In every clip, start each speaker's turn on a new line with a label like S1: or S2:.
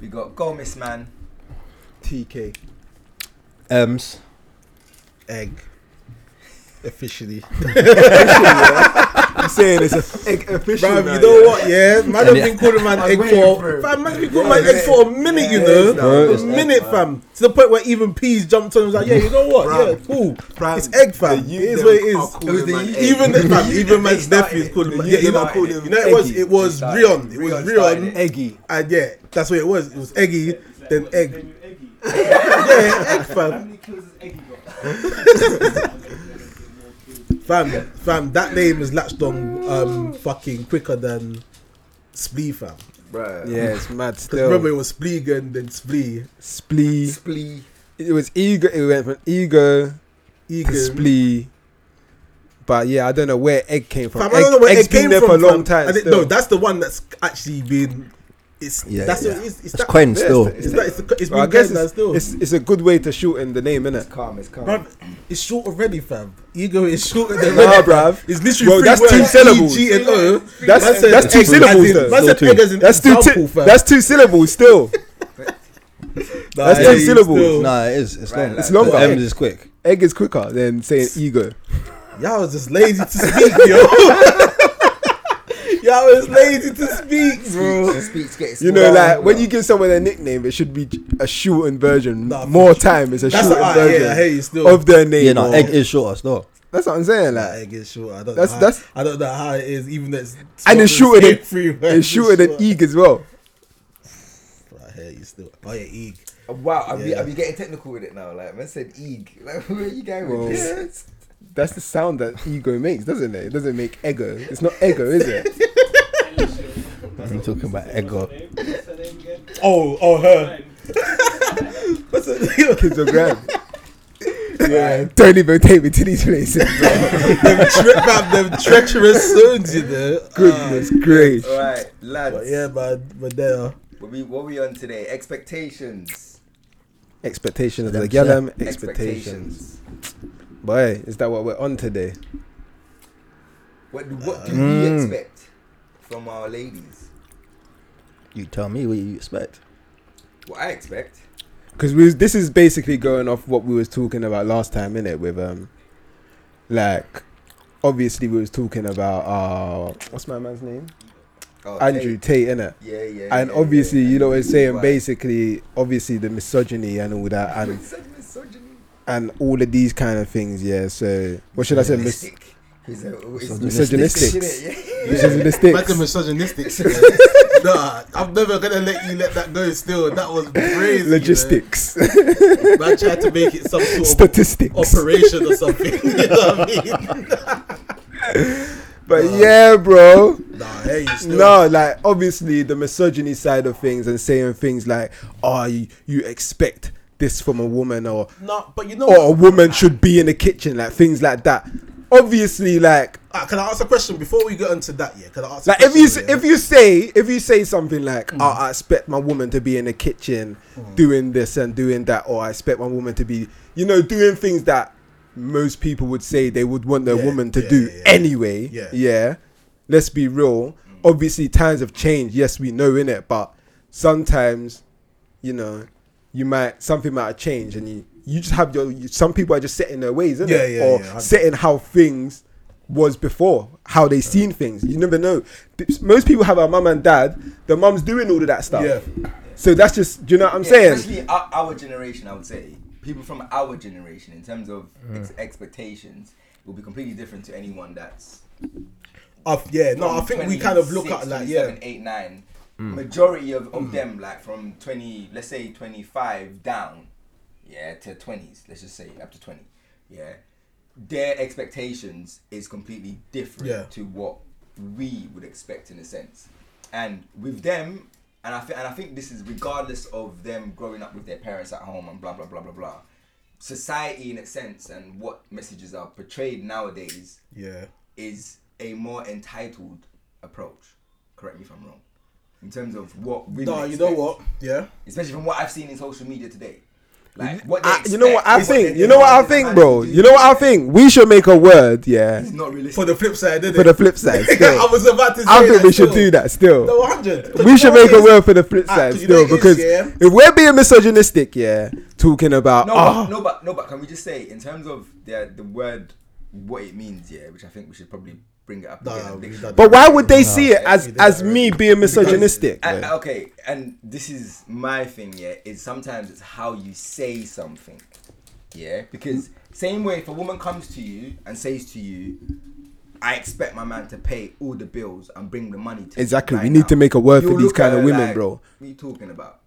S1: We got Gomez man,
S2: TK.
S3: Ems.
S2: Egg. Officially.
S3: I'm saying it's a
S1: egg official.
S2: Bruv,
S1: now,
S2: you know
S1: yeah.
S2: what? Yeah, man,
S3: And
S2: I've
S3: it-
S2: been calling man
S1: I was
S2: egg
S1: waiting
S2: for.
S1: for it.
S2: Fam, man's been calling
S1: Yeah,
S2: man
S1: it's
S2: egg for a minute, you
S1: Yeah,
S2: know,
S1: it's now.
S2: a
S3: It's egg,
S2: minute, fam. To the point where even peas jumped on and was like, "Yeah, you know what?
S1: Bruv.
S2: yeah, cool.
S1: Bruv,
S2: It's egg, fam.
S1: the
S2: It
S1: youth
S2: is
S1: them
S2: what it
S1: are
S2: is."
S1: calling
S2: It was the-
S1: man egg.
S2: even
S1: The
S2: the, fam,
S1: youth
S2: even
S1: that they
S2: man's nephew is
S1: started
S2: calling
S1: it.
S2: man.
S1: The
S2: Yeah,
S1: youth
S2: even
S1: that started
S2: calling him.
S1: it.
S2: You know, it was
S1: Eggy.
S2: it was
S1: They started
S2: Rion.
S1: it.
S2: It was
S1: Rion
S2: Rion.
S1: started
S3: eggy.
S2: And yeah, that's what it was. It was eggy, then egg.
S4: Eggy.
S2: Yeah, egg,
S4: How
S2: fam.
S4: many kills has Eggy got?
S2: Fam, fam, that name is latched on um, fucking quicker than Splee, fam.
S1: Bruh.
S3: Yeah, it's mad
S2: Because remember,
S3: still.
S2: it was Spleegan, then Splee,
S3: Splee.
S1: Splee.
S3: It was ego. It went from ego to
S2: Egan.
S3: splee. But yeah, I don't know where egg came from.
S2: Fam, I don't know where
S3: Egg's
S2: it came
S3: been there
S2: from.
S3: for a long
S2: fam.
S3: time.
S2: I think-
S3: still.
S2: No, that's the one that's actually been. It's
S3: Yeah,
S2: that's
S3: yeah.
S2: What, it's, it's
S5: It's
S2: that.
S5: coin
S1: Yeah,
S5: still.
S1: it's
S2: It's that. It's, the- it's
S3: Well, I
S2: been
S3: guess
S2: going down still.
S3: It's it's a good way to shoot in the name, innit?
S1: It's calm. It's calm.
S2: Bruv, it's short already, fam. Ego is shorter than
S3: Nah,
S2: nah,
S3: bruv.
S2: It's literally
S3: Bro,
S2: three
S3: that's
S2: words,
S3: two syllables.
S2: E, G and O.
S3: That's-
S2: Man said-
S3: that's two
S2: as in-
S3: syllables, though.
S2: Man said
S5: Still
S2: egg as an
S3: That's two.
S2: example,
S3: Ti-
S2: fam.
S3: that's two syllables still.
S2: Nah,
S3: that's
S2: yeah,
S3: two
S2: you
S3: syllables.
S2: still-
S5: Nah, it is. It's
S1: Right,
S5: long.
S1: like It's
S3: longer.
S5: The M's is quick.
S3: Egg is quicker than saying ego.
S2: Y'all was just lazy to speak, yo. Y'all was lazy to speak, bro.
S1: Speaks gets
S3: You know,
S1: long,
S3: like when
S1: bruh.
S3: you give someone a nickname, it should be a shortened version.
S2: Nah,
S3: More time is a
S2: That's
S3: shortened
S2: alright, yeah, I hear
S3: version
S2: you still.
S3: of their name.
S5: Yeah, no,
S3: or-
S5: egg is shorter still.
S3: That's what I'm saying.
S2: Nah,
S3: Like
S2: egg is short. I don't
S3: That's-
S2: know.
S3: that's-
S2: how, I don't know how it is, even though it's
S3: And it's shorter than-
S2: free.
S3: it's shorter than E. egg as well.
S2: I hear you still. Oh yeah, egg.
S1: Wow, are, we,
S2: Yeah.
S1: are we getting technical with it now? Like, man said eeg. Like, where are you going with
S3: Well,
S1: this?
S3: That's the sound that ego makes, doesn't it? It doesn't make ego. It's not ego, is it?
S5: I'm talking about uh, ego.
S4: What's her name again?
S2: Oh, oh her.
S4: Fine.
S2: What's her
S3: Kids or grand.
S1: Yeah.
S3: Don't even take me to these places.
S2: them, tre- fam, them treacherous zones, you know. Ah,
S3: Goodness gracious.
S1: All right, lads.
S2: But yeah, man, but
S3: uh,
S2: there.
S1: What we what we on today? Expectations.
S3: Expectations of the
S5: Them
S3: Gallam, expectations. Boy, is that what we're on today?
S1: What do, what do we
S3: Mm.
S1: expect from our ladies?
S5: You tell me what you expect.
S1: What I expect.
S3: Because we was- this is basically going off what we was talking about last time, innit? With um, like, obviously we was talking about uh, what's my man's name?
S1: Oh,
S3: Andrew
S1: hey,
S3: Tate, innit?
S1: Yeah, yeah.
S3: And
S1: yeah,
S3: obviously,
S1: yeah.
S3: you know what I'm saying.
S1: Right.
S3: Basically, obviously the misogyny and all that, and
S1: Said misogyny.
S3: and all of these kind of things. Yeah. So what should I say? Mis-
S1: Misogynistic. Is that- is-
S3: Misogynistic.
S1: Misogynistic, yeah.
S3: misogynistic.
S2: misogynistic. nah, I'm never gonna let you let that go. Still, that was crazy. you know.
S3: Logistics,
S2: But I tried to make it some sort of
S3: statistics,
S2: operation or something. you know what I mean?
S3: but
S2: Nah.
S3: yeah, bro.
S2: Nah, hey, you still.
S3: No, like obviously the misogyny side of things and saying things like, "Oh, you, you expect this from a woman," or
S2: Nah, but you know
S3: "or a
S2: what?
S3: woman should be in the kitchen," like things like that. Obviously, like
S2: Ah, can I ask a question before we get into that? Yeah, can I ask?
S3: like
S2: a
S3: if
S2: question,
S3: you
S2: yeah?
S3: if you say if you say something like, "Oh, I expect my woman to be in the kitchen
S2: Mm.
S3: doing this and doing that," or "I expect my woman to be," you know, doing things that most people would say they would want their
S2: Yeah,
S3: woman to
S2: yeah,
S3: do
S2: yeah, yeah.
S3: anyway.
S2: Yeah. Mm.
S3: yeah. Let's be real. Obviously, times have changed. Yes, we know in it, but sometimes, you know, you might something might have changed, and you you just have your. You, some people are just set in their ways, isn't
S2: Yeah,
S3: it?
S2: yeah,
S3: or
S2: yeah, I-
S3: set in how things was before, how they seen things. You never know. P- Most people have a mum and dad. The mum's doing all of that stuff.
S2: Yeah.
S3: So that's just. Do you know what I'm
S1: Yeah,
S3: saying?
S1: Especially our, our generation, I would say. People from our generation, in terms of
S3: Mm.
S1: ex- expectations, will be completely different to anyone that's.
S2: Uh, yeah, no, I
S1: from
S2: think we kind of look
S1: 26,
S2: at like
S1: 27,
S2: yeah, Hmm.
S1: 8, 9. Majority of, of them, like from 20, let's say 25 down, yeah, to 20s, let's just say up to 20, yeah, their expectations is completely different
S2: Yeah.
S1: to what we would expect in a sense. And with them, and I, th- and I think this is regardless of them growing up with their parents at home and blah, blah, blah, blah, blah. Society, in a sense, and what messages are portrayed nowadays
S2: yeah,
S1: is a more entitled approach. Correct me if I'm wrong. In terms of what women
S2: No, you
S1: expect,
S2: know what? Yeah,
S1: especially from what I've seen in social media today, Like what they
S3: I, you know what I
S1: expect is
S3: think.
S1: they-
S3: You know what I
S1: they
S3: think,
S1: manage
S3: bro.
S1: to do.
S3: You know what I think. We should make a word, yeah,
S1: It's not realistic.
S2: For the flip side, didn't
S3: for
S2: it?
S3: the flip side.
S2: I
S3: Still,
S2: was about to say
S3: I think
S2: that
S3: we should
S2: still.
S3: do that. Still,
S2: No, 100. But
S3: we
S2: you
S3: should
S2: know
S3: make a
S2: what it is?
S3: word for the flip
S2: Ah,
S3: side
S2: 'cause you know
S3: still
S2: it is,
S3: because
S2: yeah.
S3: if we're being misogynistic, yeah, talking about
S1: No,
S3: oh,
S1: but, no, but no, but can we just say in terms of the the word, what it means, yeah, which I think we should probably bring it up.
S2: No,
S1: again and
S2: we've
S1: dig-
S2: done
S3: but why would they
S2: No,
S3: see it
S2: yeah,
S3: as
S2: we did
S3: as
S2: that
S3: me
S2: already.
S3: being misogynistic?
S1: And-
S3: though?
S1: okay, and this is my thing, yeah, is sometimes it's how you say something. Yeah? Because same way if a woman comes to you and says to you, I expect my man to pay all the bills and bring the money to me
S3: Exactly.
S1: right
S3: we need
S1: now,"
S3: to make a word for
S1: you'll
S3: these
S1: look at
S3: kind of
S1: her
S3: women,
S1: like,
S3: bro.
S1: What are you talking about?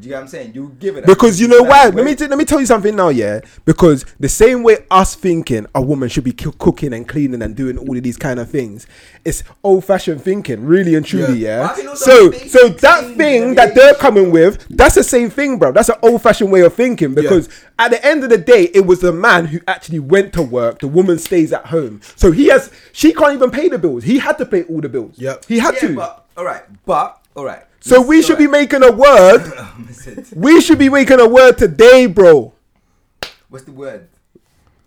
S1: Do you know what I'm saying? You give it
S3: Because you know
S1: Like,
S3: why?
S1: wait-
S3: Let me t- let me tell you something now, yeah. Because the same way us thinking a woman should be cu- cooking and cleaning and doing all of these kind of things, it's old-fashioned thinking, really and truly,
S2: Yeah.
S1: But
S3: yeah.
S1: I think those
S3: So
S1: are basic
S3: so that
S1: things
S3: thing
S1: that
S3: that
S1: we-
S3: they're coming with, that's the same thing, bro. That's an old-fashioned way of thinking. Because at the end of the day, it was the man who actually went to work. The woman stays at home, so he has she can't even pay the bills. He had to pay all the bills.
S2: Yep.
S3: he had
S1: yeah,
S3: to.
S1: But, all right, but all right.
S3: so we should be making a word.
S1: making.
S3: We should be making a word today, bro.
S1: What's the word?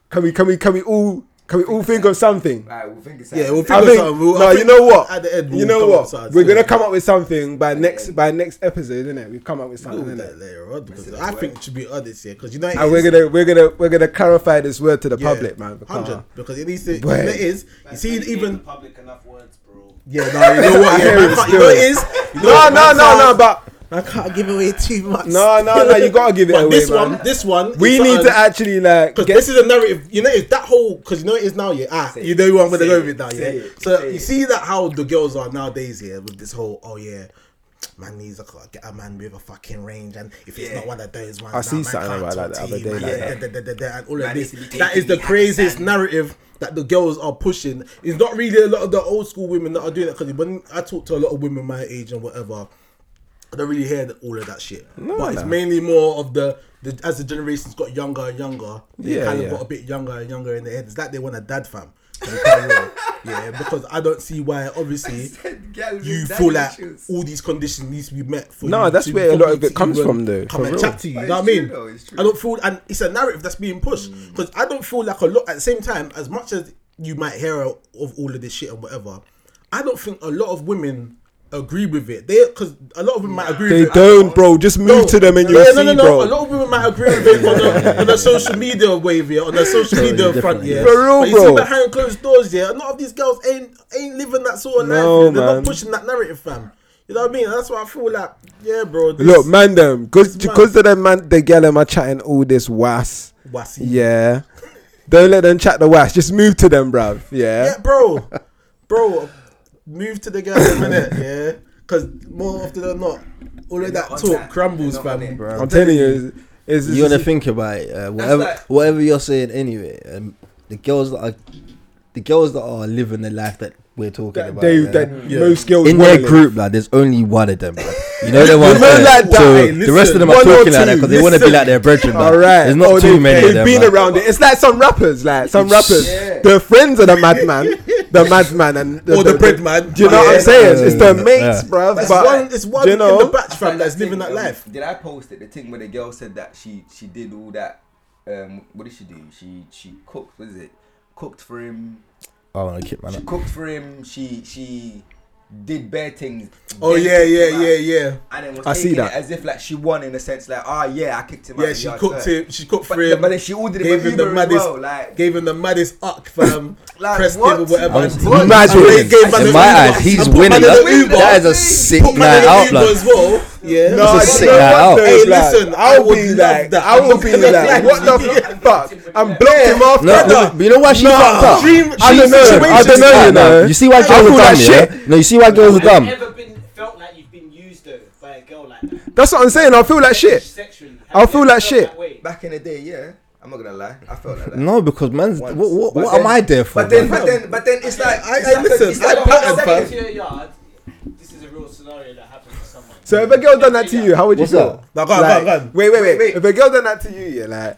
S3: Can we can we can we all can we all think of something?
S1: All right, we'll think of
S2: Yeah, we'll
S1: something.
S2: think
S3: I
S2: of
S3: think
S2: something. We'll- I
S3: no, you
S2: think
S3: know what?
S2: at the end
S3: you
S2: we'll
S3: know
S2: come
S3: what?
S2: up with
S3: We're
S2: something.
S3: gonna come up with something by next
S1: yeah.
S3: by next episode, innit? We've come up with
S2: We'll
S3: something,
S2: do
S3: innit?
S2: that later on because I think to be honest here, because you know it
S3: And we're
S2: is-
S3: gonna we're gonna we're gonna clarify this word to the
S2: yeah,
S3: public, man. because-
S2: Hundred because it needs to. You know
S3: Boy.
S2: it is. You
S4: That's
S2: see,
S4: how gave
S2: even
S4: the public enough words, bro.
S2: yeah. No, you know what?
S3: I hear
S2: Oh, Yeah,
S3: it
S2: man, you know it
S3: still.
S2: is. You know
S3: No,
S2: what,
S3: no,
S2: man
S3: no, no,
S2: can't-
S3: but
S2: I can't give away too much.
S3: No, no, no, you gotta give it
S2: But
S3: away,
S2: This
S3: man.
S2: one, this one,
S3: we
S2: is
S3: need
S2: something-
S3: to actually like
S2: Because
S3: get
S2: this is a narrative, you know, if that whole, because you know it is now, yeah, ah,
S1: Say
S2: you know
S1: it,
S2: where I'm going to
S1: say
S2: go
S1: it,
S2: with that, yeah.
S1: say it,
S2: so
S1: say
S2: you
S1: it.
S2: see that how the girls are nowadays, yeah, with this whole, oh yeah, man needs a car, get a man with a fucking range, and if it's
S1: Yeah.
S2: not one of those ones,
S3: I
S2: nah,
S3: see
S2: man
S3: something
S2: can't
S3: about that
S2: talk
S3: the
S2: to
S3: other
S2: you,
S3: day,
S2: man,
S1: like
S2: yeah,
S1: that.
S2: da, da, da, da, and all of
S1: Man
S2: this.
S1: needs to be
S2: That
S1: taken,
S2: is the
S1: you
S2: craziest
S1: understand?
S2: narrative that the girls are pushing. It's not really a lot of the old school women that are doing that, because when I talk to a lot of women my age and whatever, I don't really hear all of that shit. but it's
S3: no.
S2: mainly more of the, the as the generations got younger and younger, they
S3: Yeah,
S2: kind of
S3: yeah.
S2: got a bit younger and younger in their heads. It's like they want a dad fam. to be quite real. yeah, because I don't see why obviously
S1: said, "Girl with
S2: you
S1: daddy
S2: feel like
S1: issues."
S2: all these conditions needs to be met for
S3: No,
S2: you
S3: that's
S2: to-
S3: where a
S2: for
S3: lot
S2: me
S3: of it
S2: to
S3: comes
S2: even
S3: from, though,
S2: Come
S3: for
S2: and
S3: real.
S2: chat to you.
S1: But
S2: You know what I
S1: it's true,
S2: mean?
S1: though, it's true.
S2: I don't feel and it's a narrative that's being pushed.
S3: Mm.
S2: Because I don't feel like a lot at the same time, as much as you might hear of all of this shit and whatever, I don't think a lot of women agree with it. They because a lot of women might agree
S3: they
S2: with it. I-
S3: don't, bro. Just move to them and
S2: no,
S3: you'll
S2: no,
S3: see,
S2: no, no.
S3: bro.
S2: A lot of women might agree with it on the, on the social media wave here, on the social media
S5: different,
S2: front
S5: yeah.
S2: here.
S3: For real,
S2: but you
S3: bro.
S2: see behind closed doors, yeah. A lot of these girls ain't ain't living that sort of
S3: No,
S2: life. yeah. They're
S3: man.
S2: not pushing that narrative, fam. You know what I mean? And that's why I feel like, yeah, bro. This,
S3: Look, man, them because
S2: It's mad.
S3: because of them, man, the girl them are chatting all this was.
S2: Wassy.
S3: Yeah. Don't let them chat the wax. Just move to them, bruv. Yeah.
S2: Yeah, bro, bro, move to the girl in a minute, yeah. Because more often than not, all
S1: They're
S2: of that
S1: not on
S2: talk
S1: that.
S2: crumbles,
S1: They're not on
S2: fam.
S1: it.
S5: Bro.
S3: I'm telling you, is
S5: you gotta think about it. Uh, whatever,
S1: like-
S5: whatever you're saying, anyway. Um, the girls that are, the girls that are living the life that we're talking about.
S3: they
S5: yeah,
S3: that most girls
S5: in
S3: wanna
S5: their
S3: live.
S5: group, like, there's only one of them. Like, you know the ones.
S3: know
S5: there.
S3: like that,
S5: so
S3: hey,
S5: the rest of them are
S3: listen, one or
S5: talking like that because they want to be
S3: listen.
S5: like their brethren. Like,
S3: All right,
S5: there's not
S3: Oh,
S5: too
S3: they've,
S5: many
S3: They've
S5: of them.
S3: been
S5: like.
S3: around it. It's like some rappers, like some rappers.
S1: Yeah.
S3: The friends of the madman, the madman, and
S2: Or the bread man.
S3: Do you know
S2: Yeah.
S3: what I'm saying? It's the
S5: Yeah.
S3: mates,
S5: Yeah.
S3: bruv.
S2: It's
S3: But
S2: one, it's one
S3: do you know,
S2: in the batch, fam,
S1: Like
S2: that's
S1: that
S2: living
S1: thing,
S2: that
S1: um,
S2: life.
S1: Did I post it? The thing where the girl said that she she did all that. Um, what did she do? She she cooked. What is it? Cooked for him.
S5: Oh, I want to kick my.
S1: She cooked for him. She she did bare things.
S2: Oh
S1: then
S2: yeah,
S1: kicked
S2: yeah,
S1: him out,
S2: yeah, yeah.
S1: And then was
S3: I see
S1: taking
S3: that.
S1: it as if like she won in a sense like ah yeah I kicked him out.
S2: Yeah,
S1: of the
S2: she
S1: yard
S2: cooked
S1: first.
S2: him. She cooked
S1: But,
S2: for him.
S1: but then she ordered him
S2: gave
S1: with
S2: him the
S1: Uber as
S2: maddest-
S1: well. Like
S2: gave him the maddest uck, fam.
S1: Like,
S2: Pressed
S1: what?
S2: him or whatever.
S1: I'm
S2: and-
S1: sorry.
S2: and
S3: Mad
S2: they
S3: winning.
S2: gave
S5: In
S2: man the
S5: my
S2: Uber-
S5: eyes, he's
S2: and put
S5: winning.
S2: man in
S5: That,
S2: the Uber.
S5: that is a sick
S2: Put man in
S5: night
S2: the
S5: out,
S2: Uber
S5: blood.
S2: as well. Yeah.
S3: No,
S5: That's a
S3: you
S5: sick
S3: know
S5: night
S3: what?
S5: out.
S3: Hey,
S2: Hey,
S3: listen,
S2: listen,
S3: I
S2: I
S3: will
S2: would
S3: be
S2: love
S3: like,
S2: that.
S3: I will be
S2: Yeah.
S3: like, what the fuck? I'm blocked him off.
S5: No, no, but you know why she fucked up?
S2: Dream-
S5: I don't know. I
S2: situations
S5: don't know.
S3: like
S5: You
S3: that.
S5: know. You see why
S3: I
S5: girls
S3: feel
S5: are
S3: like
S5: dumb,
S3: shit.
S5: yeah? No, you see why girls are
S4: Have you
S5: dumb.
S4: ever been felt like you've been used though by a girl like that?
S3: That's what I'm saying. I feel like shit.
S4: Sexually, have
S3: I
S4: you
S3: feel
S4: ever
S3: like
S4: felt
S3: shit.
S4: that way?
S1: back in the day, yeah. I'm not gonna lie. I felt like that.
S5: No, because man's.
S1: once.
S5: What, what,
S1: But
S5: what
S1: then-
S5: am I there for?
S1: But then,
S5: man?
S1: but then, but then it's like
S2: I-
S1: it's
S2: I
S1: like a-
S2: listen,
S1: it's
S2: I
S1: like a-
S2: pattern,
S1: it's
S4: Step
S1: like
S2: fam.
S1: a-
S4: into your yard. This is a real scenario that happened to someone.
S3: So if a girl done that to you, how would you
S5: What's
S3: feel?
S2: No,
S5: that?
S2: go on,
S3: Like,
S2: go on, go on.
S3: Wait, wait, wait. If a girl done that to you, yeah, like,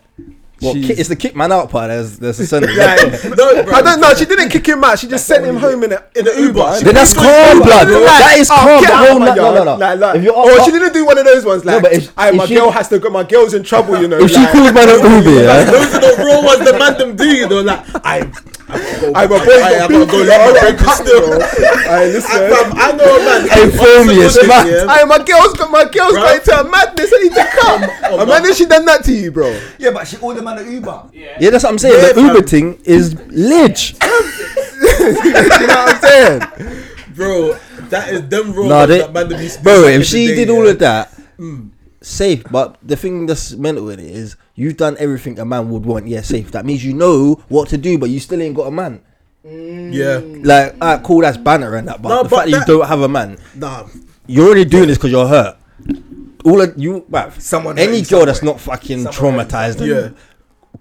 S5: Well,
S3: She's-
S5: kick, it's the kick man out part. There's, there's a sentence.
S3: Like,
S2: No, bro.
S3: I don't know. She didn't kick him out. She just sent him home in a in an
S2: Uber.
S3: Uber.
S2: She
S5: Then that's cold blood. that is cold
S3: get
S5: blood.
S3: out
S5: No,
S3: of my
S5: no, no,
S3: yard.
S5: no.
S3: Like, like,
S5: if you're
S3: or
S5: up-
S3: she didn't do one of those ones.
S5: No,
S3: Like,
S5: but if-
S3: "Aye,
S5: if
S3: my
S5: she-
S3: girl has to go. My girl's in trouble. You know.
S5: if she
S3: like,
S5: calls man an Uber, yeah,
S2: Those are the raw ones the man them do, you know, like I
S3: I'm a boy.
S2: I- I gotta go let my break
S3: cut still.
S2: still.
S3: I listen.
S2: fam, I know a man
S5: Hey, phone me, it's mad.
S2: yeah.
S3: Aye, my girl's got my girl's
S2: Bruh.
S3: got into a madness. I need to come.
S2: Oh,
S3: Imagine
S2: man.
S3: she done that to you, bro.
S1: Yeah, but she ordered man an Uber.
S4: Yeah.
S5: yeah, that's what I'm saying. the
S2: Yeah,
S5: Uber
S2: fam.
S5: thing is lich.
S3: You know what I'm saying?
S2: Bro, that is them raw
S5: Nah,
S2: ones
S5: they-
S2: that man them used to do
S5: Bro,
S2: back in
S5: if
S2: the
S5: she
S2: day,
S5: did
S2: yeah.
S5: all of that, safe. But the thing that's mental with it is you've done everything a man would want. Yeah, safe. That means you know what to do, but you still ain't got a man.
S2: Yeah.
S5: Like, alright, cool, that's banner and that. But
S2: No,
S5: the
S2: but
S5: fact that
S2: that-
S5: you don't have a man,
S2: Nah.
S5: you're only doing this because you're hurt. All of you, bruv,
S1: Someone hurt
S5: any
S1: you
S5: girl that's
S1: somewhere.
S5: not fucking
S1: Someone hurt you
S5: traumatized, and
S2: Yeah.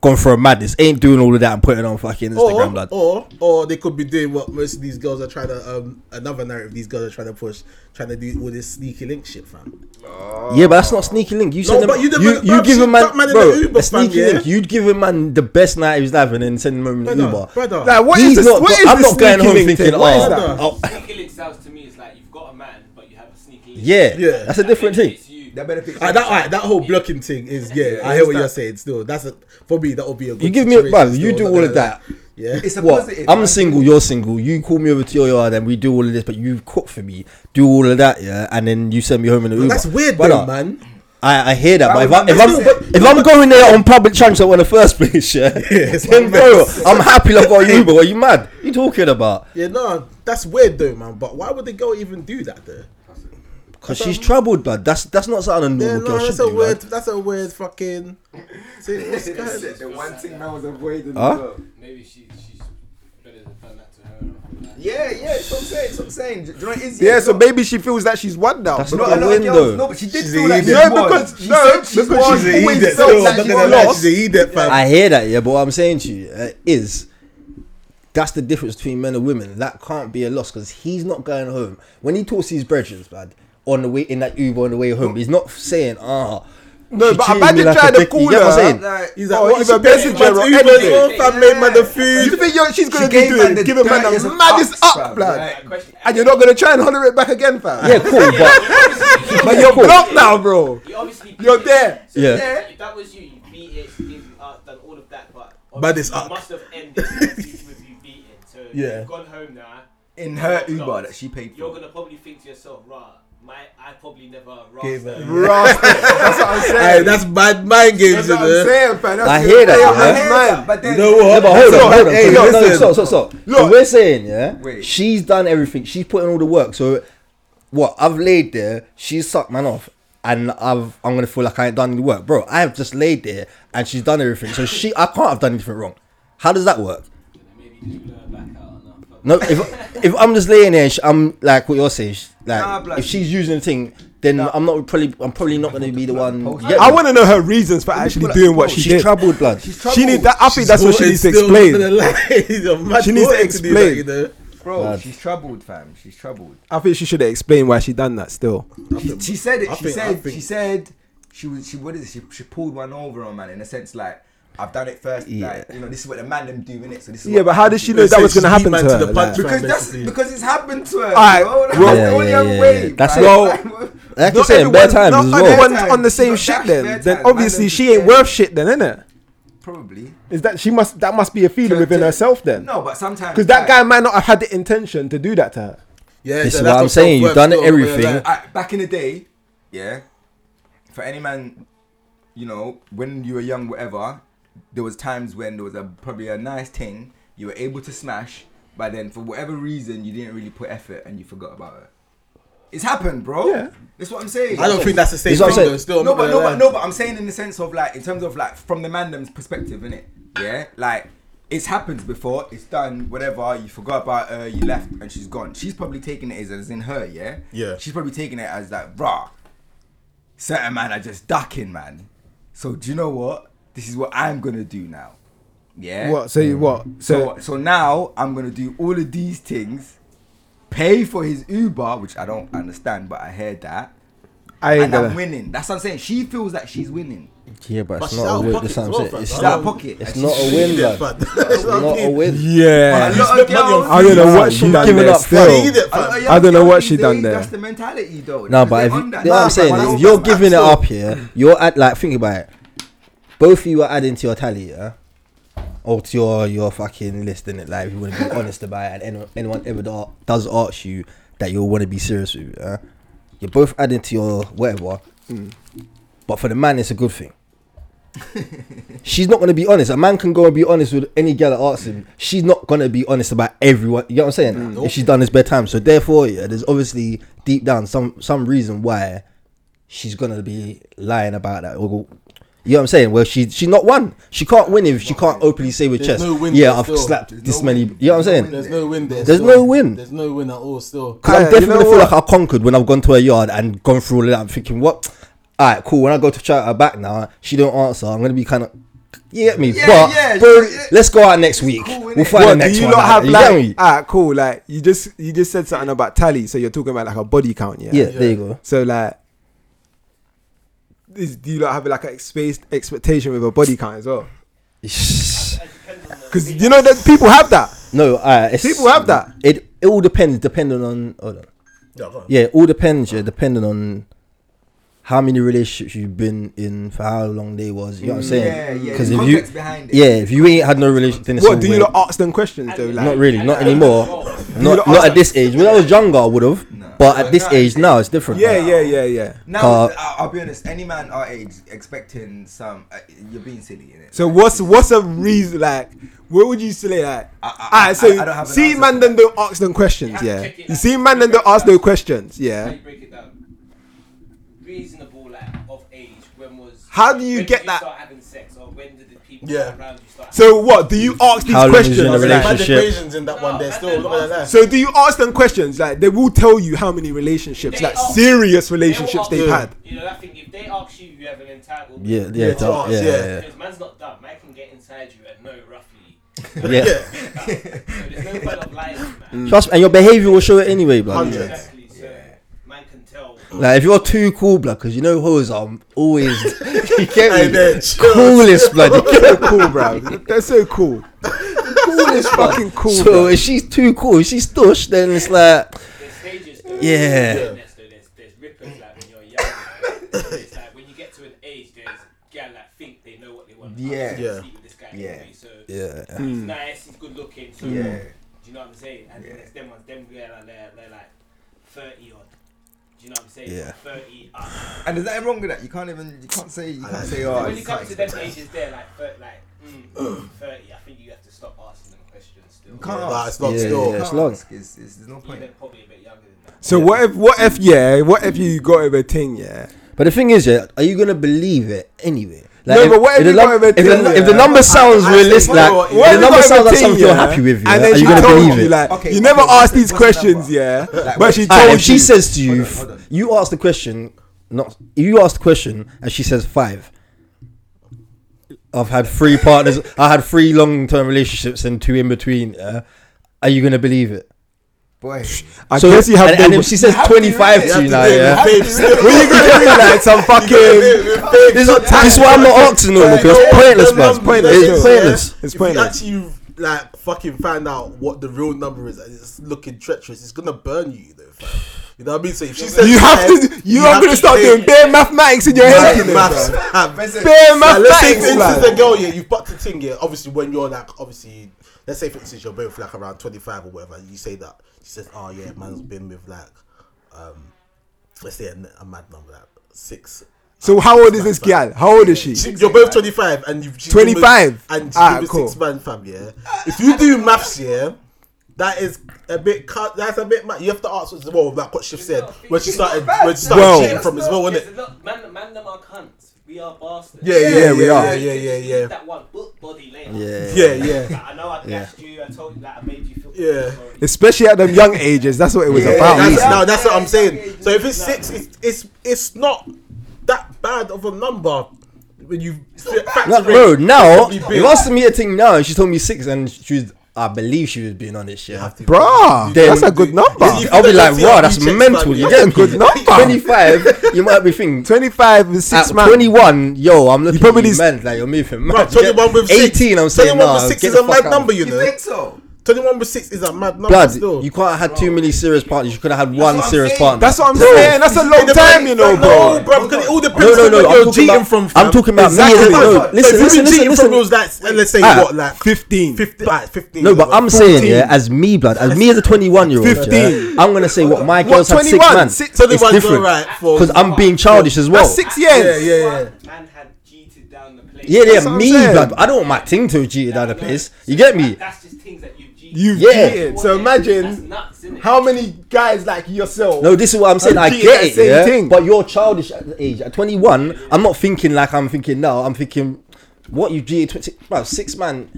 S5: gone for a madness, ain't doing all of that and putting it on fucking Instagram,
S2: Or,
S5: blood.
S2: or or they could be doing what most of these girls are trying to um another narrative these girls are trying to push, trying to do all this sneaky link shit, fam.
S5: Yeah, but that's not sneaky link. You send
S2: but
S5: them,
S2: you
S5: you,
S2: didn't
S5: you,
S2: man- bruv,
S5: give
S2: she
S5: a man,
S2: stuck man in
S5: bro,
S2: the Uber,
S5: a sneaky
S2: fam, yeah?
S5: link. You'd give a man the best night he's having and send him home in
S2: Brother,
S5: an Uber.
S2: brother.
S3: Like, what is
S5: He's
S3: this?
S5: not
S3: what
S5: go-
S3: is
S5: I'm
S3: this
S5: not going
S3: sneaky
S5: home
S3: link
S5: thinking,
S3: thing? What is
S5: oh,
S3: that?
S5: oh,
S4: Sneaky link sounds to me is like you've got a man, but you have a sneaky link.
S5: yeah,
S2: Yeah.
S5: that's a different thing.
S4: It's you.
S1: That benefits.
S2: Ah, that alright, that whole blocking thing is yeah.
S1: Yeah,
S2: I hear what
S1: it's
S2: you're
S1: that-
S2: saying. Still, that's a, for me. That would be a. Good
S5: You give me, a
S2: situation
S5: bruv,
S2: still,
S5: you do
S2: not
S5: all of
S2: gonna
S5: that.
S2: lie. Yeah.
S1: it's a
S5: What?
S1: positive.
S5: I'm
S1: man.
S5: single, you're single. You call me over to your yard and we do all of this, but you cook for me, do all of that, yeah, and then you send me home in an Uber.
S2: That's weird,
S5: Brother,
S2: though, man.
S5: I, I hear that, but if,
S1: Bro,
S5: I, if
S1: that's
S5: I'm
S1: not-
S5: if I'm going there on public transport in the first place, yeah,
S2: it's
S5: then
S2: like
S5: bro, I'm happy I've got an Uber. Are you mad? you talking about?
S2: Yeah, no, that's weird though, man. But why would the girl even do that though?
S5: Because she's troubled, blood. That's that's not something a normal
S2: Um, Yeah, no,
S5: girl should
S2: that's
S5: do.
S2: a
S5: man.
S2: weird. That's a weird fucking. See, what's going on?
S1: the one thing I was avoiding.
S5: Huh?
S1: as well.
S4: Maybe she, she's better than done that to her. or something like that.
S1: Yeah, yeah, it's what I'm saying. It's what I'm saying. Do you know what it is?
S3: Yeah, so
S1: it's
S3: maybe she feels that she's won now.
S5: That's
S3: but
S1: not- not a
S5: not a
S1: lot of
S5: win,
S1: girls-
S5: though.
S1: No, but she did
S2: She's
S1: feel
S2: a
S1: like
S2: idiot.
S1: she
S3: No,
S1: was.
S3: because-
S1: She
S3: no,
S1: said she's
S3: because
S1: won,
S3: she's a
S1: always
S3: idiot,
S1: felt
S3: still.
S1: like
S3: Not
S1: she
S3: gonna
S1: was.
S3: lie,
S1: lost.
S3: she's
S2: idiot,
S5: I hear that, yeah, but what I'm saying to you uh, is that's the difference between men and women. That can't be a loss because he's not going home. When he talks to his brethren, lad, on the way in that Uber on the way home, he's not saying, ah.
S3: No,
S5: she
S3: but
S5: treated me
S3: imagine
S5: like a
S3: trying to
S5: dick." You
S3: call
S5: get what I'm
S3: her,
S5: saying?
S1: Like,
S2: He's like,
S3: Oh,
S2: what
S3: he's
S2: if
S3: a
S2: a
S3: messenger
S2: messenger
S3: or
S2: Uber
S3: anything.
S2: anything? fam made man the food.
S3: You think you're, she's
S1: She
S3: gonna be
S1: gave man
S3: doing
S1: the
S3: give a man
S1: dirtiest
S3: the
S1: of
S3: maddest
S1: ups,
S3: up,
S1: fam,
S3: blood,
S1: like-
S4: That question,
S3: and you're not gonna try and holler it back again, fam.
S5: Yeah, cool, but
S3: but you're blocked now, bro.
S4: you obviously beat
S3: You're
S4: it.
S3: there.
S4: So
S5: Yeah.
S4: if that- If that was you, you beat it, gave you up, done all of that, but obviously
S2: But it's
S4: you
S2: up.
S4: must have ended with you beating. So
S2: Yeah.
S4: you've gone home now.
S1: in her Uber that she paid
S4: You're
S1: for.
S4: gonna probably think to yourself, rah, my I probably never
S2: Gave
S4: rasta.
S2: her-
S3: Rasta. That's what I'm
S2: Aye,
S3: saying.
S2: that's bad mind games,
S3: That's
S2: you
S3: what I'm
S2: know.
S3: saying, fam. That's
S5: I
S3: your
S5: hear that,
S3: way
S5: yeah.
S3: of
S1: I
S5: That's
S1: hear
S3: man.
S1: that, but then
S2: You know what?
S5: Yeah, but hold
S3: So,
S5: on, hold on.
S3: hey,
S5: so, no, no,
S2: listen.
S5: so, so, so.
S3: Look.
S5: so we're saying, yeah,
S1: Wait.
S5: she's done everything. She's putting all the work. So, what I've laid there, she's sucked man off, and I've I'm gonna feel like I ain't done any work, bro. I have just laid there, and she's done everything. So she, I can't have done anything wrong. How does that work?
S4: Maybe you lure her back out and that.
S5: No, if if I'm just laying there, and she, I'm like what you're saying, she- like
S1: Nah, blood.
S5: if she's using the thing, then I'm not probably I'm probably not gonna be the one.
S1: post.
S5: getting
S3: I
S5: it.
S3: want to know her reasons for actually doing what she
S5: she's
S3: did.
S5: troubled, blood.
S3: She need that. I think that's what she
S2: Well,
S3: needs to
S2: it's still not
S3: explain.
S2: gonna lie. He's a mad
S3: She needs to
S2: boy do that,
S3: explain.
S2: you know.
S1: Bro,
S5: Bad.
S1: she's troubled, fam. She's troubled.
S3: I think she should explain why she done that. Still,
S1: She, she said it.
S2: I
S1: she
S2: think- I
S1: said.
S2: think-
S1: She said. She was. She what is it? She, she pulled one over on man in a sense like. I've done it first, like you know, this is what the man them do in it. So this is
S3: yeah.
S1: what
S3: But how did she know that
S2: So
S3: was gonna
S2: she's
S3: happen
S2: beat
S3: to
S2: man to
S3: her?
S2: the
S3: Like,
S2: punch.
S1: Because that's
S2: Basically.
S1: because it's happened to her.
S3: Alright,
S1: bro. That's
S3: well-
S1: the
S5: Yeah,
S1: only
S5: yeah,
S1: other
S5: yeah,
S1: way.
S5: yeah. That's
S1: man.
S3: it. Well-
S1: Like,
S5: like I
S3: not
S5: said, bare
S3: everyone-
S5: times
S3: not
S5: as well.
S3: everyone's
S1: Bare
S3: on the
S1: times.
S3: same
S1: Not
S3: shit.
S1: that
S3: Then,
S1: bare
S3: then
S1: times.
S3: obviously
S1: Man,
S3: she ain't
S1: yeah.
S3: worth shit. Then, innit?
S1: probably.
S3: Is that she must? That must be a feeling
S1: To-
S3: within
S1: to-
S3: herself then.
S1: No, but sometimes
S3: Because that
S1: like,
S3: guy might not have had the intention to do that to her.
S2: Yeah,
S5: This
S2: so that's
S5: is what I'm
S2: what
S5: saying, you've done
S2: self-worth
S5: everything.
S2: still, but
S1: I, back in the day, yeah, for any man, you know, when you were young, whatever, there was times when there was a probably a nice thing you were able to smash, but then for whatever reason you didn't really put effort and you forgot about it. It's happened, bro.
S3: Yeah.
S1: That's what I'm saying.
S2: yeah, I don't think that's the same
S5: That's what I'm
S2: thing
S5: saying.
S2: though. Still, I'm
S1: no,
S2: not
S1: but
S2: gonna
S1: no,
S2: lie.
S1: but no, but I'm saying in the sense of like, in terms of like, from the mandom's perspective, innit? Yeah, like it's happened before, it's done, whatever. You forgot about her, you left, and she's gone. She's probably taking it as, as in her, yeah.
S2: Yeah.
S1: She's probably taking it as like, rah. Certain man are just ducking, man. So do you know what? This is what I'm gonna do now.
S5: Eh.
S1: Yeah.
S3: What? So you what? So,
S1: So so now I'm gonna do all of these things, pay for his Uber, which I don't understand, but I heard that.
S3: I ain't
S1: and I'm
S3: gonna-
S1: winning. That's what I'm saying. She feels like she's winning.
S5: Yeah, but
S2: But
S5: it's
S2: she's out
S5: not a
S2: of
S5: win.
S2: pocket
S5: That's what
S2: as
S5: I'm
S2: well,
S5: saying.
S2: fam.
S5: It's
S1: She's
S2: It's
S5: not
S1: out
S2: not-
S1: of pocket.
S5: It's
S1: and
S5: not
S1: she's
S5: a win,
S1: cheating.
S5: lad.
S2: That's what I
S5: not a
S2: mean.
S5: win.
S1: A
S3: Yeah.
S1: lot of girls.
S3: I don't know what
S1: Yeah.
S3: she
S5: You're
S3: done
S5: giving
S3: there
S5: up, fam.
S3: still.
S2: She did it,
S1: A lot of
S2: fam.
S1: young
S3: I don't know
S1: girls
S3: what
S1: these
S3: she done
S1: days,
S3: there.
S1: That's the mentality, though.
S5: No,
S1: because
S5: but
S1: they're
S5: if, you
S1: on
S5: know
S1: that.
S5: what
S1: Nah,
S5: I'm saying
S1: but
S5: is
S1: that's
S5: if you're
S1: what I'm
S5: giving it
S1: saying.
S5: up here, you're at like think about it. Both of you are adding to your tally, yeah, or to your your fucking list, innit? Like if you want to be honest about it, and anyone, anyone ever do- does ask you that you want to be serious with, yeah, you're both adding to your whatever. But for the man, it's a good thing. She's not gonna be honest. A man can go and be honest with any girl that asks him. She's not gonna be honest about everyone. You know what I'm saying? If she's done this bedtime, so therefore, yeah, there's obviously deep down some some reason why she's gonna be lying about that. Or- You know what I'm saying? Well, she she's not one. She can't win if she can't openly say with
S4: There's
S5: chest.
S4: no win
S5: yeah,
S4: there
S5: I've
S4: still.
S5: slapped
S1: There's
S5: this
S1: no
S5: many.
S1: win.
S5: You know what I'm
S1: There's no
S5: saying?
S1: win
S4: There's
S1: there.
S5: There's
S4: no win there. still.
S5: no win.
S4: There's no win at all. Still.
S5: Because
S3: Yeah,
S5: I
S3: you
S5: definitely
S3: know
S5: feel
S3: what?
S5: like I conquered when I've gone to a yard and gone through all of that. I'm thinking, what? All right, cool. When I go to shout her back now, she don't answer. I'm gonna be kind of, you get me?
S1: Yeah,
S5: but
S1: yeah,
S5: bro,
S1: yeah.
S5: let's go out next week.
S1: cool,
S5: we'll
S1: innit?
S5: find the
S3: What, do
S5: next
S3: you
S5: one.
S3: not
S5: out,
S3: have
S5: you
S3: like?
S5: get me?
S3: Alright, cool. Like you just you just said something about tally, so you're talking about like a body count, yeah.
S5: yeah, there you go.
S3: So like, is, do you not have like a spaced expectation with a body count as well? Because you know that people have that.
S5: No, all right, it's,
S3: People have that.
S5: It it all depends, depending on. Hold on.
S2: Yeah, go on.
S5: Yeah, it all depends. Yeah, depending on how many relationships you've been in for how long they was. You know
S3: Mm,
S5: what I'm
S1: Yeah,
S5: saying?
S1: yeah. Because
S5: Because if you,
S1: context behind it.
S5: yeah, if you ain't had no relationship, then it's all
S3: What do you
S5: weird.
S3: not ask them questions though? Like,
S5: not really, not
S4: And-
S5: anymore. Not,
S3: lot
S5: not
S3: are-
S5: at this age. When I was younger, I would have,
S1: No.
S5: but at
S1: But
S5: this
S1: now
S5: age
S1: it's-
S5: now, it's different.
S3: Yeah, yeah, yeah, yeah.
S1: Now,
S5: Uh,
S1: I- I'll be honest. Any man our age expecting some, uh, you're being silly in it.
S3: So what's what's a reason like? What would you say like?
S1: I- I-
S3: Alright, so
S1: I- I don't have an
S3: see,
S1: answer
S3: man,
S1: for
S3: then don't ask them questions.
S4: have to
S3: Yeah,
S4: check it
S3: you
S4: out.
S3: see, man, then don't ask those questions.
S4: How
S3: Yeah.
S4: you break it down? Reasonable, like of age. When was?
S3: How do you
S4: when
S3: get
S4: did
S3: that-
S4: Start having sex, or when did the people
S2: Yeah.
S4: around you start?
S3: So what do you ask these
S5: How long is
S3: questions?
S5: your
S2: There's
S3: like?
S2: bad
S5: relationship.
S2: equations in that one. There's
S4: No,
S2: still.
S4: that's
S2: not gonna
S4: the
S2: lie.
S3: So do you ask them questions? Like they will tell you how many relationships,
S4: They
S3: like
S4: ask-
S3: serious
S4: They will
S3: relationships
S4: ask
S3: they've
S4: you.
S3: had.
S4: You know, I think if they ask you, you have an entitlement.
S5: Yeah, yeah,
S2: Yeah, to
S5: yeah,
S2: us,
S5: yeah, yeah,
S2: yeah.
S4: Because man's not dumb. Man can get inside you and know roughly.
S5: yeah.
S4: So there's no point of lying, to man.
S5: Trust me, and your behavior will show it anyway, blood.
S2: Hundred.
S4: Exactly. So man can tell.
S5: Like if you're too cool, blood, because you know hoes are always you
S2: Hey,
S5: get me?
S2: there, chill.
S5: coolest, blood. You get
S3: so cool, bro. They're so cool. coolest fucking cool.
S5: so
S3: bruv.
S5: if she's too cool, if she's stush, then it's like
S4: There's stages. Though.
S5: Yeah.
S4: There's, there's, there's rippers like when you're young. Like, it's like when you get to an age, there's gal that think they know what they want. I'm
S1: Yeah.
S4: just gonna
S2: Yeah.
S4: Sleep with this guy
S1: Yeah.
S4: anyway, so
S5: yeah,
S3: Hmm.
S4: he's nice. He's good looking. So
S1: Yeah.
S4: Do you know what I'm saying? And
S1: Yeah.
S4: then there's them ones, them girl like they're, they're like 30 odd. Do you know what I'm saying?
S5: Yeah.
S4: 30 up.
S1: And there's nothing wrong with that. You can't even, you can't say, you can't say, oh,
S4: when you
S1: it's
S4: come
S1: like-
S4: to them ages, they're like, thir- like mm, 30. I think you have to stop asking them questions still.
S1: You can't
S2: Nah,
S1: ask.
S2: it's not
S5: Yeah,
S2: still.
S5: yeah.
S1: You
S5: it's
S1: can't
S5: long.
S1: ask. It's, it's, there's no
S4: Even
S1: point.
S4: probably a bit younger than that.
S3: So what if what if yeah what if you got him a thing yeah
S5: But the thing is, yeah, are you gonna believe it anyway?
S3: No, but what if
S5: the
S3: you
S5: num-
S3: got him a
S5: if, the,
S3: thing,
S5: if the
S3: yeah?
S5: number sounds
S2: I- I
S5: realistic,
S2: think-
S5: like,
S2: what-
S5: if
S2: what
S5: the
S3: if
S5: number
S3: you got him
S5: sounds
S3: a
S5: like
S3: thing,
S5: something you're
S3: yeah,
S5: happy with, yeah?
S3: And then
S5: are
S3: she
S5: you gonna
S3: told
S5: believe
S3: you
S5: it?
S3: like
S1: Okay,
S3: you never
S1: okay,
S3: asked
S1: what's the- what's
S3: these
S1: the
S3: questions
S1: number?
S3: yeah,
S1: Like,
S3: but she
S5: Alright,
S3: told
S5: if she
S3: you.
S5: says to you,
S1: Hold on, hold on.
S5: you ask the question, not you ask the question, and she says five. I've had three partners. I had three long-term relationships and two in between. Yeah? Are you gonna believe it?
S1: Boy,
S3: I guess you have
S5: and, and
S3: no-
S5: if she says
S1: have to do
S5: twenty-five
S1: it.
S5: to you
S1: You
S5: now,
S2: Yeah,
S5: yeah.
S2: babe, still.
S3: What you gonna do like some fucking?
S5: This is, this is why I'm not asking no more because
S2: Yeah,
S5: it's pointless,
S2: the
S5: man.
S2: numbers,
S5: It's
S2: yeah.
S5: pointless.
S3: It's
S2: if
S3: pointless.
S2: You actually like fucking find out what the real number is and it's looking treacherous, it's gonna burn you though, fam. You know what I mean? So if she says
S3: You have
S2: five,
S3: to. You are
S2: have
S3: gonna start
S2: take
S3: doing bare mathematics in your head. you know,
S2: fucking maths,
S3: bruv.
S2: fam.
S1: Listen,
S3: Bare
S2: Like, let's
S3: mathematics.
S2: say for instance,
S3: like.
S2: a girl, yeah, you've bucked a thing, yeah. Obviously, when you're like, obviously, let's say for instance, you're both like around 25 or whatever, you say that. She says, oh, yeah, man's been with like, um, let's say a, a mad number, like six.
S3: So how old is this girl? How old is she?
S2: She- You're both 25 and you've she's
S3: 25?
S2: been with- and she's
S3: Ah,
S2: been with
S3: cool.
S2: six man fam, yeah. If you do maths, yeah, that is a bit cu- that's a bit mad. You have to ask as well like what Shiv said when she started when she started
S3: Well-
S2: cheating from as well,
S4: There's
S2: wasn't it?
S4: a lot, man, man, them are cunts. We are bastards.
S2: Yeah, yeah,
S3: Yeah,
S2: yeah,
S3: we
S2: yeah,
S3: are.
S2: yeah, yeah, yeah, yeah.
S4: That one book body later.
S2: Yeah, yeah.
S4: Like, I know I gashed you. I told you that I made you feel.
S2: Yeah.
S4: sorry.
S3: Especially at them young ages, that's what it was
S1: Yeah,
S3: about.
S2: that's,
S3: wasn't it?
S2: no, that's what I'm
S1: Yeah, yeah,
S2: saying. So
S1: yeah,
S2: if it's
S4: yeah.
S2: six, it's it's, it's not that bad of a number when you
S1: not bad.
S2: factor
S5: No,
S2: in-
S5: bro, now
S2: It's
S5: you
S2: big.
S5: asked me a thing now, and she told me six, and she was I believe she was being honest. Yeah,
S2: have to-
S3: Bruh,
S2: You
S3: that's
S2: don't
S3: a good
S2: do-
S3: number.
S2: If you
S5: I'll be
S2: don't
S5: like,
S2: see
S5: wow,
S2: how
S5: that's
S2: he checks,
S5: mental.
S2: man,
S5: You
S2: yeah.
S5: get a good number. Twenty-five, you might be thinking.
S3: 25 with six
S5: At
S3: man.
S5: 21, yo, I'm looking
S3: probably
S5: at you,
S3: s-
S5: man. Like you're moving.
S2: Bruh,
S5: Mad. You get-
S2: 21 with 6.
S5: 18, I'm saying
S2: 21
S5: nah,
S2: with 6
S5: get
S2: is
S5: the
S2: a mad
S5: fuck out.
S2: number, you
S1: You
S2: know.
S1: think so?
S2: 21 with 6 is a mad number
S5: Blood,
S2: still.
S5: you can't have had too many serious partners. You could have had one
S1: what I'm saying.
S5: serious partner.
S3: That's what I'm
S5: Bro,
S3: saying. That's a long
S2: It
S3: time,
S2: depends-
S3: you know,
S2: No,
S3: bro.
S2: bro, because it all
S5: No,
S2: depends
S5: no,
S2: on
S5: no.
S2: where
S5: I'm
S2: you're
S5: talking
S2: cheating
S5: about.
S2: from.
S5: I'm talking about. me
S3: Exactly.
S5: and-
S3: No,
S5: No,
S3: but
S5: listen,
S2: if
S5: listen,
S2: you're
S5: listen,
S2: cheating
S5: listen.
S2: from rules like, let's say,
S5: Ah,
S2: what, like
S3: 15.
S2: 15, alright, 15
S5: No,
S2: is
S5: but
S2: what?
S5: I'm saying yeah, as me, blood, as me as a 21 year old,
S3: 15.
S5: I'm gonna say what my
S3: What,
S5: girls had six
S3: 21?
S5: man.
S3: Six-
S2: So the
S5: it's
S2: one's
S5: different
S2: alright for.
S5: because I'm being childish as well.
S3: That's six years.
S2: Yeah, yeah, yeah.
S4: Man had cheated down the place.
S5: Yeah,
S3: That's
S5: yeah,
S3: what I'm
S5: me,
S3: saying.
S5: blood. I don't want my ting to cheat down the
S4: No, no.
S5: place. You get me?
S4: That's just things that you've cheated.
S3: You've
S5: Yeah.
S3: cheated. So
S4: That's
S3: imagine
S4: nuts, isn't it?
S3: how many guys like yourself.
S5: No, this is what I'm saying.
S3: I'm
S5: I
S3: cheating
S5: get
S3: that
S5: it,
S3: same
S5: yeah.
S3: thing.
S5: But you're childish at the age. At 21, I'm not thinking like I'm thinking now. I'm thinking, what you cheated 20, bro, six man,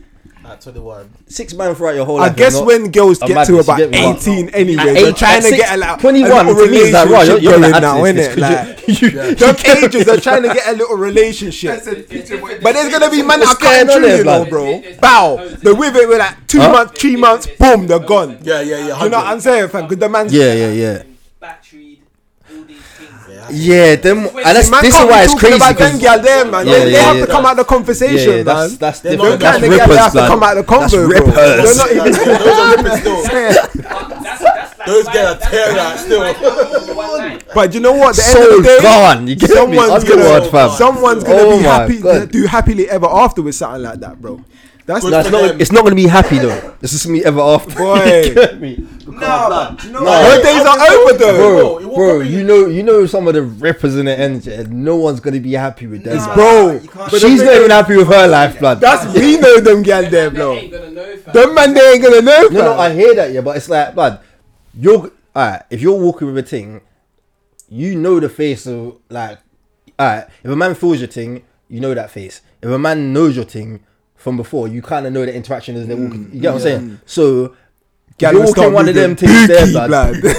S2: At 21.
S5: six man throughout your whole
S3: I
S5: life. is
S3: guess
S5: not-
S3: when girls
S5: a
S3: get
S5: madness,
S3: to
S5: you
S3: about
S5: get me?
S3: 18 anyway,
S5: At
S3: they're
S5: eight-
S3: trying
S5: at
S3: to
S5: six-
S3: get a, like,
S5: 21
S3: a
S5: to
S3: little
S5: me is like, right, you're,
S3: relationship
S5: you're
S3: going
S5: not
S3: now,
S5: adding
S3: innit?
S5: this 'cause
S3: Like,
S5: you, you,
S3: them ages are trying to get a little relationship. But there's gonna be man that
S5: What's
S3: can't
S5: going on
S3: chew,
S5: there,
S3: you know,
S5: blood?
S3: bro. Bow. They with it with like two
S5: Huh?
S3: months, three months, boom, they're gone.
S2: Yeah, yeah, yeah.
S3: You know what I'm saying, fam? Because the man's
S5: Yeah, yeah, yeah.
S4: Batteried, all these things.
S2: Yeah.
S5: Yeah, them. And that's,
S3: man
S5: this is
S3: can't be
S5: why it's
S3: talking
S5: crazy.
S3: About them
S5: 'cause-
S3: girl, there, man.
S5: Yeah,
S3: they they
S5: yeah,
S3: have
S5: yeah.
S3: to come out of the
S5: yeah,
S3: conversation,
S5: yeah,
S3: man.
S5: that's that's
S2: They're not
S5: different. That's
S3: kind of
S2: kinda
S3: girl
S5: rippers,
S3: that has to
S5: blood.
S3: come out of the convo,
S5: That's
S3: bro.
S5: rippers.
S3: They're not even. Yeah.
S2: Those
S4: But that's, that's like
S2: Those
S4: why-
S2: guys are
S4: that's
S2: tearing
S4: why-
S2: out still.
S4: that's why- one night.
S3: But you know what? The end
S5: So
S3: of the day,
S5: gone. You get me?
S3: someone's
S5: Other
S3: gonna,
S5: word, fam.
S3: someone's gonna
S5: Oh
S3: be
S5: my
S3: happy,
S5: God.
S3: do happily ever after with something like that, bro. That's
S2: Good
S5: No,
S3: not
S5: it's
S2: for
S5: not.
S2: them.
S5: It's not gonna be happy though. It's just me ever after.
S3: Boy.
S5: You get me?
S1: No, but you know
S5: No.
S1: what?
S3: Your days are over, though.
S5: Bro,
S2: it
S5: bro,
S2: won't probably-
S5: you know, you know some of the rippers in the end. yeah, No one's gonna be happy with them.
S1: It's
S5: man.
S3: Bro,
S1: You can't-
S3: but
S5: She's
S3: the
S5: not
S3: thing
S5: even happy with her life, blood.
S3: That's we know them gal there,
S4: They
S3: bro.
S4: ain't gonna know, fam.
S3: Them man, they ain't gonna know,
S5: No, no,
S3: fam.
S5: I hear that, yeah, but it's like, blood, you're alright, if you're walking with a thing, you know the face of like alright, if a man feels your thing, you know that face. If a man knows your thing from before, you kinda know the interaction as they're walking. You get what I'm saying? So
S3: Gal
S5: you're
S3: will Mm. start
S5: walking one of
S3: moving
S5: them things there,
S3: bookie,
S5: blood.
S3: blood.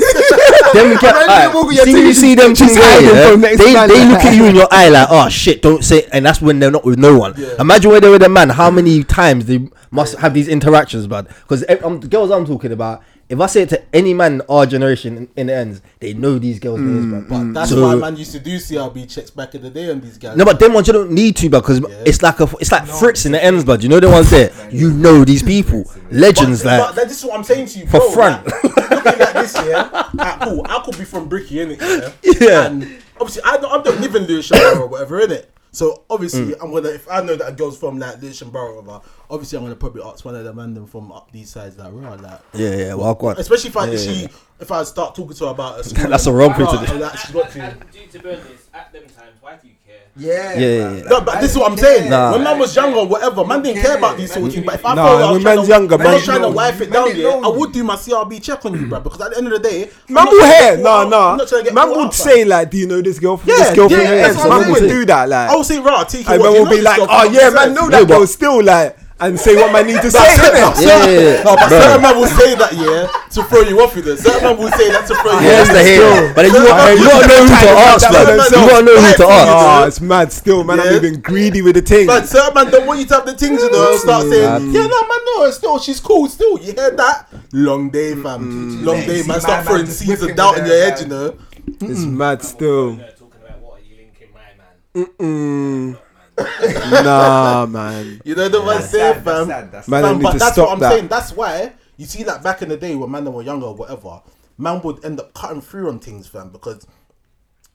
S5: Then we get,
S3: Imagine
S5: alright,
S3: you walk with your
S5: see,
S3: thing,
S5: you see them
S3: she's
S5: things there,
S3: hiding
S5: yeah?
S3: from
S5: they,
S3: next
S5: they
S3: man.
S5: look at you in your eye like, oh shit, don't say, and that's when they're not with no one. Imagine when they're with a man, how many times they must have these interactions, bud. Because um, the girls I'm talking about, if I say it to any man our generation in, in the ends, they know these girls' names, bruv.
S2: But that's
S5: So-
S2: why man used to do CRB checks back in the day on these guys.
S5: No, but them ones you don't need to, because it's like a, it's like Fritz in the ends, bud. You know the ones there. You know these people, legends,
S2: but,
S5: like
S2: but this is what I'm saying to you,
S5: For
S2: bro.
S5: front.
S2: Like, looking at this, yeah, at all, I could be from Bricky, innit?
S5: Yeah.
S2: And obviously, I don't, I don't live in Lewisham Borough or whatever, innit? So obviously,
S5: Mm.
S2: I'm gonna if I know that a girl's from like Lewisham Borough, or whatever, obviously I'm gonna probably ask one of the random from up these sides, like, raw, like,
S5: yeah, yeah. Well, go on.
S2: especially if I
S5: Yeah, yeah,
S2: she,
S5: yeah.
S2: if I start talking to her about a school,
S5: That's a wrong thing to
S2: Bruh,
S5: do.
S2: and that she's got to.
S4: And due to burn this, at them times, why do you care?
S1: Yeah,
S5: Yeah, yeah,
S1: bruv.
S5: yeah.
S2: No, but this is what I'm
S1: Like,
S2: saying.
S5: Nah.
S2: When man was younger, whatever, man didn't care about these sort of things. But if I
S3: Nah,
S2: felt like I
S3: when
S2: was trying
S3: man's
S2: to-
S3: younger,
S2: when I was
S3: man
S2: trying to
S3: know-
S2: wife it
S1: man
S2: down,
S1: didn't
S2: yeah,
S1: know
S2: I would
S1: you.
S2: do my CRB check on you, bro. Because at the end of the day, I'm
S3: Man
S2: not
S3: will
S2: trying to
S3: hear, no,
S2: get caught out. I'm
S3: no.
S2: not trying to get
S3: Man
S2: caught
S3: would
S2: out,
S3: say like, do you know this girl from this
S2: Yeah,
S3: girl from
S2: yeah,
S3: your
S2: that's
S3: ex?
S2: what I'm
S3: Man would
S2: saying.
S3: do that,
S2: fam. I
S3: like,
S2: would say, rah, Tiki,
S3: and
S2: what,
S3: man
S2: you
S3: will
S2: know
S3: be
S2: this
S3: like,
S2: stuff,
S3: oh
S2: man,
S3: yeah,
S2: this
S3: man,
S2: is-
S3: know
S5: No,
S3: that
S5: but-
S3: girl still, like, and say what man need to say.
S2: That's it,
S3: innit?
S2: that's
S5: Yeah, yeah, yeah.
S2: No, but
S5: Bro.
S2: certain man will say that, yeah, to throw you off with it. Certain man will say that to throw you
S5: Yeah,
S2: off.
S5: that's the
S2: with it.
S5: hater. But then you
S2: Yeah,
S5: got
S2: man,
S5: you got to know who to ask,
S3: man.
S5: man. You got to know who to ask.
S3: Oh, it's mad still, man. I'm
S2: Yeah.
S3: even greedy with the thing.
S2: But certain man don't want you to have the things, you know, and start
S3: Mm.
S2: saying, yeah, no, man, no, it's still, she's cool, still. You hear that? Long day, fam. Long
S1: Yeah,
S2: day,
S1: Mm. see,
S2: man.
S1: my
S2: Start
S1: man
S2: throwing
S1: just
S2: seeds of
S1: whipping
S2: doubt in
S1: with
S2: your
S1: her,
S2: head, you
S1: man.
S2: know.
S3: It's mad still.
S4: They're talking about what are you linking my man?
S3: Mm. Nah, man.
S2: You know the one
S1: That's
S2: saying,
S1: sad, that's
S2: fam.
S1: sad, that's
S3: Man,
S1: sad.
S3: I
S2: Fam,
S3: need
S2: but
S3: to
S2: that's
S3: stop
S2: what I'm
S3: that.
S2: saying. That's why you see, like back in the day when man them were younger or whatever, man would end up cutting through on things, fam, because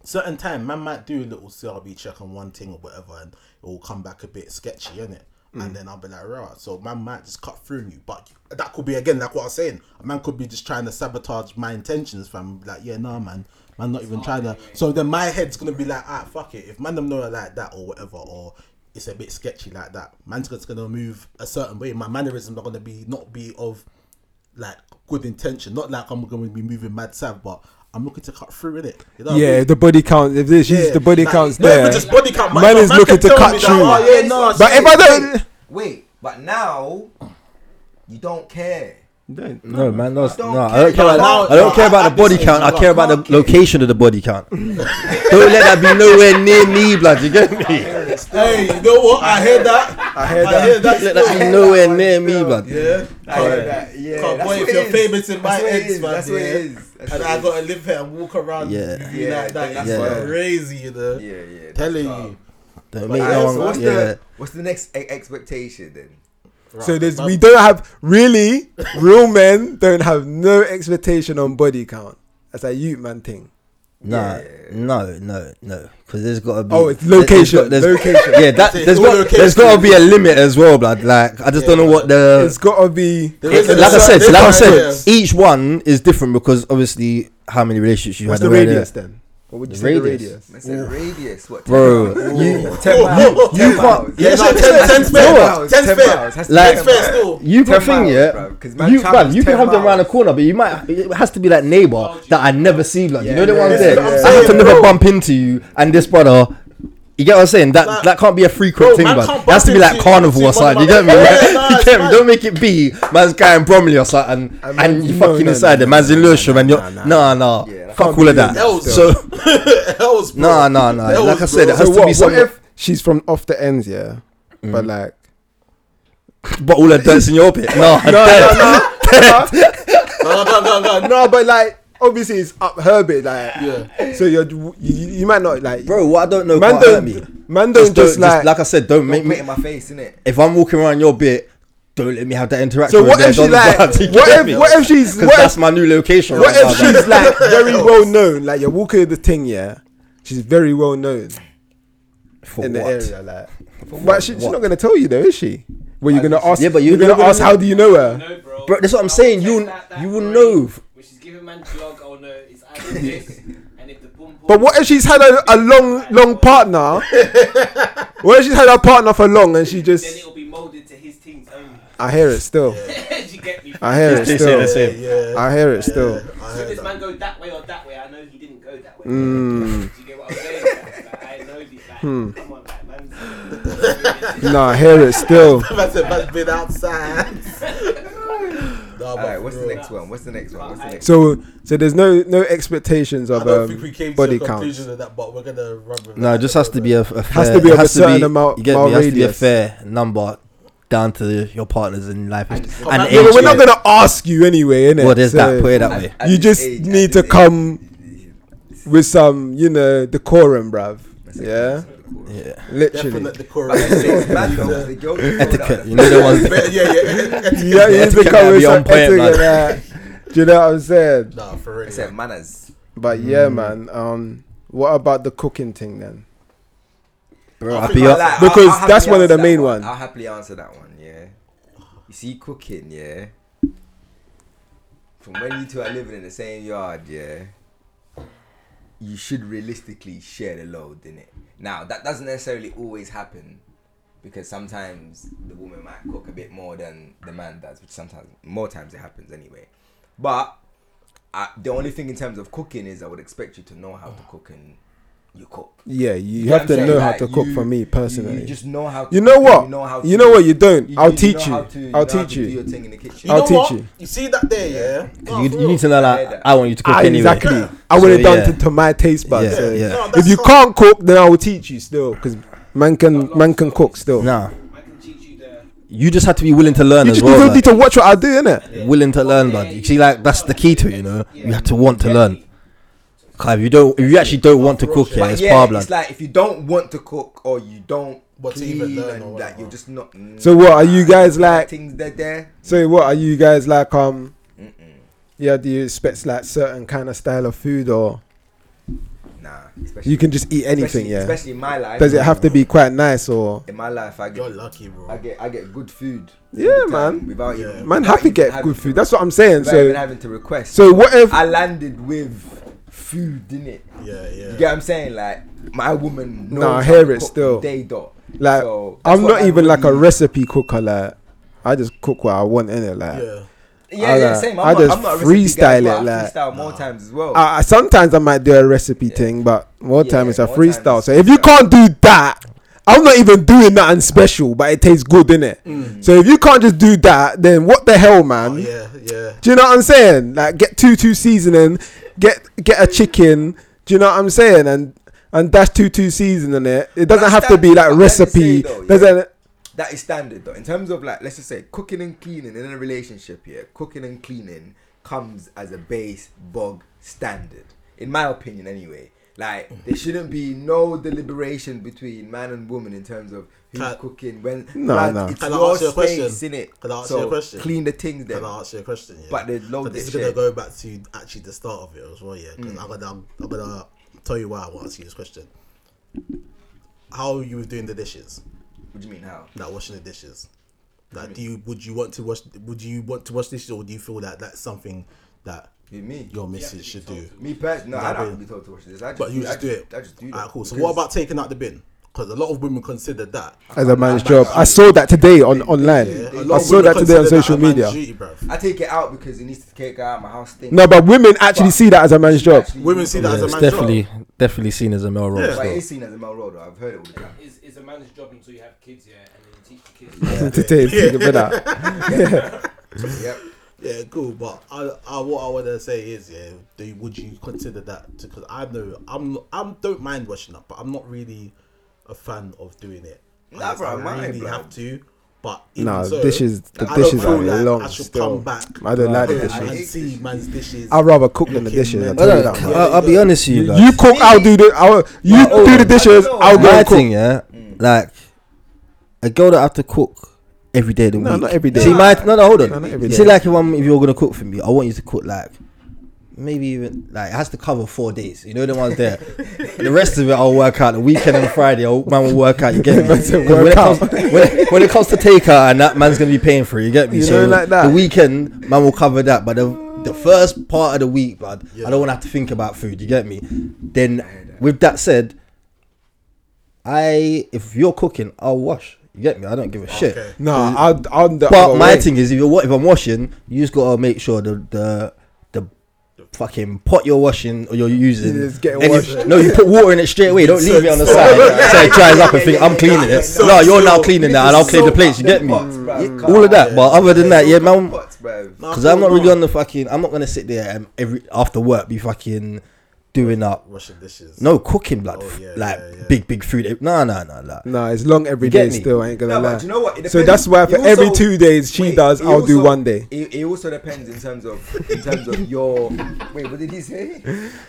S2: certain time man might do a little CRB check on one thing or whatever, and it will come back a bit sketchy, innit? And then I'll be like, right, so man might just cut through on you, but that could be again like what I was saying. A man could be just trying to sabotage my intentions, fam. Like, yeah, nah, man, man, not even trying to. So then my head's gonna be like, ah, fuck it. If man them know I like that or whatever, or it's a bit sketchy like that, man's just gonna move a certain way. My mannerisms are gonna be not be of like good intention. Not like I'm gonna be moving mad sad, but I'm looking to cut through in it. You know what I
S3: Yeah,
S2: mean?
S3: the body count. If this,
S2: Yeah,
S3: she's the body
S2: like,
S3: counts
S2: not even
S3: there.
S2: just body count, but
S3: Man
S2: if a
S3: is looking
S2: can
S3: to
S2: tell
S3: cut
S2: me that,
S3: through.
S2: Oh, yeah, no,
S3: But if I don't,
S1: Wait, but now you don't care.
S3: Don't.
S5: No, man, no,
S1: don't
S5: no. I don't
S1: care.
S5: care. About,
S2: No,
S5: I don't
S2: no,
S5: care
S2: at-
S5: about
S2: at
S5: the body
S2: this
S5: count.
S2: age,
S5: I
S2: you lot
S5: care about the
S2: can't care.
S5: location of the body count. don't let that be nowhere near me, blood. You get me?
S2: Hey, you know what? I heard that.
S3: I heard
S2: I
S3: that.
S2: heard that.
S5: Let that be
S2: still.
S5: nowhere near me, blood.
S2: Yeah.
S1: I hear that. Yeah,
S2: Can't
S1: that's
S2: boy,
S1: what
S2: if
S1: it
S2: you're
S1: is.
S2: famous in my
S1: That's what it
S2: ex,
S1: is,
S2: man,
S1: that's what it
S2: yeah.
S1: is. That's
S2: and
S1: what it
S2: I
S1: is.
S2: gotta live here and walk around
S5: Yeah.
S2: with you
S1: Yeah,
S2: like
S1: then
S2: that.
S1: that's
S2: It's
S5: wild.
S2: crazy, you know.
S1: Yeah, yeah.
S2: Telling
S1: that's
S2: you.
S5: Don't make
S1: tough.
S5: no
S1: Alright,
S5: one-
S1: so what's,
S5: Yeah.
S1: the, what's the next e- expectation then?
S3: So there's
S2: Right,
S3: we don't have really real men don't have no expectation on body count. That's a youth man thing.
S5: Nah, no, no, no. Because there's got to be.
S3: Oh, it's
S5: there- there's
S3: location,
S5: got-
S3: location.
S5: Yeah, that,
S2: It's
S5: there's
S2: all
S5: got
S2: location.
S5: there's got to be a limit as well, blood. Like I just don't know what the
S3: it's gotta be.
S2: There
S5: It-
S2: is a
S5: like I said,
S2: certain-
S5: like I said,
S2: there's
S5: each one is different because obviously how many relationships you
S3: What's
S5: had
S3: the
S5: already.
S3: radius then? What would you
S5: The
S3: say
S5: radius.
S3: the radius?
S1: I said radius. What? 10
S5: Bro,
S1: miles?
S5: you-
S1: Ooh, 10 miles.
S2: you
S1: 10
S5: can't-
S1: miles.
S5: yeah,
S1: Yeah,
S5: no,
S1: no,
S5: 10
S1: 10
S5: 10 fair.
S1: miles,
S2: 10
S1: 10
S2: fair.
S1: miles. Has to
S5: Like-
S1: be 10
S2: fair
S1: miles.
S2: still.
S5: You
S1: Ten
S5: got thing,
S1: miles,
S5: yeah.
S1: bro, 'cause man
S5: you,
S1: travels
S5: man, you can
S1: 10
S5: have them around the
S1: miles.
S5: corner, but you might. It has to be that neighbor that I never see, like you
S3: Yeah,
S5: know the
S3: yeah,
S5: ones
S3: yeah,
S5: there.
S3: yeah,
S5: I have to
S2: yeah.
S5: never bump into you and this brother. You get what I'm saying? That
S2: Like-
S5: that can't be a frequent
S2: Bro,
S5: thing,
S2: man
S5: man.
S2: can't
S5: It has to be
S2: bump
S5: like
S2: into-
S5: carnival or
S2: into one
S5: something. You
S2: of
S5: get me?
S2: my- Yeah,
S5: Like,
S2: nah,
S5: you
S2: it's
S5: get me?
S2: fine.
S5: Don't make it be man's guy in Bromley or something,
S3: I
S5: and,
S3: mean,
S5: and you
S3: no,
S5: fucking
S3: no,
S5: inside
S3: no,
S5: the man's in
S3: no,
S5: Lewisham,
S3: no,
S5: and
S3: no,
S5: you're
S3: no.
S5: nah, nah,
S1: Yeah, that
S5: fuck
S3: can't
S5: all
S3: be
S5: of that.
S3: doing that
S5: So
S3: still.
S2: Else, bro.
S5: nah, nah, nah.
S2: That
S5: Like I
S2: was
S5: said, it
S2: gross.
S5: has
S3: So
S5: to
S3: what,
S5: be
S3: what
S5: something.
S3: if she's from off the ends, yeah? But like
S5: But all the dirt's in your pit. No,
S3: no, no, no, no,
S2: No, no, no, no, no.
S3: no, but like obviously it's up her bit, like
S2: Yeah.
S3: So you're you, you might not like
S5: bro. What I don't know,
S3: man
S5: can't hurt
S3: don't
S5: me.
S3: man don't just,
S5: Just don't, just,
S3: like,
S5: like, I said, don't
S1: Don't
S5: make
S1: put it
S5: me.
S1: in my face, innit?
S5: If I'm walking around your bit, don't let me have that interaction.
S3: So
S5: with
S3: what
S5: them
S3: if she
S5: dons,
S3: like
S5: blood,
S3: what
S5: you get me?
S3: if what if she's
S5: 'Cause
S3: what if
S5: that's my new location.
S3: What
S5: right
S3: if
S5: now,
S3: she's like very well known? Like you're walking with the thing, yeah. She's very well known
S5: like, for
S3: in the
S5: what?
S3: area, like. But she, she's
S5: what?
S3: not gonna tell you though, is she? Well, you're gonna ask.
S5: Yeah, but you-
S3: you're,
S5: you're
S3: gonna
S5: gonna
S3: ask. How do you know her?
S4: No, bro.
S5: Bro, that's what I'm
S4: I
S5: saying,
S4: will
S5: you-
S4: text that- that
S5: you will
S4: boy,
S5: know.
S4: Which is giving man jog. Oh no, it's either this and if the boom.
S3: But what if she's had a, a long, long partner? what if she's had a partner for long and she
S4: Then
S3: just?
S4: it'll be molded to his teams only.
S3: I hear it still.
S4: Do you get me?
S3: I hear it
S5: They say
S3: still.
S5: the same.
S2: Yeah.
S3: I hear it still.
S4: As soon as man go that way or that way, I know he didn't go that way.
S3: Mm.
S4: Do you get what I'm saying? Like, like, I know the like, Come on, like, man's-
S3: No, I hear it still.
S2: That's it. That's been outside. Nah, but
S1: Alright, what's the
S2: bro,
S1: next one? What's the next one? What's the next
S3: So, so there's no no expectations
S2: I
S3: of
S2: don't think we
S3: um,
S2: came to
S3: body
S2: a
S3: count.
S2: conclusion of that, but we're gonna run with
S5: No,
S2: that.
S5: it just has to be a, a fair,
S3: Has to be
S5: it
S3: of a
S5: has
S3: certain amount-
S5: You get me?
S3: mile
S5: It has to be a
S3: radius.
S5: fair number down to your partners in life and,
S1: just-
S5: and
S2: Yeah,
S5: age.
S3: Yeah, but we're not
S5: yeah.
S3: gonna ask you anyway, innit?
S5: Well, there's
S3: So-
S5: that. Put it that way.
S1: At
S3: you
S1: this
S3: just
S1: age, at
S3: need
S1: this
S3: to
S1: age.
S3: come with some, you know, decorum, bruv. Yeah,
S5: Yeah.
S3: literally.
S2: definitely the chorus.
S5: Etiquette. You know the ones.
S2: yeah, yeah,
S3: Yeah, you need
S2: yeah.
S3: to
S5: Etiquette
S3: come
S5: gotta
S3: with
S5: be
S3: some
S5: on point,
S3: etiquette.
S5: man.
S3: like, Do you know what I'm saying?
S2: Nah, for real.
S1: Except manners.
S3: But yeah,
S5: Mm.
S3: man. Um, what about the cooking thing then?
S5: Bro, I
S2: think
S5: be
S2: I
S5: up.
S1: Like,
S3: Because
S1: happily
S3: that's one of
S1: answer
S3: the
S1: that
S3: main one.
S1: I'll happily answer that one. Yeah. You see, cooking. Yeah. From when you two are living in the same yard, yeah. You should realistically share the load, innit? Now that doesn't necessarily always happen, because sometimes the woman might cook a bit more than the man does, which sometimes more times it happens anyway. But I, the only thing in terms of cooking is I would expect you to know how to cook and you cook.
S3: Yeah, you
S1: You
S3: have to
S1: what I'm
S3: know
S1: saying?
S3: how
S1: Like,
S3: to cook
S1: you-
S3: for me
S1: you-
S3: personally.
S1: You,
S3: You,
S1: just know how. To
S3: know
S1: cook and
S3: what?
S1: You know how. To,
S3: what? You don't. I'll
S1: you
S3: teach
S1: know how
S3: you.
S1: to-
S3: I'll
S1: know how
S3: teach
S1: to Do your
S3: you.
S1: thing in the kitchen.
S2: You know
S3: I'll teach
S2: what?
S3: you.
S2: You see that there, yeah? Nah,
S5: You,
S2: for
S5: you
S2: real.
S5: need to know
S1: I hear
S5: that
S1: that.
S5: I want you to cook
S3: Ah,
S5: anyway.
S3: Exactly. I would
S5: So,
S3: have done
S5: yeah.
S3: to, to my taste buds.
S5: Yeah,
S3: so
S5: yeah.
S2: No,
S3: If
S2: that's
S3: you
S2: not-
S3: can't cook, then I will teach you still, because man can man can cook still.
S5: Nah,
S4: I can teach you the.
S5: you just have to be willing to learn
S3: You
S5: as
S3: just
S5: well.
S3: need,
S5: like.
S3: to- need to watch what I do, innit?
S5: willing to learn, bud. You see, like that's the key to it. You know, you have to want to learn. 'Cause if you don't, if you actually don't want to cook, yeah,
S1: But
S5: it's
S1: yeah,
S5: par
S1: it's
S5: blood.
S1: like if you don't want to cook or you don't
S2: What to
S1: clean
S2: even learn or
S1: and that,
S2: whatever.
S1: you're just not. mm,
S3: So what, are you guys
S1: that
S3: like-
S1: things that there?
S3: So what are you guys like? Um,
S1: Mm-mm.
S3: yeah, do you expect like certain kind of style of food, or
S1: Nah, especially
S3: you can just eat anything?
S1: especially,
S3: Yeah.
S1: Especially in my life.
S3: Does it have to be quite nice, or
S1: In my life, I
S2: You're
S1: get,
S2: lucky, bro.
S1: I get, I get good food. all
S3: Yeah,
S1: the time
S3: man.
S1: Without
S2: Yeah.
S1: even,
S3: man
S1: without
S3: have to
S1: even
S3: get
S1: having
S3: good
S1: to
S3: food? That's what I'm saying.
S1: without even
S3: So,
S1: having to request.
S3: so what if?
S1: I landed with food in it.
S2: Yeah,
S1: You
S2: yeah.
S1: get what I'm saying? Like my woman knows
S3: Nah, I
S1: how
S3: hear
S1: to
S3: it
S1: cook
S3: still.
S1: Day dot.
S3: Like,
S1: So, that's
S3: I'm
S1: what
S3: not
S1: I
S3: even like a
S1: really-
S3: recipe cooker. Like, I just cook what I want in it. Like,
S2: Yeah.
S1: Yeah,
S3: I
S1: yeah,
S3: like-
S1: same. I'm
S3: I
S1: not,
S3: just
S1: I'm not a recipe
S3: freestyle
S1: guy,
S3: it,
S1: but I
S3: like- Ah.
S1: freestyle more times as well.
S3: I, I sometimes I might do a recipe thing, but more
S1: Yeah,
S3: time it's a
S1: more time
S3: freestyle.
S1: it's
S3: So if you
S1: freestyle.
S3: can't do that, I'm not even doing nothing special, but it tastes good, innit? So if you can't just do that, then what the hell, man?
S2: Mm. Oh, yeah, yeah.
S3: Do you know what I'm saying? Like get two two seasoning, get get a chicken. Do you know what I'm saying? And and dash two two seasoning it. It doesn't
S1: that's
S3: have to be
S1: standard, but
S3: like
S1: that's the same
S3: recipe.
S1: though, yeah.
S3: Doesn't.
S1: That is standard though. In terms of like, let's just say cooking and cleaning in a relationship, yeah, cooking and cleaning comes as a base bog standard, in my opinion, anyway. Like there shouldn't be no deliberation between man and woman in terms of who's
S2: Can-
S1: cooking when.
S3: No,
S1: man,
S3: no.
S1: It's
S2: Can I
S1: your
S2: ask you a question?
S1: space, innit?
S2: Can I ask
S1: so
S2: you a question?
S1: Clean the things then.
S2: Can I answer your question? Yeah?
S1: But there's no
S2: so this is
S1: dish,
S2: gonna
S1: yeah.
S2: go back to actually the start of it as well, yeah.
S5: Mm.
S2: Because I'm gonna I'm gonna tell you why I want to ask you this question. How you were doing the dishes,
S1: What do you mean how?
S2: like washing the dishes. Like, do you would you want to wash? Would you want to wash dishes, or do you feel that that's something that
S1: With me?
S2: your
S4: to
S2: missus
S4: be
S2: should
S4: told
S2: do?
S4: to.
S1: Me personally, no, I don't
S2: Nah,
S1: have to
S2: but-
S1: be told to wash this. I just
S2: But you
S1: I
S2: just do it.
S1: I just do that.
S2: Alright, cool. So what
S1: because-
S2: about taking out the bin? Because a lot of women consider that.
S3: As a man's job, I saw that today on online.
S2: Yeah, a lot
S3: I
S2: of
S3: saw
S2: women
S3: that today on
S2: consider
S3: social
S2: a man's
S3: media.
S2: Duty, bruv.
S1: I take it out because it needs to take out my house thing.
S3: No, but women actually
S1: But-
S3: see that as a man's job.
S1: Actually,
S2: Women see that as a
S5: it's
S2: man's
S5: definitely
S2: job.
S5: definitely seen as a male role.
S1: But it
S2: Yeah.
S5: still.
S1: is seen as a male role, though. I've heard it all the time.
S4: Is is a man's job until you have kids, yeah, and then you teach the kids.
S3: Today, think about that.
S1: Yep.
S2: Yeah, cool. But I, I, what I want to say is, yeah, do, would you consider that? Because I know I'm, not- I'm don't mind washing up, but I'm not really a fan of doing it.
S1: Nah,
S2: Unless
S1: bro, I
S2: I
S1: mind,
S2: really
S1: bro.
S2: have to. But even
S3: No,
S2: so,
S3: dishes. The
S2: I don't
S3: dishes are
S2: feel like
S3: long.
S2: I should
S3: still.
S2: come back.
S3: I don't like the
S2: and-
S1: I
S3: dishes.
S2: And
S1: hate
S2: see man's dishes.
S3: I'd rather cook than the
S2: Looking
S3: dishes. I
S2: mad.
S3: tell you
S5: I
S3: that.
S5: don't,
S3: much.
S5: I'll, I'll be honest with you.
S3: You
S5: lads.
S3: cook, I'll do the. I'll, you
S1: oh,
S3: do the
S1: I don't
S3: dishes.
S1: know.
S3: I'll go
S5: my
S3: and cook. Mm.
S5: thing, yeah, like a girl that I have to cook every day of the
S3: No,
S5: week.
S3: not every day.
S5: See, my no, no, hold on.
S3: No, not every
S5: you
S3: day.
S5: see, like if I'm, if you're gonna cook for me, I want you to cook like maybe even like it has to cover four days. You know the ones there. the rest of it, I'll work out. The weekend and Friday, I'll, man will work out. You get me? when, it comes, when, when it comes to takeout, and that man's gonna be paying for it. You get me?
S3: You
S5: so
S3: know, like that.
S5: the weekend, man will cover that, but the the first part of the week, blood, I don't want to have to think about food. You get me? Then, with that said, I if you're cooking, I'll wash. You get me? I don't give a shit.
S2: Okay.
S3: No, I'll. I'll the
S5: But
S3: other
S5: my
S3: way.
S5: thing is, if you're wa- if I'm washing, you just gotta make sure the the the fucking pot you're washing or you're using.
S3: It's getting
S5: and
S3: washed.
S5: You, no, you put water in it straight away. Don't
S2: So-
S5: leave it on the
S2: so-
S5: side.
S1: Yeah,
S5: so it dries up and
S1: yeah,
S5: think
S1: yeah,
S5: I'm
S1: yeah,
S5: cleaning
S1: yeah,
S5: it.
S1: so-
S5: no, you're now
S2: so-
S5: cleaning that, and I'll clean the plates. You get me? All of that. But other than that, yeah, man.
S2: Nah,
S5: Because I'm not
S2: cool,
S5: really
S2: nah.
S5: on the fucking. I'm not gonna sit there and every after work be fucking doing up.
S2: washing dishes.
S5: No cooking, blood.
S2: Oh, yeah,
S5: like
S2: yeah, yeah.
S5: big, big food. No, no, no, no.
S3: No, it's long every
S5: You get
S3: day.
S5: me?
S3: Still, I ain't gonna
S1: No,
S3: lie.
S1: but you know what? It
S3: so
S1: depends.
S3: that's why for
S1: It
S3: every
S1: also-
S3: two days she
S1: wait,
S3: does,
S1: it
S3: I'll do
S1: also-
S3: one day.
S1: It, it also depends in terms of in terms of your. Wait, what did he say?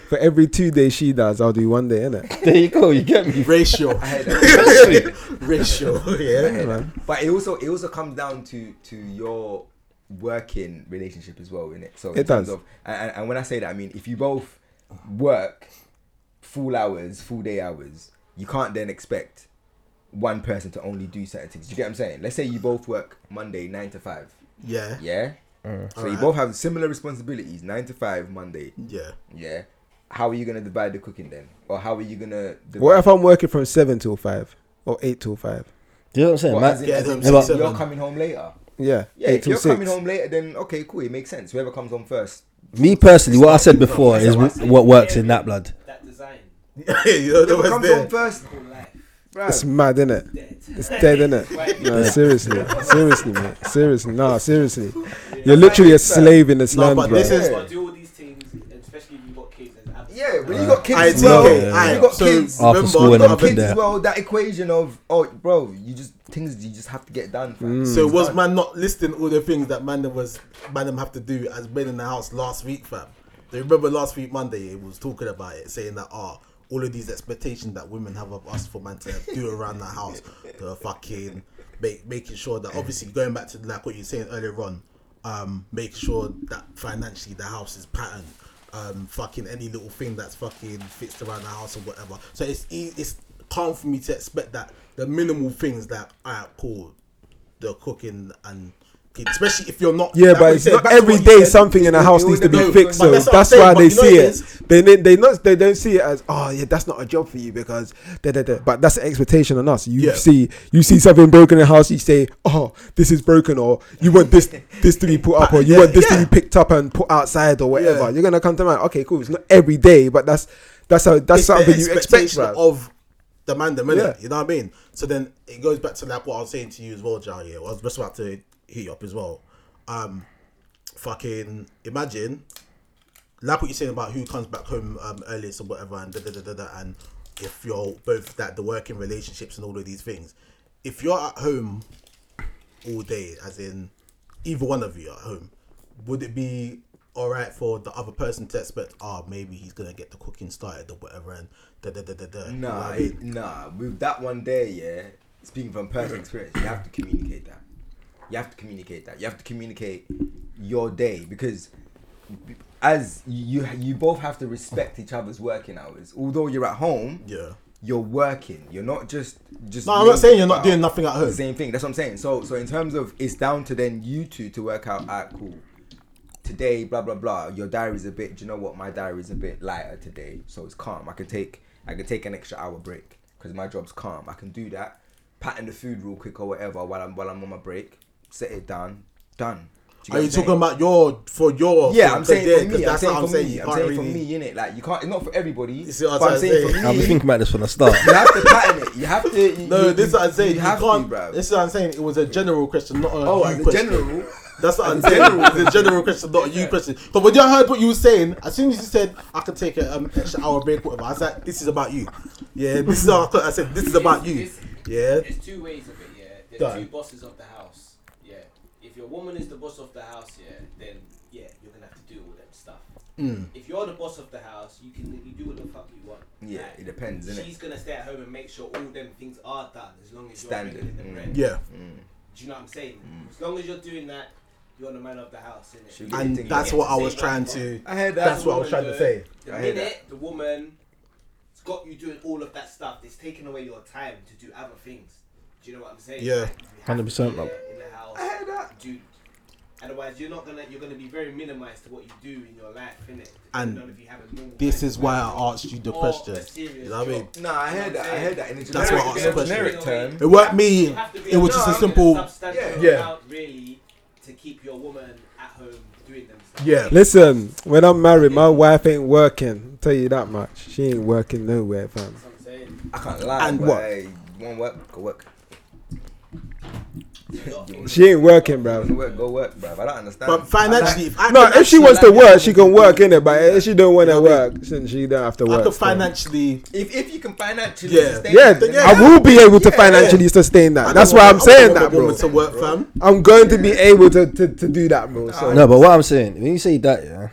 S3: For every two days she does, I'll do one day, innit?
S5: There you go. You get me.
S2: ratio,
S1: I heard that.
S2: ratio.
S1: I
S2: Yeah,
S1: heard that. But it also it also comes down to to your working relationship as well, innit? So in
S3: It
S1: terms
S3: does.
S1: of and, and- and when I say that, I mean if you both work full hours, full day hours, you can't then expect one person to only do certain things. Do you get what I'm saying? Let's say you both work Monday nine to five.
S2: yeah,
S1: Yeah.
S3: Mm.
S1: So you
S2: Alright.
S1: both have similar responsibilities, nine to five Monday.
S2: yeah.
S1: Yeah. How are you gonna divide the cooking then, or how are you gonna? Divide
S3: What if I'm working from seven till five or eight till five?
S5: You know what I'm saying?
S1: What,
S5: man?
S1: as in-
S2: Yeah,
S1: as in
S2: them
S5: Yeah, but-
S2: six,
S1: you're
S2: seven.
S1: coming home later.
S3: Yeah,
S1: Yeah,
S3: eight
S1: if you're
S3: till six.
S1: coming home later, then okay, cool, it makes sense. Whoever comes home first.
S5: Me personally, what I said before
S4: That's
S5: is
S4: what I
S5: wh-
S4: said.
S5: what works in that blood.
S4: That design,
S2: you know,
S1: Whoever
S2: the ones
S1: comes
S2: there.
S1: home first,
S4: cool life,
S1: bruh.
S3: It's mad, innit?
S4: dead.
S3: It's dead, innit?
S4: Right.
S3: No, seriously, seriously, mate, seriously, nah, seriously. You're literally a slave in this
S2: No,
S3: land,
S2: but
S3: bro.
S2: this is-
S4: You gotta do all these things, especially if you've got kids. And abs-
S1: Yeah, when
S3: Uh,
S1: you got
S2: I
S1: kids as
S2: did,
S1: well,
S2: okay,
S1: when
S2: I-
S1: you got
S2: so
S1: kids,
S5: After
S2: remember,
S5: school and
S2: I've got
S1: got
S5: everything
S1: kids
S5: there.
S1: as well. That equation of oh, bro, you just things you just have to get done. fam.
S3: Mm.
S2: So was
S1: done.
S2: man not listing all the things that man them was man them have to do as men in the house last week, fam? Do you remember last week Monday? It was talking about it, saying that ah, all of these expectations that women have of us for man to do around the house, the fucking make, making sure that obviously going back to like what you were saying earlier on, um, making sure that financially the house is patterned. Um, fucking any little thing that's fucking fixed around the house or whatever. So it's e- it's calm for me to expect that the minimal things that alright, cool, the cooking and kids, especially if you're not.
S3: Yeah,
S2: like what
S3: but
S2: you
S3: it's
S2: said,
S3: not
S2: back to
S3: every
S2: what you
S3: day
S2: said.
S3: something in a house
S1: you
S3: needs to be
S1: know,
S3: fixed. So
S2: but that's what I'm
S3: that's
S2: saying,
S3: why
S2: but
S3: they
S2: you know
S3: see
S2: it
S3: it.
S2: is-
S3: They ne- they not they don't see it as oh yeah that's not a job for you because da, da, da. but that's an expectation on us. You
S2: Yeah.
S3: see you see something broken in the house, you say oh this is broken or you want this this to be put up or you
S2: yeah,
S3: want this
S2: yeah.
S3: to be picked up and put outside or whatever.
S2: Yeah.
S3: You're gonna come to mind. Okay, cool. It's not every day, but that's that's how that's
S2: It's the
S3: something you expect.
S2: expectation
S3: bruv.
S2: of the man, the minute.
S3: Yeah.
S2: You know what I mean? So then it goes back to like what I was saying to you as well, Jai. Yeah, I was just about to hit you up as well. Um, fucking imagine, like what you're saying about who comes back home um, earliest or whatever, and da da da da da, and if you're both that the working relationships and all of these things. If you're at home all day, as in either one of you at home, would it be all right for the other person to expect, oh, maybe he's gonna get the cooking started or whatever, and da da da da da? You know what
S1: Nah,
S2: I
S1: it-
S2: mean?
S1: nah. With that one there, yeah. Speaking from personal experience, you have to communicate that. You have to communicate that. You have to communicate your day because as you you both have to respect each other's working hours. Although you're at home,
S2: yeah.
S1: you're working. You're not just just.
S2: No, I'm not saying you're not
S1: about-
S2: doing nothing at home.
S1: Same thing. That's what I'm saying. So so in terms of it's down to then you two to work out. Alright, cool. Today, blah blah blah. Your diary's a bit. Do you know what? My diary's a bit lighter today, so it's calm. I can take I can take an extra hour break because my job's calm. I can do that. Pattern the food real quick or whatever while I'm while I'm on my break. Set it down. Done. Do get
S2: Are
S1: what
S2: you
S1: I'm saying?
S2: talking about your for your?
S1: Yeah,
S2: thing?
S1: I'm
S2: 'Cause
S1: saying
S2: yeah,
S1: for
S2: 'cause
S1: me. I'm
S2: that's
S1: saying
S2: what
S1: for me.
S2: you
S1: I'm
S2: can't
S1: saying for
S2: really-
S1: me, innit? Like you can't. It's not for everybody.
S2: see what
S1: but
S2: I'm
S1: I'm saying
S2: saying?
S1: for
S5: I'll be
S1: me.
S5: thinking about this from the start.
S1: You have to pattern it. You have to. You,
S2: No,
S1: you,
S2: this is
S1: you,
S2: what I'm saying.
S1: You
S2: You,
S1: have
S2: can't.
S1: to, bruv.
S2: this is what I'm saying. It was a general question, not a
S1: oh,
S2: you
S1: as a
S2: question.
S1: general.
S2: That's what I'm
S1: as a
S2: saying.
S1: general.
S2: It's a general question, not a you question. But when I heard what you were saying, as soon as you said I could take an um, extra hour break, whatever, I was like, this is about you. Yeah, this is. How I, I said this is about you.
S4: It's-
S2: Yeah.
S4: There's two ways of it, yeah. There's
S2: Go on.
S4: two bosses of the house. Yeah. If your woman is the boss of the house, yeah, then yeah, you're gonna have to do all that stuff.
S1: Mm.
S4: If you're the boss of the house, you can you do what the fuck you want.
S1: Yeah,
S4: Like,
S1: it depends, innit?
S4: She's gonna stay at home and make sure all them things are done as long as you're
S1: Standard,
S4: bringing in
S1: mm.
S4: the bread.
S2: Yeah.
S4: Do you know what I'm saying? As long as you're doing that, you're the man of the house, innit?
S1: Should we-
S4: You get
S2: And
S4: to
S2: that's
S4: say
S2: what I was
S4: you
S2: trying
S4: want.
S2: to.
S1: I heard that.
S2: That's what I was trying to say.
S4: The
S1: I hear
S4: minute the woman has got you doing all of that stuff, it's taking away your time to do other things. Do you know what I'm saying?
S2: Yeah.
S4: Like, you have to
S5: 100%,
S4: be there
S5: bro.
S4: In the house,
S1: I hear that.
S4: do. Otherwise, you're not gonna. You're gonna be very minimized to what you do in your life, innit?
S2: And
S4: You know, if you have a normal
S2: This
S4: life,
S2: is why
S4: like,
S2: I asked you the
S4: or
S2: question.
S4: a serious
S2: You know what I mean?
S4: job.
S1: Nah, I heard that. I heard that. In a
S2: That's
S1: generic,
S2: what I
S1: in a
S2: asked the
S1: generic term.
S2: It weren't
S4: You
S2: me.
S4: have to be
S2: It was just a
S4: around
S2: simple.
S4: substantial
S1: Yeah.
S3: Yeah.
S4: amount, really to keep your woman at home doing them stuff.
S2: Yeah.
S3: Listen, when I'm married, my wife ain't working. Tell you that much. She ain't working nowhere, fam.
S4: That's what I'm saying.
S1: I can't lie.
S2: And
S1: but
S3: what?
S1: I won't work. Go work.
S3: She ain't working,
S1: Go
S3: bro.
S1: work. Go work, bruv. I don't understand.
S2: But financially, if I
S3: No,
S2: could
S3: if she
S2: actually-
S3: wants to work, she can work in it. But if she don't want to work, then she don't have to
S2: I
S3: work.
S2: could
S3: so.
S2: financially.
S1: if if you can financially
S2: Yeah.
S1: sustain
S3: Yeah,
S1: it, then
S2: yeah.
S3: I will be able to
S1: Yeah,
S3: financially sustain
S2: I
S3: that.
S2: don't
S3: That's why
S2: want-
S3: I'm
S2: I
S3: saying
S2: don't
S3: that,
S2: want a
S3: bro.
S2: woman To work, fam.
S3: I'm going to be able to, to, to do that, bro. So
S5: No, but what I'm saying, when you say that, yeah,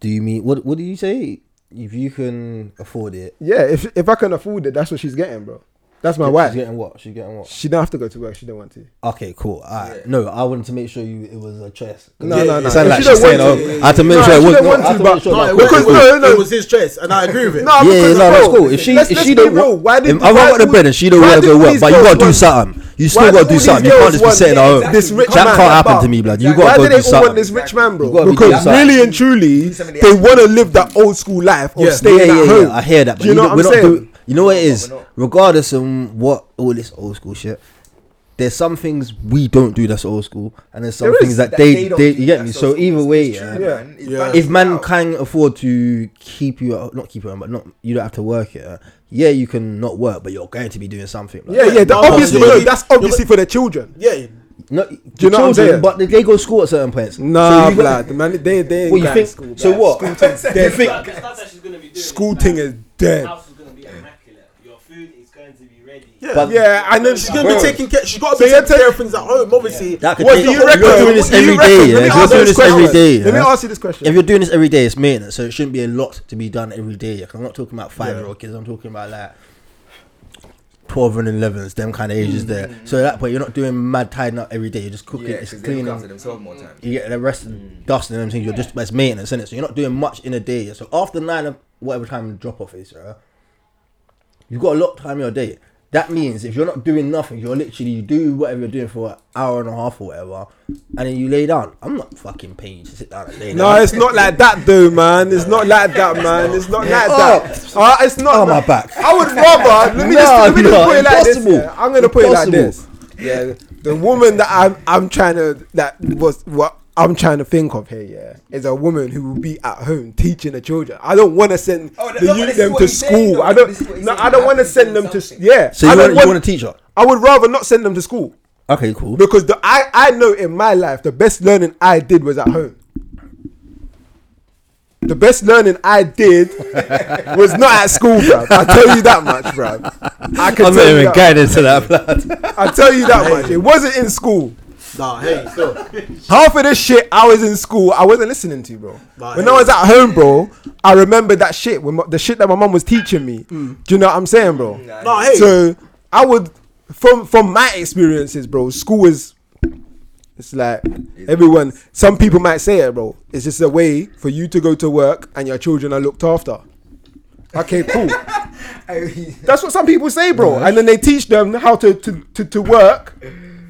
S5: do you mean what? What do you say? If you can afford it,
S3: yeah, if if I can afford it, that's what she's getting, bro. That's my
S5: She's
S3: wife.
S5: getting what? She's getting what?
S3: She don't have to go to work. She don't want to.
S5: Okay, cool. All right.
S1: Yeah.
S5: No, I wanted to make sure you it was a choice.
S3: No, no,
S2: Yeah, it
S3: no.
S5: It
S3: If
S5: sounded like
S3: she
S5: she's
S3: don't
S5: saying,
S3: want
S5: oh,
S3: to-
S5: I had to make
S3: No,
S5: sure it
S3: she
S5: was.
S3: don't
S5: No,
S3: want
S5: I had
S3: to,
S5: to
S3: but-
S5: make sure.
S3: No,
S5: like,
S3: it
S5: cool,
S3: wasn't-
S5: cool.
S3: no,
S2: No,
S3: no.
S2: it was his choice, and I agree with it.
S3: No,
S5: Yeah,
S3: because
S5: no,
S3: bro,
S5: that's cool. If she-
S3: let's-
S5: if
S3: let's
S5: she
S3: be
S5: don't
S3: real, why did
S5: If I
S3: why
S5: want the
S3: would-
S5: bread and she don't
S3: why
S5: want to
S3: did
S5: go work,
S3: these
S5: but you
S3: girls
S5: gotta do
S3: want-
S5: something. You
S3: why
S5: still
S3: did
S5: gotta do
S3: all these
S5: something. You
S3: girls
S5: can't just be
S3: want-
S5: sitting
S1: yeah,
S5: at home.
S1: exactly.
S3: This rich
S5: That
S3: man.
S5: can't happen to me,
S1: blood.
S5: blood. You
S3: Why
S5: gotta
S3: do
S5: go
S3: they
S5: do
S3: all want
S5: something.
S3: this rich man, bro?
S5: You gotta be
S3: Because
S5: doing
S3: really and truly,
S1: something.
S3: they want to live that old school life of
S2: Yeah.
S3: staying at
S5: yeah, yeah,
S3: home.
S5: yeah, I hear that, but
S3: Do you know
S5: don't-
S3: what I'm
S5: we don't
S3: saying?
S5: do- you know what it
S1: No,
S5: is?
S1: we're not.
S5: Regardless of what all this old school shit, there's some things we don't do that's old school, and there's some
S3: There
S5: things
S3: is.
S5: that,
S1: that
S5: they,
S1: don't
S5: they
S1: do
S5: you get
S1: that,
S5: me.
S1: it's-
S5: So
S1: it's-
S5: either
S1: it's
S5: way,
S1: true,
S5: yeah,
S1: man. It's
S2: Yeah.
S1: balanced
S5: if man
S1: out.
S5: can afford to keep you, out- not keep you, out, but not you don't have to work it. Yeah, you can not work, but you're going to be doing something. like-
S3: Yeah, yeah. The
S2: No,
S3: obviously,
S2: but-
S3: no, that's obviously
S2: Yeah,
S3: for the children.
S2: Yeah.
S5: No, do
S3: you know what I'm saying?
S5: But they go to school at certain points.
S3: Nah,
S5: So you got-
S3: blood, man. They they ain't
S5: What you
S3: going
S5: think?
S3: to school.
S5: so
S3: blood.
S5: what?
S3: They
S4: The
S3: think
S4: stuff- the stuff that she's gonna be doing
S3: school
S4: like,
S3: thing is
S4: Your
S3: dead.
S4: house is gonna be immaculate. Your food is going to be ready.
S2: Yeah.
S5: But-
S3: Yeah, and then
S2: She's
S3: she's
S2: gonna be
S3: Bro.
S2: taking care. She's got to
S3: So
S2: be
S3: you're
S2: taking care
S3: telling-
S2: of things at home, obviously.
S5: That could
S3: What
S5: take-
S3: do you
S5: you're
S3: reckon?
S5: doing this
S3: What do you
S5: every
S3: reckon?
S5: day,
S3: Let me
S5: yeah? You're
S3: ask
S5: doing
S3: you
S5: this every
S3: question.
S5: day,
S3: Let me
S5: yeah?
S3: ask you this question.
S5: If you're doing this every day, it's maintenance, so it shouldn't be a lot to be done every day. Like, I'm not talking about five year old kids. I'm talking about like twelve and elevens, them kind of ages there. So at that point, you're not doing mad tidying up every day. You're just cooking,
S1: Yeah,
S5: it's
S1: 'cause they look after
S5: cleaning.
S1: themselves more time.
S5: You get the rest
S2: Mm.
S5: of dust and everything. You're just it's maintenance, innit? So you're not doing much in a day. So after nine, of whatever time the drop off is, yeah, you've got a lot of time in your day. That means if you're not doing nothing, you're literally you do whatever you're doing for an hour and a half or whatever, and then you lay down. I'm not fucking paying you to sit down and lay
S3: No,
S5: down.
S3: it's not like that, though, man. It's not like that, man. It's not like that. Uh, it's not.
S5: Oh, my back.
S3: I would rather. Let me
S5: No,
S3: just let me just
S5: no,
S3: put it like this.
S5: impossible.
S3: yeah. I'm gonna put it like
S5: Impossible.
S3: this. Yeah, the woman that I'm I'm trying to that was what I'm trying to think of here, yeah, is a woman who will be at home teaching the children. I don't want to send
S1: Oh, no,
S3: the
S1: no, but
S3: youth
S1: this is
S3: them
S1: what
S3: to
S1: he's saying,
S3: school.
S1: though.
S3: I
S1: This is what
S3: don't.
S1: he's
S3: No,
S1: saying.
S3: I don't
S1: Have
S3: want to
S1: them
S3: send
S1: doing
S3: them to.
S1: something.
S3: Yeah,
S5: So
S3: I
S5: you
S3: don't
S5: want, you want a teacher?
S3: I would rather not send them to school
S5: Okay, cool.
S3: because the, I I know in my life the best learning I did was at home. The best learning I did was not at school, bruv. I tell you that much, bruv. I can tell
S5: I'm not
S3: you
S5: even
S3: that.
S5: guided to that blood.
S3: I tell you that much. It wasn't in school.
S2: Nah, hey, so
S3: Half of this shit I was in school, I wasn't listening to, bro.
S2: Nah,
S3: when
S2: hey.
S3: I was at home, bro, I remember that shit. When my, the shit that my mum was teaching me. Do you know what I'm saying, bro?
S2: Mm. nah, hey.
S3: So I would, from from my experiences, bro, school is. It's like everyone. Some people might say it, bro. It's just a way for you to go to work and your children are looked after. Okay, cool. That's what some people say, bro. And then they teach them how to to, to, to work,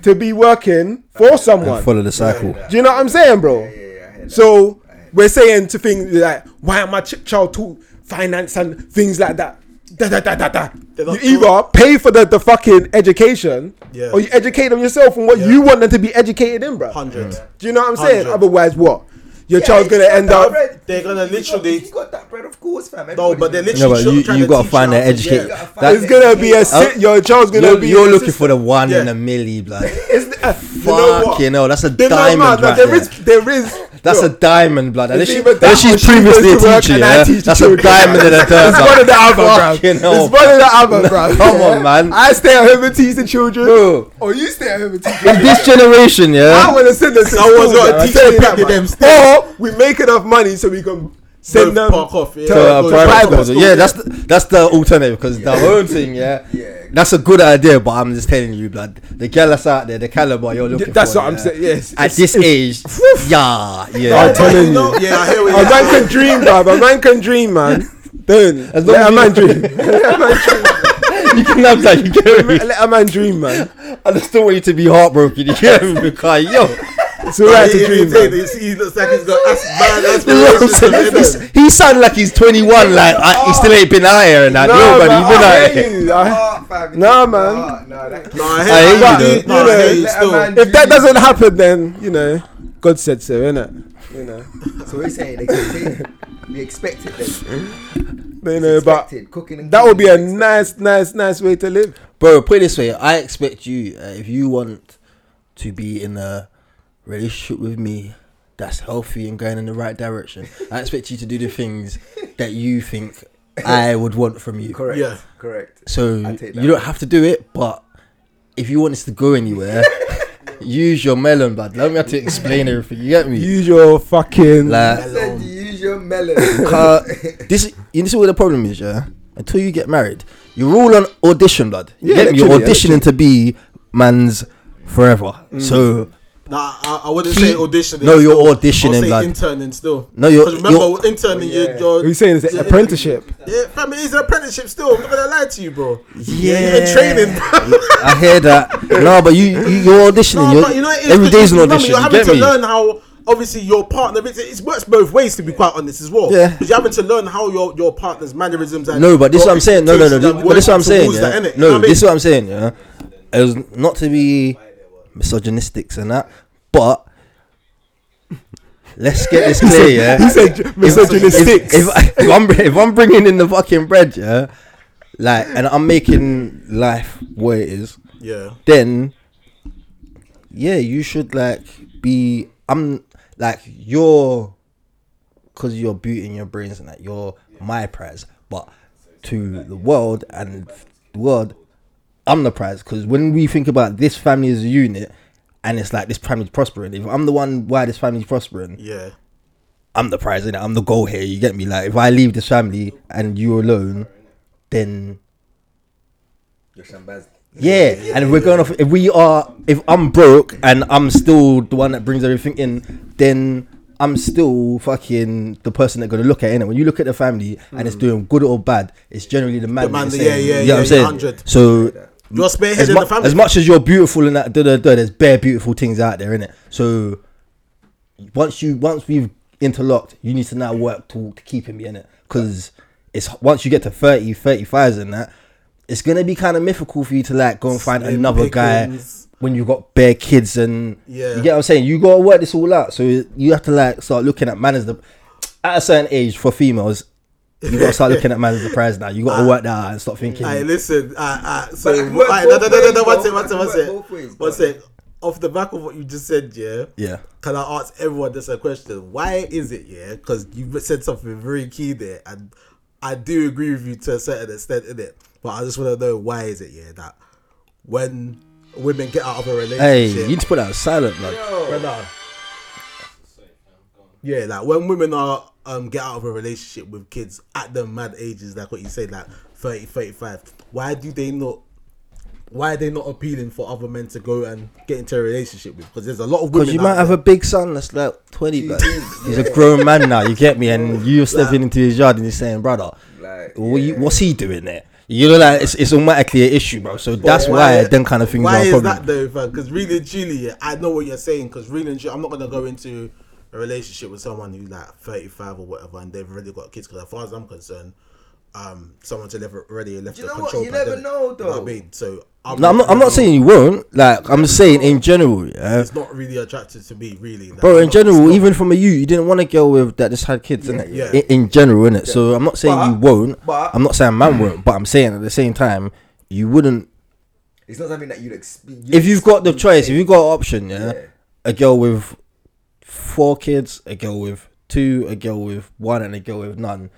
S3: to be working for someone.
S5: Follow the cycle.
S3: Do you know what I'm saying, bro?
S1: yeah, I hear that.
S3: So we're saying to things like, why am I ch- child taught finance and things like that? Da, da, da, da, da. You
S2: not
S3: either pay for the, the fucking education
S2: Yeah.
S3: or you educate them yourself on what
S2: Yeah.
S3: you want them to be educated in, bro.
S2: hundred.
S3: Do you know what I'm saying?
S2: Hundred.
S3: Otherwise, what? Your child's gonna end up.
S2: they're gonna literally-
S1: He got that bread, of course, fam.
S2: No, but they're
S1: Everybody's
S5: No,
S2: literally
S5: but
S2: tr-
S5: you-
S2: trying
S5: you
S2: to
S5: gotta
S2: teach
S5: find
S2: you
S5: that
S2: how to-
S5: educate-
S2: yeah.
S1: gotta find
S3: It's gonna be a si-
S5: Oh.
S3: your child's gonna
S5: You're,
S3: be.
S5: you're
S3: in
S5: looking
S3: system.
S5: for the one in
S2: Yeah.
S5: a milli, blood.
S3: It's- uh, you know what?
S5: Fucking hell, that's a
S3: There's no
S5: diamond
S3: man, no,
S5: right
S3: there
S5: there.
S3: is- there is.
S5: That's
S3: look,
S5: a diamond, blood. And
S3: It's
S5: she,
S3: either
S5: and
S3: that or
S5: she's
S3: she
S5: previously
S3: goes to
S5: a
S3: work
S5: teacher,
S3: and I
S5: yeah?
S3: teach the
S5: That's a
S3: children.
S5: diamond in a dirt.
S3: It's one or the other, bro.
S5: Fucking hell,
S3: It's one or the other, bro.
S5: Come on, man.
S3: I stay at home and teach the children,
S5: Bro.
S3: or Oh, you stay at home and teach. the
S5: In
S3: children.
S5: this generation,
S3: I
S5: yeah?
S3: want to send them to
S2: Someone's
S3: school.
S2: gotta
S3: bro. I
S2: teach
S3: tell you
S2: them
S3: that,
S2: to
S3: man.
S2: them still.
S3: Or we make enough money so we can
S2: Go
S3: send them
S2: park off, yeah.
S3: to
S2: To
S5: Uh,
S2: a
S3: go to
S5: private
S3: private
S5: hospital.
S3: school.
S5: Yeah, that's the, that's the alternative because the whole thing, yeah,
S1: Yeah.
S5: that's a good idea. But I'm just telling you, blood, the gal that's out there, the caliber you're looking
S3: That's
S5: for,
S3: what I'm
S5: yeah,
S3: saying. Yes, it's-
S5: At this age, yeah,
S3: I'm
S5: yeah.
S3: telling you.
S2: know- Yeah, I hear
S3: A
S2: what
S3: man can dream, bro. A man can dream, man. Then
S5: As
S3: let
S5: long as
S3: a
S5: you-
S3: man dream. Let a man dream.
S5: you can have that. You get me?
S3: Let a man dream, man.
S5: I just don't want you to be heartbroken. You get me? Because yo,
S3: It's alright to
S2: He- he-
S3: dream,
S2: he-
S3: man.
S2: he- He looks like he's got as bad as
S5: you know what I'm saying? He's- he sound like he's 21. Like I, he still ain't been out here and that.
S3: No, man,
S5: No, but he's been
S3: I
S5: out
S3: hear
S5: here.
S3: you, I- Nah, man.
S1: Nah, that
S2: No, I
S5: I
S2: hate,
S5: hate
S2: I
S5: you,
S2: hate you.
S3: though.
S2: No, I hate you
S1: Let a
S2: still.
S1: man-
S3: If that doesn't happen, then you know, God said so, innit? You know,
S1: So we're saying expected. we expect it then.
S3: you know, but
S1: Expected, cooking and
S3: that would be a
S1: cleaning.
S3: nice, nice, nice way to live.
S5: Bro, put it this way. I expect you, uh, if you want to be in a relationship with me that's healthy and going in the right direction, I expect you to do the things that you think I would want from you.
S1: Correct.
S2: Yeah.
S1: Correct.
S5: So
S1: I take that.
S5: you don't have to do it, but if you want this to go anywhere, use your melon, bud. Let me have to explain everything. You get me?
S3: Use your fucking.
S1: I
S5: Like,
S1: said you use your melon.
S5: uh, this, this is where the problem is, yeah? Until you get married, you're all on audition, blood. You
S3: Yeah,
S5: get me? You're
S3: literally,
S5: auditioning to be man's forever. So
S2: Nah, I, I wouldn't
S5: He-
S2: say auditioning.
S5: No, you're
S2: still.
S5: auditioning,
S2: I'll say
S5: lad.
S2: interning still.
S5: No, you're-
S2: 'Cause remember
S5: you're-
S2: interning.
S1: Oh,
S2: You're,
S1: yeah.
S2: you're
S3: What are you saying? Is it apprenticeship?
S2: yeah, fam. It's an apprenticeship still. I'm not gonna lie to you, bro.
S5: yeah,
S2: You're even training.
S5: I hear that. No, but you, you you're auditioning.
S2: No,
S5: you're,
S2: but you know it is
S5: every
S2: because
S5: day's an
S2: remember,
S5: audition.
S2: You're
S5: you
S2: having
S5: get
S2: to
S5: me?
S2: learn how obviously your partner. It, it works both ways to be quite honest as well.
S5: Yeah.
S2: 'Cause you're having to learn how your, your partner's mannerisms. And
S5: No, but this is what I'm saying. No, no, no.
S2: your expectations
S5: This, but this is what I'm
S2: and
S5: saying.
S2: towards
S5: Yeah.
S2: that, innit? You know
S5: no,
S2: what I mean?
S5: this is what I'm saying. Yeah, it was not to be misogynistic and that, but let's get this clear. Yeah,
S3: He said misogynistic.
S5: If, if, if I'm if I'm bringing in the fucking bread, yeah, like, and I'm making life what it is,
S2: Yeah.
S5: then yeah, you should like be. I'm like you're because you're beauty and your brains and that you're my prize, but to the world and the world, I'm the prize because when we think about this family as a unit. And it's like this family's prospering. If I'm the one why this family's prospering,
S2: Yeah.
S5: I'm the prize in it. I'm the goal here. You get me? Like if I leave this family and you alone, then
S1: You're Shambaz.
S5: yeah. And if we're going off, if we are, if I'm broke and I'm still the one that brings everything in, then I'm still fucking the person they're gonna look at. innit? when you look at the family and it's doing good or bad, it's generally the man.
S2: Mm. The man
S5: that's
S2: that-
S5: saying-
S2: yeah, yeah,
S5: you know what I'm
S2: yeah,
S5: saying.
S2: 100.
S5: So
S2: You're
S5: as,
S2: spearheading
S5: mu-
S2: the family.
S5: as much as you're beautiful and that, duh, duh, duh, there's bare beautiful things out there, innit? So once you once we've interlocked, you need to now work to, to keeping me in it because it's once you get to 30, 35s and that, it's gonna be kind of mythical for you to like go and find
S2: Slim
S5: another guy
S2: pickings.
S5: when you got bare kids and
S2: Yeah.
S5: you get what I'm saying. You gotta work this all out, so you have to like start looking at man as the at a certain age for females. You gotta start looking at man as the prize now. You gotta work that out and stop thinking.
S2: Aye, listen. Aye, aye. So,
S1: But it can work
S2: aye, no, no,
S1: both
S2: no, no,
S1: ways,
S2: no. One
S1: though.
S2: sec, one
S1: It can work
S2: sec, one sec.
S1: both ways,
S2: One
S1: though.
S2: sec. Off the back of what you just said, yeah.
S5: yeah,
S2: Can I ask everyone this a question? Why is it, yeah? Because you said something very key there, and I do agree with you to a certain extent in it. But I just want to know why is it, yeah, that when women get out of a relationship,
S5: hey, you need to put that on silent, blood.
S2: Brother,
S4: Sorry, fam, go on.
S2: yeah, like when women are um get out of a relationship with kids at the mad ages, like what you say, like 30, 35, why do they not? Why are they not appealing for other men to go and get into a relationship with? Because there's a lot of women.
S5: Because you
S2: out
S5: might
S2: there-
S5: have a big son that's like 20, blood. He's a grown man now, you get me? And you're stepping into his yard and you're saying, brother,
S1: Like,
S5: what you,
S1: yeah.
S5: what's he doing there? You know, like, it's, it's automatically an issue, bro. So that's why, them kind of things
S2: Why
S5: are a
S2: is
S5: problem.
S2: that though, fam? Because really, and truly, yeah, I know what you're saying. Because really, and truly, I'm not gonna go into a relationship with someone who's like 35 or whatever, and they've already got kids. Because as far as I'm concerned, um, someone's never already left
S1: Do
S2: the
S1: you know what?
S2: control.
S1: You
S2: by
S1: never
S2: then.
S1: know,
S2: You know what
S1: though.
S2: I mean, so I'm
S5: No, I'm not, I'm not saying you won't. Like, I'm saying in general, yeah.
S2: it's not really attractive to me, really. like,
S5: Bro,
S2: I'm
S5: in
S2: not-
S5: general, even from a you, you didn't want a girl with that just had kids, innit?
S2: Yeah.
S5: In, in general, innit? So I'm not saying you
S1: But-
S5: won't.
S1: but-
S5: I'm not saying man won't. But I'm saying at the same time, you wouldn't
S1: It's not something that you'd expect.
S5: if you've got the choice, if you've got an option, yeah,
S1: Yeah.
S5: a girl with four kids, a girl with two, a girl with one, and a girl with none,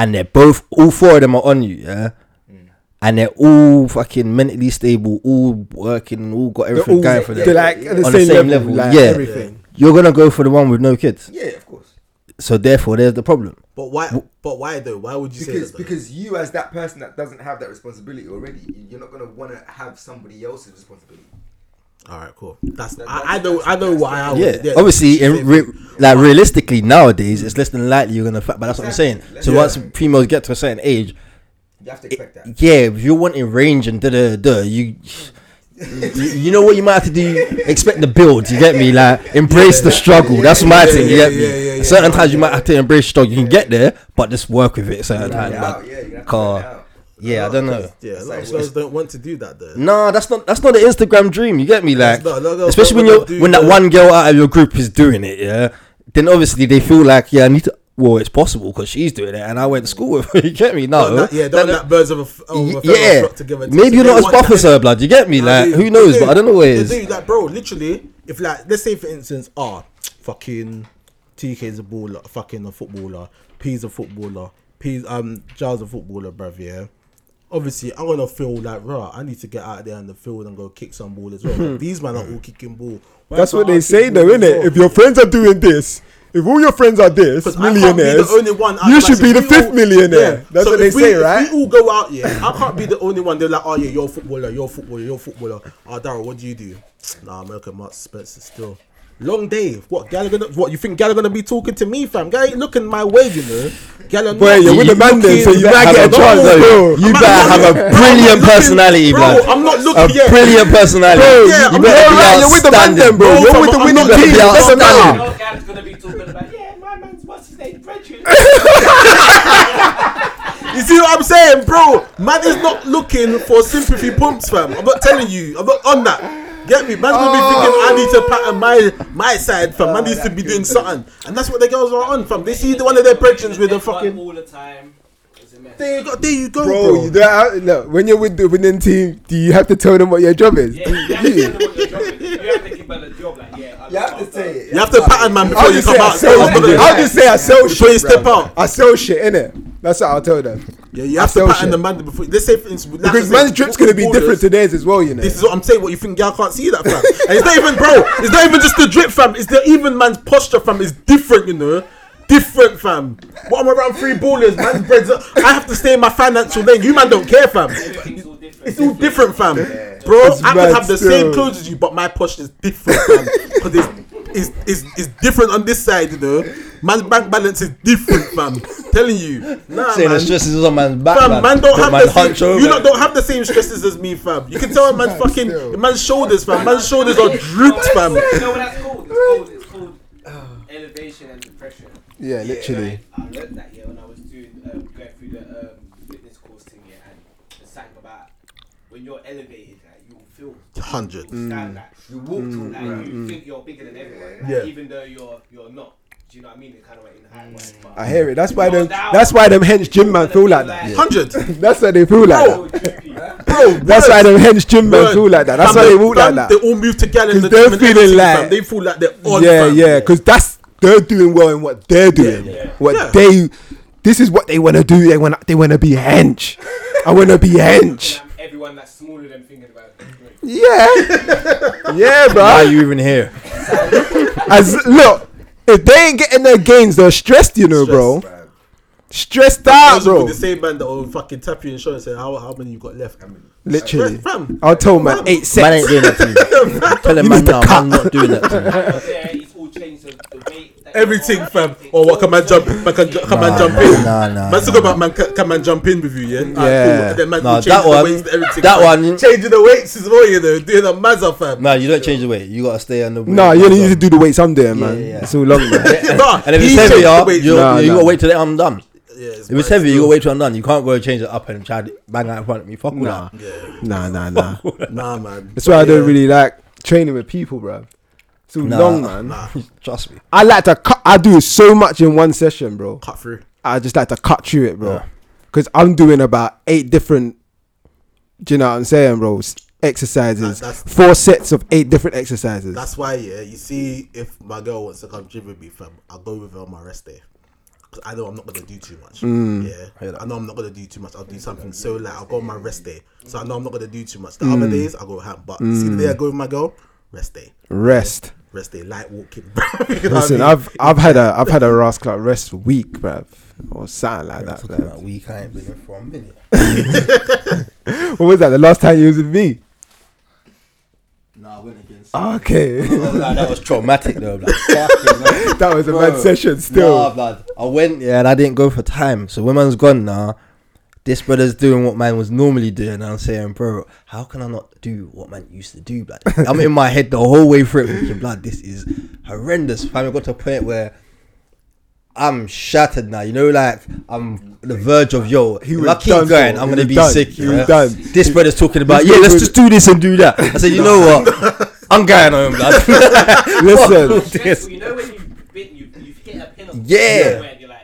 S5: and they're both, all four of them are on you, yeah,
S3: Mm.
S5: and they're all fucking mentally stable, all working, all got
S3: They're
S5: everything
S3: all
S5: going for them.
S3: they're like at the
S5: On
S3: same, level, like
S5: yeah.
S3: everything.
S5: You're gonna go for the one with no kids,
S1: yeah, of course.
S5: so therefore there's the problem.
S2: But why? But why though? Why would you
S1: Because
S2: say that? though?
S1: because you as that person that doesn't have that responsibility already, you're not gonna want to have somebody else's responsibility.
S2: all right, cool. That's I, I know I know why
S3: Oh,
S2: I would.
S5: Yeah,
S2: yeah,
S5: obviously, in
S2: same.
S5: re- like realistically nowadays, it's less than likely you're gonna. Fa- but that's what I'm
S1: Exactly.
S5: saying. So
S1: Yeah.
S5: once females get to a certain age,
S1: You have to expect that.
S5: yeah, if you're wanting range and da da da, you, you you know what you might have to do. Expect the build. You get me? Like embrace the struggle. That's my
S2: yeah,
S5: thing. You
S2: yeah,
S5: get
S2: yeah,
S5: me?
S2: yeah, yeah.
S5: certain times you might have to embrace struggle. You can get there, but just work with it. Certain times,
S1: Yeah,
S5: but
S1: yeah, you're gonna have to
S5: car.
S1: work it out.
S5: yeah, I don't know.
S2: Yeah, a lot of
S1: That's
S2: girls
S1: like-
S2: don't want to do that though.
S5: Nah, that's not that's not the Instagram dream. You get me? Like,
S2: not, no, no,
S5: especially when
S2: but
S5: you're
S2: when I do
S5: when that
S2: the-
S5: one girl out of your group is doing it, yeah. Then obviously they feel like, yeah, I need to. Well, it's possible because she's doing it, and I went to school with her. You get me? Oh, No,
S2: Don't that- yeah, don't
S5: That-
S2: let birds of a, f- oh, of
S5: Y-
S2: a feather
S5: yeah,
S2: flock together.
S5: maybe you're not as buff as her, blood. You get me? Like, who knows? But I don't know where it is.
S2: Dude, like, bro, literally, if like, let's say for instance, ah, fucking TK's a baller, fucking a footballer, P's a footballer, P's um, Giles a footballer, bruv. Yeah. Obviously, I'm gonna feel like, rah, I need to get out there on the field and go kick some ball as well. Like, these men are all kicking ball. Why
S3: That's
S2: can't
S3: what
S2: I
S3: they
S2: kick
S3: say,
S2: ball
S3: though,
S2: as
S3: innit?
S2: well?
S3: If your friends are doing this, if all your friends are this
S2: 'Cause I can't be
S3: millionaires,
S2: the only one.
S3: you
S2: like,
S3: should
S2: so
S3: be the
S2: we all-
S3: fifth millionaire.
S2: yeah.
S3: That's
S2: So
S3: what they
S2: if we-
S3: say,
S2: if
S3: right?
S2: We all go out, yeah. I can't be the only one. They're like, oh yeah, you're a footballer, you're a footballer, you're a footballer. Oh, Daryl, what do you do? Nah, I'm looking Mark Spencer still. Long day. What Gala gonna? What you think Gala gonna be talking to me, fam? Gala ain't looking my way, you know. Gala,
S3: Boy,
S2: not-
S3: you're with the man then, so you might get a chance, bro.
S5: You
S2: I'm not
S5: better have
S2: looking-
S5: a brilliant
S2: bro, I'm not
S5: personality,
S2: looking-
S5: bro.
S2: Bro, I'm not
S5: A
S2: looking. yeah.
S5: brilliant personality.
S3: Bro,
S2: Yeah,
S5: you
S2: I'm
S5: better
S2: all
S5: be
S3: right, you're with the man
S5: outstanding,
S3: then, bro.
S2: Bro,
S3: You're with the
S2: I'm
S3: winning
S2: not
S3: team. That's
S5: gonna be
S3: the
S5: outstanding.
S3: matter.
S4: No guy's gonna be talking about, yeah, my man's what's his name, Bridget.
S2: You see what I'm saying, bro? Man is not looking for sympathy pumps, fam. I'm not telling you. I'm not on that. Get me? Man's gonna
S3: Oh.
S2: be thinking I need to pattern my my side, fam. Man needs to be doing something, and that's what the girls are on, fam. They see the, one of their brethrens with a
S4: They fuck
S2: fucking.
S4: all the time. It's a mess.
S2: There you go. There you go, bro.
S3: Bro, you don't have, look, when you're with the winning team, do you have to tell them what your job is?
S4: Yeah, you have to tell them what your job is. You have to give them a job, like, yeah. I
S1: You have to
S4: can't
S1: say
S4: go.
S1: it.
S2: You have to pattern man before
S3: I'll
S2: you
S3: just
S2: come
S3: say I
S2: out.
S3: sell
S2: I'm gonna-
S3: shit. I'll just say I sell shit.
S2: Before you step
S3: bruv.
S2: out.
S3: I sell shit, innit? That's what I'll tell them.
S2: Yeah, you
S3: I
S2: have to
S3: sell
S2: pattern
S3: shit.
S2: the man before. Let's say for instance, like I
S3: Because
S2: said,
S3: man's drip's gonna be
S2: footballers-
S3: different to theirs as well, you know.
S2: This is what I'm saying. What you think, y'all can't see that, fam? and it's not even, bro. It's not even just the drip, fam. It's the even man's posture, fam. Is different, you know. Different, fam. What I'm around three ballers, man's breads. up. I have to stay in my financial lane. You man don't care, fam.
S4: Everything's all different.
S2: It's all different, fam. Bro,
S3: It's mad
S2: I could have the
S3: still.
S2: same clothes as you, but my posture is different, fam. Because it's, it's, it's, it's different on this side, you know. Man's bank balance is different, fam. Telling you. Nah,
S5: Saying the
S2: man.
S5: stresses is on man's back,
S2: Fam, man don't
S5: Put
S2: have
S5: man
S2: the
S5: hunch
S2: same,
S5: over.
S2: you lot don't have the same stresses as me, fam. You can tell a man's fucking
S3: still.
S2: a man's shoulders, fam. Man's shoulders are drooped, fam.
S4: You know what that's called? It's called, it's called elevation and depression.
S3: Yeah, literally.
S4: I learned that yeah when I was doing um, going through the um, fitness course thing yeah, and it's something about when you're elevated, like, you'll feel
S2: Hundred.
S4: you'll
S3: Mm.
S4: stand that.
S1: You walk to
S4: Like, you think you're bigger than everyone, like,
S2: Yeah.
S4: even though you're you're not. Do you know what I mean? It kind of like in high way. but-
S3: I hear it. That's why
S4: You're
S3: them.
S4: down.
S3: That's why them hench gym man feel like that.
S2: Hundred.
S3: That's why they feel like
S4: You're
S3: that.
S4: droopy. Like,
S2: Bro,
S3: That's why
S2: words.
S3: them hench gym man
S2: Word.
S3: feel like that. That's
S2: Fam,
S3: why they walk
S2: fam,
S3: like
S2: They
S3: that.
S2: all move together. in
S3: 'Cause
S2: the
S3: they're
S2: gym and
S3: feeling
S2: everything,
S3: like-
S2: fam. they feel like they're on.
S3: Yeah,
S2: fam.
S3: yeah. Because that's they're doing well in what they're doing. What
S2: Yeah.
S3: they. This is what they want to do. They want. They want to be hench. I want to be hench.
S4: I'm everyone that's smaller than thinking about it. Like,
S3: Yeah. yeah, bro.
S5: Why are you even here?
S3: As look, if they ain't getting their gains, they're stressed, you know, bro.
S1: Bruv.
S3: Stressed
S2: Those
S3: out,
S2: are
S3: bro.
S2: The same man that will fucking tap you insurance and say, how how many you got left?
S3: Literally.
S2: Fam.
S3: I'll tell man eight
S5: Man
S3: sets.
S5: ain't doing that to me. Tell him man
S3: need to
S5: now,
S3: cut.
S5: man not doing that to me.
S4: yeah, it's all changed. So the weight. that
S2: Everything,
S4: you're on,
S2: fam.
S3: Oh,
S4: everything.
S2: Or what can man jump? Man can, ju- can man jump in?
S5: Nah, nah.
S2: Man, talk about man. Can, can man jump in with you? Yeah. Alright, cool.
S3: Yeah.
S2: And then man
S5: Nah,
S2: can change
S5: that
S2: the
S5: one-
S2: weights, everything,
S5: that
S2: fam.
S5: one-
S2: Changing the weights as well, you know, doing a mazza, fam.
S5: Nah, you don't change the weight. You gotta stay on the weight.
S3: Nah, you need to do the weights I'm doing, man.
S5: Yeah, yeah.
S3: It's all long, man.
S2: Nah,
S5: And if
S2: he
S5: it's heavy,
S2: changed the
S5: yeah,
S2: weights.
S5: you,
S3: Nah,
S5: you
S3: nah.
S5: gotta wait till I'm done.
S2: Yeah, it's
S5: If it's
S2: mad
S5: heavy, you
S2: still.
S5: gotta wait till I'm done. You can't go and change it up and try to bang out in front of me. Fuck all that.
S3: Nah, nah, nah.
S2: Nah, man.
S3: That's why I don't
S2: Yeah.
S3: really like training with people, bro. It's all
S5: Nah.
S3: long, man.
S5: Trust me.
S3: I like to cut. I do so much in one session, bro.
S2: cut through.
S3: I just like to cut through it, bro.
S5: Yeah.
S3: Because I'm doing about eight different. Do you know what I'm saying, bro? S- Exercises.
S2: That- that's-
S3: Four sets of eight different exercises.
S2: That's why, yeah. You see, if my girl wants to come gym with me, fam, I'll go with her on my rest day. Because I know I'm not going to do too much.
S3: Mm.
S2: Yeah. I know I'm not going to do too much. I'll do something so light. I'll go on my rest day. So I know I'm not going to do too much. The
S3: Mm.
S2: other days, I'll go ham. But see the day I go with my girl, rest day.
S3: Rest.
S2: Rest day, light walking. You know what I
S3: Listen,
S2: mean?
S3: I've I've had a I've had a Ras Clark rest week, bruv. Or something like that.
S5: Talking
S3: bruv.
S5: about weak, I ain't been here for a minute.
S3: What was that? The last time you was with me?
S5: Nah, I went against.
S3: Okay.
S5: nah, Oh, that was traumatic though. Like, fucking hell.
S3: that was a
S5: Bro.
S3: bad session
S5: Nah,
S3: still.
S5: blood. I went, yeah, and I didn't go for time. So when man's gone now, this brother's doing what man was normally doing. And I'm saying, bro, how can I not do what man used to do, blood? I'm in my head the whole way through it, thinking, blood, this is horrendous. Fam, it got to a point where I'm shattered now. You know, like I'm on the verge of yo.
S3: He
S5: if
S3: was
S5: I keep
S3: done for.
S5: going, I'm
S3: He
S5: gonna
S3: was
S5: be
S3: done.
S5: sick.
S3: He
S5: yeah.
S3: was done.
S5: This brother's talking about,
S3: He's
S5: yeah,
S3: not
S5: let's
S3: good.
S5: just do this and do that. I said, you know what? I'm going home, blood.
S3: Listen,
S5: Yes.
S4: You know when you bit, you you hit a pin. on
S5: Yeah.
S4: somewhere and You're like,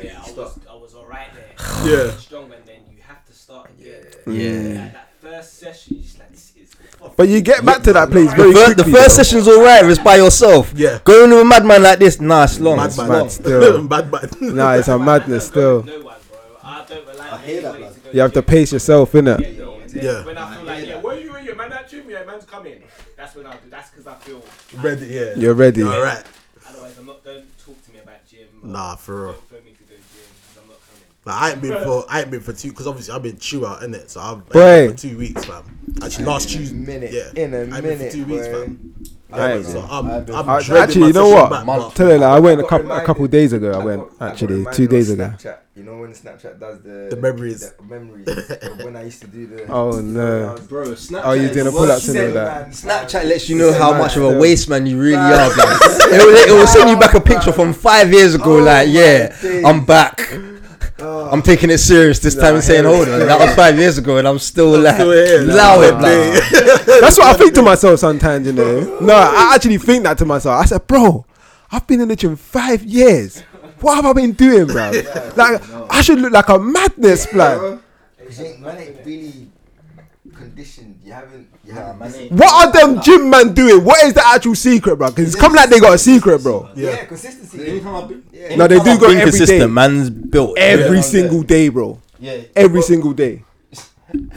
S4: yeah, I was I was alright there.
S2: yeah.
S4: Strong, and then you have to start again.
S5: Yeah.
S4: Like, that first session, you just like this is.
S3: Mm. but you get back to that place
S5: The,
S3: very
S5: fir- the
S3: quickly,
S5: first
S3: though.
S5: session's alright if it's by yourself.
S2: Yeah.
S5: Going with a madman like this, nah, it's long.
S2: Bad
S5: it's
S2: man.
S5: long.
S3: still.
S2: Bad man.
S3: Nah, it's a
S4: Man,
S3: madness
S4: I don't go
S3: still.
S4: with No one, bro. I don't rely on
S5: hear that,
S4: anybody
S5: man.
S4: to go
S3: You have to
S4: gym.
S3: pace yourself,
S4: Yeah,
S3: innit?
S4: yeah,
S2: Yeah.
S4: yeah. When I feel like, yeah, where you in your man that gym? Your man's coming. That's when I'll do. That's because I feel.
S2: Ready, yeah.
S3: You're ready.
S2: All right.
S4: Otherwise, I'm not. Don't talk to me about gym. or
S2: Nah, for real.
S4: Don't throw me to go gym 'cause I'm not coming.
S2: Like, I ain't been for I ain't been for two because obviously I've been chew out in it, so I've been
S3: Boy.
S2: for two weeks, fam. Actually, last Tuesday,
S1: minute,
S2: yeah,
S1: in a
S2: I ain't been
S1: minute,
S2: for two weeks,
S1: boy.
S2: fam.
S3: I ain't
S2: so
S3: been-
S2: I'm,
S5: I've been-
S2: I'm
S3: I-
S2: dreading
S3: actually,
S2: my
S3: you know
S2: session
S3: what?
S2: Back,
S5: Man,
S2: but
S3: Tell her that I went a
S1: got
S3: couple a couple
S1: reminded-
S3: days ago. I went
S1: got- got
S3: actually
S1: reminded
S3: two
S1: of
S3: days ago.
S1: Snapchat. You know when Snapchat does the
S2: The memories.
S1: the memories. of when I used to do the.
S3: Oh, no.
S1: I was-
S4: Bro, Snapchat.
S3: Oh, you doing a pull up and all
S1: Seven
S3: that?
S1: man,
S5: Snapchat
S1: man.
S5: lets you know how
S3: mad,
S5: much of a
S3: though.
S5: waste man you really are, blood. it, will, it will send you back a picture from five years
S1: Oh
S5: ago, like,
S1: my
S5: yeah,
S1: days.
S5: I'm back. I'm taking it serious this time and saying,
S3: hell
S5: hold on, that was five years ago and I'm still like,
S2: still here,
S5: allow
S2: like,
S5: it, blood.
S3: That's what I think to myself sometimes, you know. No, I actually think that to myself. I said, bro, I've been in the gym five years. What have I been doing, bro? Like, I should look like a madness, blood.
S1: Cause you ain't, man ain't really conditioned. You haven't. You haven't.
S3: What are them gym man doing? What is the actual secret, bro? Because it's come like they got a secret, bro.
S1: yeah.
S2: Yeah.
S1: consistency. yeah.
S3: No, they do go every day.
S5: Inconsistent, man's built.
S3: Every single day, bro.
S5: Yeah.
S3: Every single day.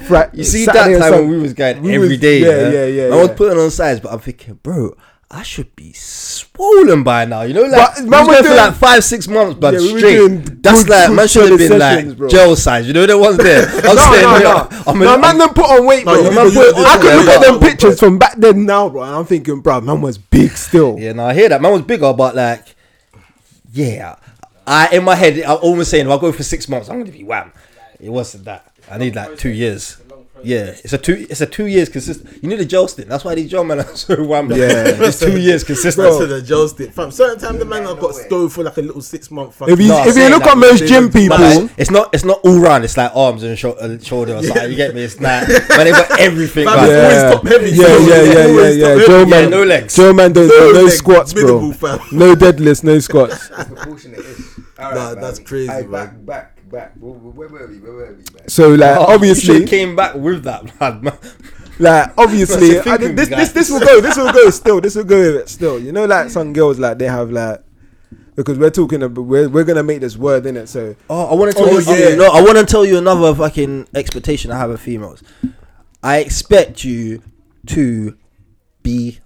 S3: Right.
S5: You see
S3: Saturday
S5: that
S3: and
S5: time when
S3: Sun-
S5: we was going
S3: we
S5: every
S3: was-
S5: day,
S3: yeah, yeah, yeah,
S5: I was
S3: yeah.
S5: putting on size, but I'm thinking, bro, I should be swollen by now. You know, like
S3: But
S5: we
S3: man
S5: was
S3: was
S5: going for
S3: doing-
S5: like five, six months, but
S3: Yeah, we were doing
S5: straight. That's
S3: good-
S5: like
S3: good
S5: man should have
S3: solid
S5: been
S3: sessions,
S5: like
S3: bro.
S5: gel size. You know, the ones there. I'm
S3: no,
S5: saying,
S3: no, no.
S5: I'm
S3: no,
S5: an-
S3: man, them put on weight,
S2: No,
S3: bro.
S2: you
S3: Man
S2: did- you
S3: put-
S2: did
S3: I
S2: put
S3: could look
S2: on
S3: at them
S2: weight.
S3: pictures from back then now, bro, and I'm thinking, bro, man was big still.
S5: Yeah, no, I hear that. Man was bigger, but like, yeah. I in my head, I'm almost saying, if I go for six months, I'm gonna be wham. It wasn't that. I need like two years.
S4: It's a long process.
S5: Yeah, it's a two. It's a two years consistent. You need a jail stint. That's why these jail men are so wham.
S3: Yeah.
S5: it's two years consistent.
S2: to the jail stick, fam. Certain time the man have got stove for like a little six month.
S3: If you
S5: No, I'm
S3: if you
S5: saying
S3: look
S5: that
S3: at most
S5: they
S3: gym people,
S5: But like, it's not. It's not all round. It's like arms and sho- uh, shoulder. Or something. You get me? It's not. But they got everything.
S2: Fam,
S5: like-
S2: it's
S3: yeah,
S2: always top heavy,
S3: yeah,
S2: so
S3: yeah,
S2: it's
S3: yeah, yeah,
S2: always top
S3: yeah.
S2: heavy.
S3: Joe
S5: Yeah,
S3: man,
S5: no legs.
S3: Joe man does
S2: No
S3: no,
S2: legs,
S3: squats, bro.
S2: minimal, fam.
S3: No deadlifts, no squats.
S1: proportionate ish. All
S2: Nah, that's crazy,
S1: Aye,
S2: man.
S1: Back, back, back. Where, where were we? Where were we, man?
S3: So like,
S5: Oh,
S3: obviously,
S5: she came back with that man. man.
S3: like obviously,
S5: That's a
S3: I think this
S5: thinking
S3: this this will go. This will go still. This will go with it still. You know, like some girls like they have like because we're talking about we're we're gonna make this word in it. So
S5: Oh, I want to tell
S2: Oh,
S5: you. oh,
S2: yeah.
S5: no, I want to tell you another fucking expectation I have of females. I expect you to be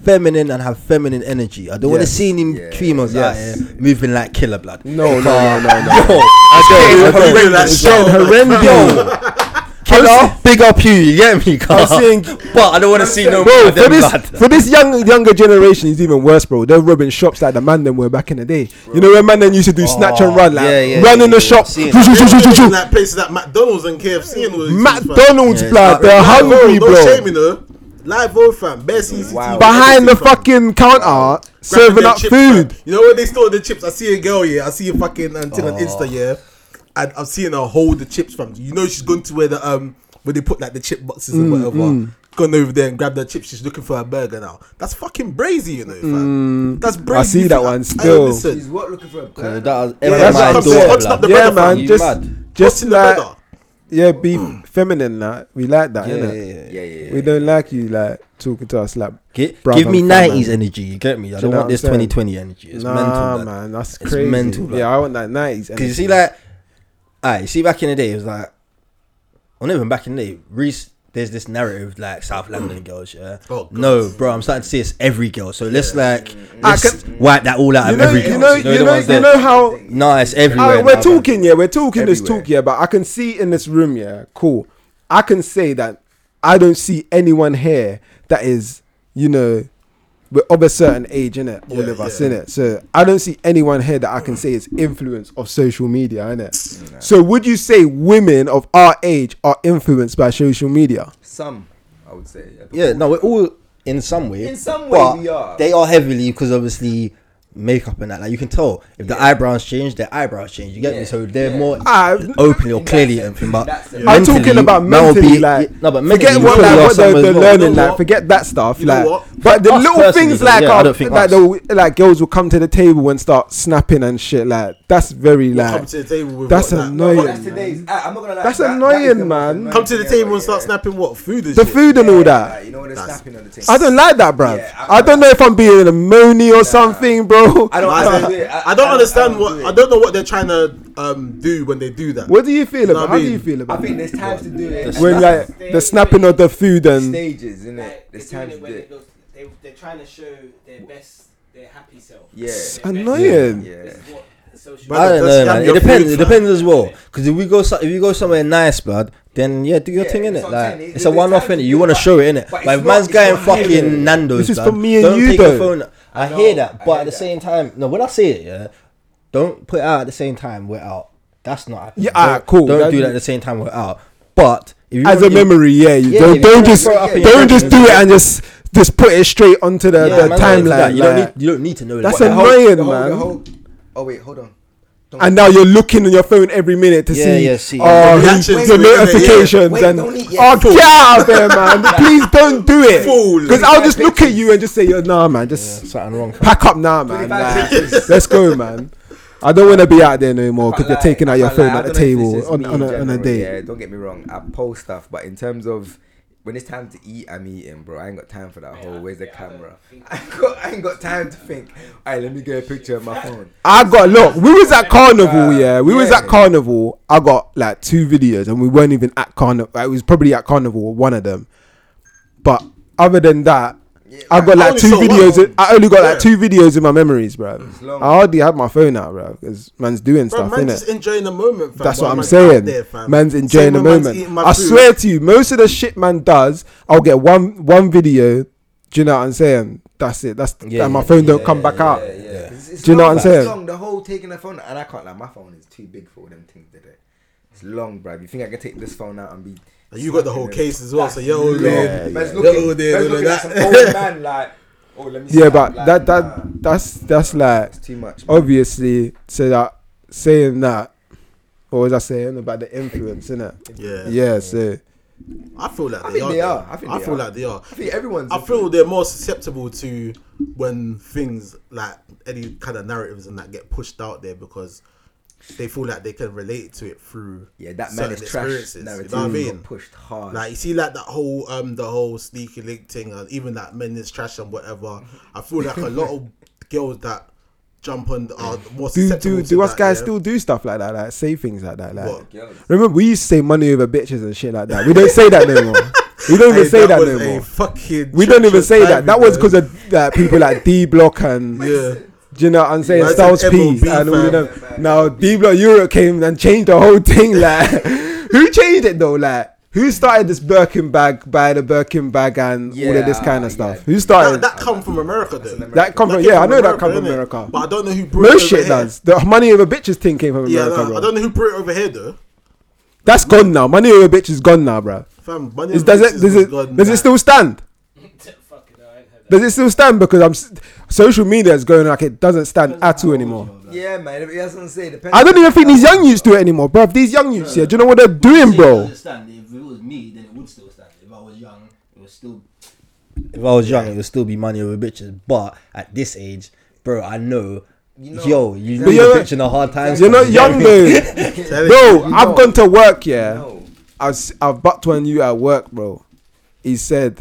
S5: feminine and have feminine energy. I don't want to
S3: Yes.
S5: see any
S1: Yeah.
S5: females
S1: Yes.
S5: out here moving like killer blood.
S3: no, no, no, no, no.
S5: Yo, that's
S3: don't.
S5: horrendous.
S2: That
S3: It's
S2: show,
S3: horrendous.
S5: Killer, big up you. You get me,
S3: I'm
S5: cuz.
S3: seeing,
S5: But I don't want to see no more
S3: bro,
S5: of
S3: for
S5: them
S3: this
S5: blood.
S3: for this young younger generation is even worse, bro. They're robbing shops like the man them were back in the day. You know when man then used to do snatch and run, like
S5: Oh, yeah, yeah,
S3: run
S5: yeah,
S3: in the
S5: yeah,
S3: shop,
S5: I've seen it.
S3: zoo, zoo, zoo, zoo, zoo.
S2: Like places like McDonald's and KFC and all these things, fam.
S3: McDonald's,
S5: Yeah,
S3: blood.
S5: it's not
S3: They're
S5: right.
S2: Live
S3: hungry,
S2: vote, No shame,
S3: bro.
S2: you know. Live vote, fam. Best CCTV.
S1: Wow.
S3: Behind the
S2: fam.
S3: fucking counter,
S2: Grabbing
S3: serving
S2: their
S3: up
S2: chips,
S3: food.
S2: fam. You know when they store the chips? I see a girl, yeah. I see a fucking until on Insta, yeah. And I've seen her hold the chips from. You know she's going to where the um where they put like the chip boxes
S3: Mm,
S2: and whatever. Gone over there and grabbed her chips. She's looking for her burger now. That's fucking brazy, you know. Fam. That's brazy.
S3: Mm. I see that one
S2: Hey,
S3: still.
S1: He's
S2: listen,
S1: what looking for a
S5: Uh,
S1: bird?
S5: that was
S2: Yeah,
S5: ever
S3: that's
S5: my
S3: what I'm
S5: door,
S3: saying.
S2: What's
S5: blood.
S2: up the
S3: Yeah,
S2: brother, fam?
S3: man.
S5: You
S3: Just,
S5: mad.
S3: just
S2: in the
S3: like,
S2: weather?
S3: yeah, be feminine. Like we like that,
S5: Yeah,
S3: innit?
S5: yeah, yeah.
S1: Yeah, yeah, yeah.
S3: We don't like you like talking to us like.
S5: Gi-
S3: Bruv,
S5: give me
S3: I'm fat,
S5: 90s
S3: man.
S5: energy. You get me? I
S3: Do you
S5: don't
S3: know
S5: want
S3: what
S5: this
S3: I'm saying?
S5: 2020 energy. It's
S3: nah,
S5: mental, blood.
S3: man, that's
S5: It's
S3: crazy.
S5: mental, blood.
S3: yeah, I want that nineties.
S5: Because you see, like, I you see back in the day, it was like, well, not even back in the day, Reese, there's this narrative like South London girls, yeah.
S2: Oh, God.
S5: no, bro, I'm starting to see it's every girl. So let's like,
S3: I
S5: let's wipe that all out
S3: Ah, you
S5: of
S3: know,
S5: every
S3: you
S5: girl.
S3: know,
S5: You know,
S3: you
S5: the
S3: know,
S5: ones
S3: you
S5: that-
S3: know how
S5: No, it's everywhere.
S3: Alright, Uh, we're
S5: now, bruv.
S3: talking, yeah, we're talking this
S1: Everywhere.
S3: talk, yeah, but I can see in this room, yeah, cool. I can say that I don't see anyone here that is, you know, we're of a certain age, innit? All
S2: Yeah,
S3: of us,
S2: yeah.
S3: innit? So I don't see anyone here that I can say is influence of social media, innit? So would you say women of our age are influenced by social media?
S1: Some, I would say. yeah.
S5: Yeah, no, we're all in some way.
S1: In some way
S5: but
S1: we are.
S5: They are heavily because obviously makeup and that. Like you can tell if the eyebrows change, their eyebrows change. You get
S1: Yeah,
S5: me? So they're
S1: yeah.
S5: more
S3: Ah,
S5: openly or
S1: In that
S5: clearly
S1: sense,
S5: anything.
S1: in
S5: But
S1: that sense.
S3: I'm
S5: mentally,
S3: talking about
S5: man will
S3: mentally,
S5: be-
S3: like
S5: no, but
S3: forget
S5: mentally,
S3: what
S5: you
S3: like what
S5: will love
S3: the,
S5: someone
S3: the
S5: as well.
S3: learning,
S2: You know
S3: like
S2: what?
S3: forget that stuff,
S2: You know
S3: like.
S2: what?
S3: But the
S5: Us
S3: little
S5: personally,
S3: things
S5: though,
S3: like
S5: yeah, I
S3: uh,
S5: don't think
S3: like
S5: us.
S3: the like girls will come to the table and start snapping and shit, like that's very
S2: Come
S3: like
S2: to the table with
S3: that's
S2: what, that-
S1: No, but
S3: annoying.
S1: that's
S3: man.
S1: today's. I, am not gonna lie.
S3: That's
S1: that- that is
S3: annoying,
S1: the most
S3: man.
S1: annoying
S2: Come to the
S1: thing
S2: table
S1: ever,
S2: and start
S1: yeah.
S2: snapping what food and
S3: The
S2: shit?
S3: food and
S1: Yeah,
S3: all that.
S1: like, you know when they're snapping on the thing.
S3: I don't like that, bruv.
S1: Yeah, I-
S3: I, don't know if I'm being a moony or something, bro.
S1: I don't.
S2: I,
S1: I don't, do
S2: don't,
S1: it. I,
S2: I don't understand
S1: do
S2: what
S1: it.
S2: I don't know what they're trying to um, do when they do that.
S3: What do you feel
S2: know
S3: about?
S2: what I
S3: How do
S2: mean?
S3: you feel
S1: I
S3: about?
S1: think there's times to do it. and
S3: when
S1: that's
S3: like the snapping of the food
S1: the
S3: and
S1: stages, isn't it?
S4: Like,
S1: There's
S4: they're
S1: times
S4: doing
S1: to
S4: it
S1: do
S4: when
S1: it.
S4: they look- they, they're trying to show their best, their happy self.
S1: Yeah. It's
S4: Their best
S3: annoying.
S4: self. This is what social
S5: I
S2: Brother,
S5: don't
S2: just
S5: know,
S2: scan
S5: man. It
S2: your
S5: depends.
S2: food,
S5: it
S2: fam.
S5: depends as well. Because if we go, so, if you go somewhere nice, blood, then yeah, do your
S1: Yeah,
S5: thing in
S1: that's
S5: it.
S1: what I'm
S5: Like
S1: saying. It-
S5: it's a
S1: it's
S5: one-off
S1: time
S5: in
S1: to
S5: it.
S1: do
S5: You want to
S1: that.
S5: show it in it.
S1: But
S5: But,
S1: it's
S5: if
S1: not-
S5: man's
S1: it's
S5: going
S1: not here,
S5: fucking
S1: though.
S5: Nando's,
S3: This is
S5: blood,
S3: for me and
S5: don't
S3: you,
S5: take
S3: though.
S5: your phone. I,
S1: I know,
S5: hear that,
S1: I
S5: but
S1: hear
S5: at the
S1: that.
S5: same time, no. When I say it, yeah, don't put it out at the same time we're out. That's not happening.
S3: Yeah, ah,
S5: Don't-
S3: cool.
S5: Don't
S3: That-
S5: do that at the same time we're out. But if you
S3: as a
S5: want-
S3: memory, yeah. You
S5: Yeah, if
S3: don't
S5: you
S3: don't
S5: wanna
S3: just
S5: throw it up in your
S3: don't just
S5: memory.
S3: do it and just just put it straight onto the,
S5: yeah,
S3: the
S5: man's not into that.
S3: timeline.
S5: You don't
S3: like-
S5: need. You don't need to know
S3: That's
S5: that.
S1: The whole-
S3: annoying,
S1: the whole- the
S3: man.
S1: whole- Oh wait, hold on. Don't-
S3: and now you're looking on your phone every minute to
S5: Yeah,
S3: see,
S5: yeah, see.
S3: oh,
S2: The
S3: the,
S2: reactions
S3: the
S2: to it, yeah.
S3: notifications
S1: Wait,
S3: and
S1: don't eat
S3: oh,
S1: yet.
S3: get out of there, man! Please don't do it,
S2: Fool.
S3: because I'll just look at you and just say, "Yo, nah, man, just
S5: Something wrong.
S3: pack up now, man.
S1: 25
S3: Like, let's go, man. I don't want to be out there no more because
S1: But
S3: you're
S1: like-
S3: taking out your
S1: but like,
S3: phone
S1: I
S3: at the
S1: don't know if this
S3: table
S1: is
S3: on,
S1: me
S3: on,
S1: in
S3: a, on a
S1: general,
S3: date.
S1: Yeah, don't get me wrong. I post stuff, but in terms of when it's time to eat, I'm eating, bro. I ain't got time for that whole. Where's the camera? I ain't, got, I ain't got time to think. All right, let me get a picture of my phone.
S3: I got look. We was at carnival,
S1: Uh,
S3: yeah. We was
S1: yeah.
S3: at carnival. I got like two videos, and we weren't even at carnival. It was probably at carnival, one of them. But other than that, I got
S2: I
S3: like
S2: only
S3: two
S2: saw one.
S3: videos. in- I only got like
S2: Yeah.
S3: two videos in my memories, bro. I
S1: long.
S3: hardly had my phone out, bro, because man's doing
S2: Bro,
S3: stuff,
S2: man's
S3: innit?
S2: just enjoying the moment, fam.
S3: That's
S2: while
S3: what I'm
S2: man's out
S3: saying.
S2: there, fam.
S3: man's
S2: Same
S3: enjoying the
S2: when man's
S3: moment.
S2: eating my
S3: I
S2: food.
S3: swear to you, most of the shit man does, I'll get one one video. Do you know what I'm saying? That's it. That's
S5: Yeah,
S3: and my
S5: yeah,
S3: phone don't
S5: yeah,
S3: come
S5: yeah,
S3: back
S5: yeah,
S3: out.
S1: Yeah, yeah. It's, it's
S3: Do you know
S1: long,
S3: what I'm
S1: it's
S3: saying?
S1: long, the whole taking the phone, and I can't. Like my phone is too big for all them things today. It's long, bruv. You think I can take this phone out and be?
S2: And you got the whole
S1: smacking them?
S2: case as well, so
S1: That's
S2: you're all
S1: long.
S2: there.
S1: Man's
S2: Yeah,
S1: looking,
S2: you're all there,
S1: man's
S2: all
S1: looking
S2: of
S1: at some
S2: that.
S1: old man like, oh, let me. see
S3: Yeah,
S1: that,"
S3: but
S1: like,
S3: that Oh.
S1: nah,
S3: that that's that's like
S1: it's too much. man.
S3: obviously so that saying that what was I saying about the influence in it?
S2: Yeah.
S3: Yeah, so
S2: I feel like
S1: I
S2: they,
S1: think
S2: are,
S1: they are.
S2: though.
S1: I think
S2: I
S1: they
S2: feel
S1: are.
S2: like they are.
S1: I think everyone's.
S2: I feel they're more susceptible to when things like any kind of narratives and that get pushed out there because they feel like they can relate to it through
S1: Yeah, that man
S2: certain
S1: is trash.
S2: experiences,
S1: Narrative
S2: You know what I
S1: got
S2: mean?
S1: pushed hard.
S2: Like you see, like that whole um the whole sneaky link thing, and even that men is trash and whatever. I feel like a lot of girls that jump on are more
S3: do
S2: susceptible.
S3: do
S2: to
S3: do us
S2: that,
S3: guys
S2: yeah?
S3: still do stuff like that, like say things like that, like
S2: What?
S1: Girls.
S3: remember we used to say money over bitches and shit like that. We don't say that no more. We don't even
S2: Hey,
S3: say that,
S2: was
S3: no
S2: a
S3: more.
S2: Fucking
S3: We don't even
S2: treacherous
S3: say that.
S2: time,
S3: That was
S2: man.
S3: because of uh, people like D Block and
S2: Yeah.
S3: Do you know what I'm saying?
S2: That's
S3: Styles
S2: an
S3: P
S2: MOB
S3: and all
S2: fan.
S3: of them.
S1: Yeah, man.
S3: Now D Block Europe came and changed the whole thing. Like, who changed it though? Like, who started this Birkin bag, buy the Birkin bag, and all of this
S1: Yeah,
S3: kind
S1: yeah.
S3: of stuff? Who started
S2: That,
S3: that?
S2: that come from America though.
S1: an Ameri-
S3: come from
S2: That came
S3: yeah, I know that come from
S2: innit?
S3: America.
S2: But I don't know who brought it
S3: Most
S2: over
S3: shit
S2: here.
S3: does. The money over bitches thing came from
S2: Yeah,
S3: America,
S2: nah,
S3: bro.
S2: I don't know who brought it over here though.
S3: That's gone now. Money over bitches gone now, bro.
S2: Fam, Bunny
S3: Is,
S2: and
S3: does it?
S2: Reese's
S3: Does
S2: was
S3: it?
S2: gone,
S3: Does
S2: man.
S3: it still stand?
S4: Fucking hell, I ain't heard that.
S3: Does it still stand? Because I'm s- social media is going like it doesn't stand at all anymore.
S1: Yeah, man. It doesn't say. Depends
S3: I don't even think these young youths do it anymore, bro. These young youths, yeah, do you know what they're doing,
S6: Obviously, it
S3: bro?
S6: doesn't stand. If it was me, then it would still stand. If I was young, it was still.
S5: If I was young, it would still be money over bitches. But at this age, bro, I know.
S1: know-
S5: yo, you
S3: But
S5: leave
S3: you're
S5: a
S3: not-
S5: bitch in a hard time.
S3: You're not young though, bro.
S1: You
S3: I've
S1: know.
S3: gone to work, yeah.
S1: No.
S3: I've s- I've bucked one you at work, bro. He said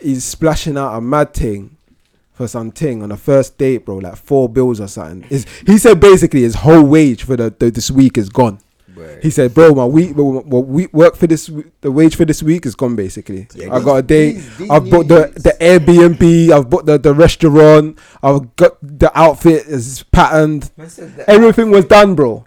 S3: he's splashing out a mad thing for something on a first date, bro. Like four bills or something. Is he said basically his whole wage for the, the this week is gone.
S1: Word.
S3: He said, "Bro, my week, well, my week work for this, w- the wage for this week is gone. Basically,
S1: Yeah,
S3: I
S1: these-
S3: got a date.
S1: these- these
S3: I've bought the
S1: needs.
S3: the Airbnb. I've bought the, the restaurant. I've got the outfit is patterned.
S1: Man said that-
S3: Everything was done, bro.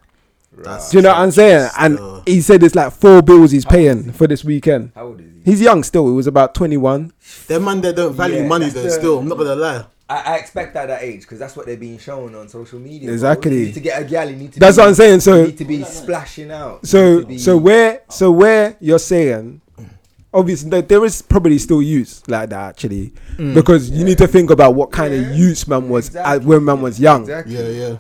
S2: That's
S3: Do you know what I'm saying? And
S2: Still.
S3: he said it's like four bills he's paying for this weekend.
S1: How old is he?
S3: He's young still. He was about 21.
S2: Them man, they don't value
S1: Yeah,
S2: money
S1: that's
S2: though.
S1: the-
S2: Still, I'm not gonna lie.
S1: I, I expect that at age because that's what they're being shown on social media. bro.
S3: Exactly.
S1: You need to get a gal. You need to.
S3: That's
S1: be,
S3: what I'm saying.
S1: You
S3: So
S1: need to be splashing out. You need
S3: So
S1: to be-
S3: so where so where you're saying obviously there- there is probably still use like that actually because you need to think about what kind of use man was at,
S1: Mm. Exactly.
S3: when man was young
S1: Exactly.
S2: Yeah, yeah.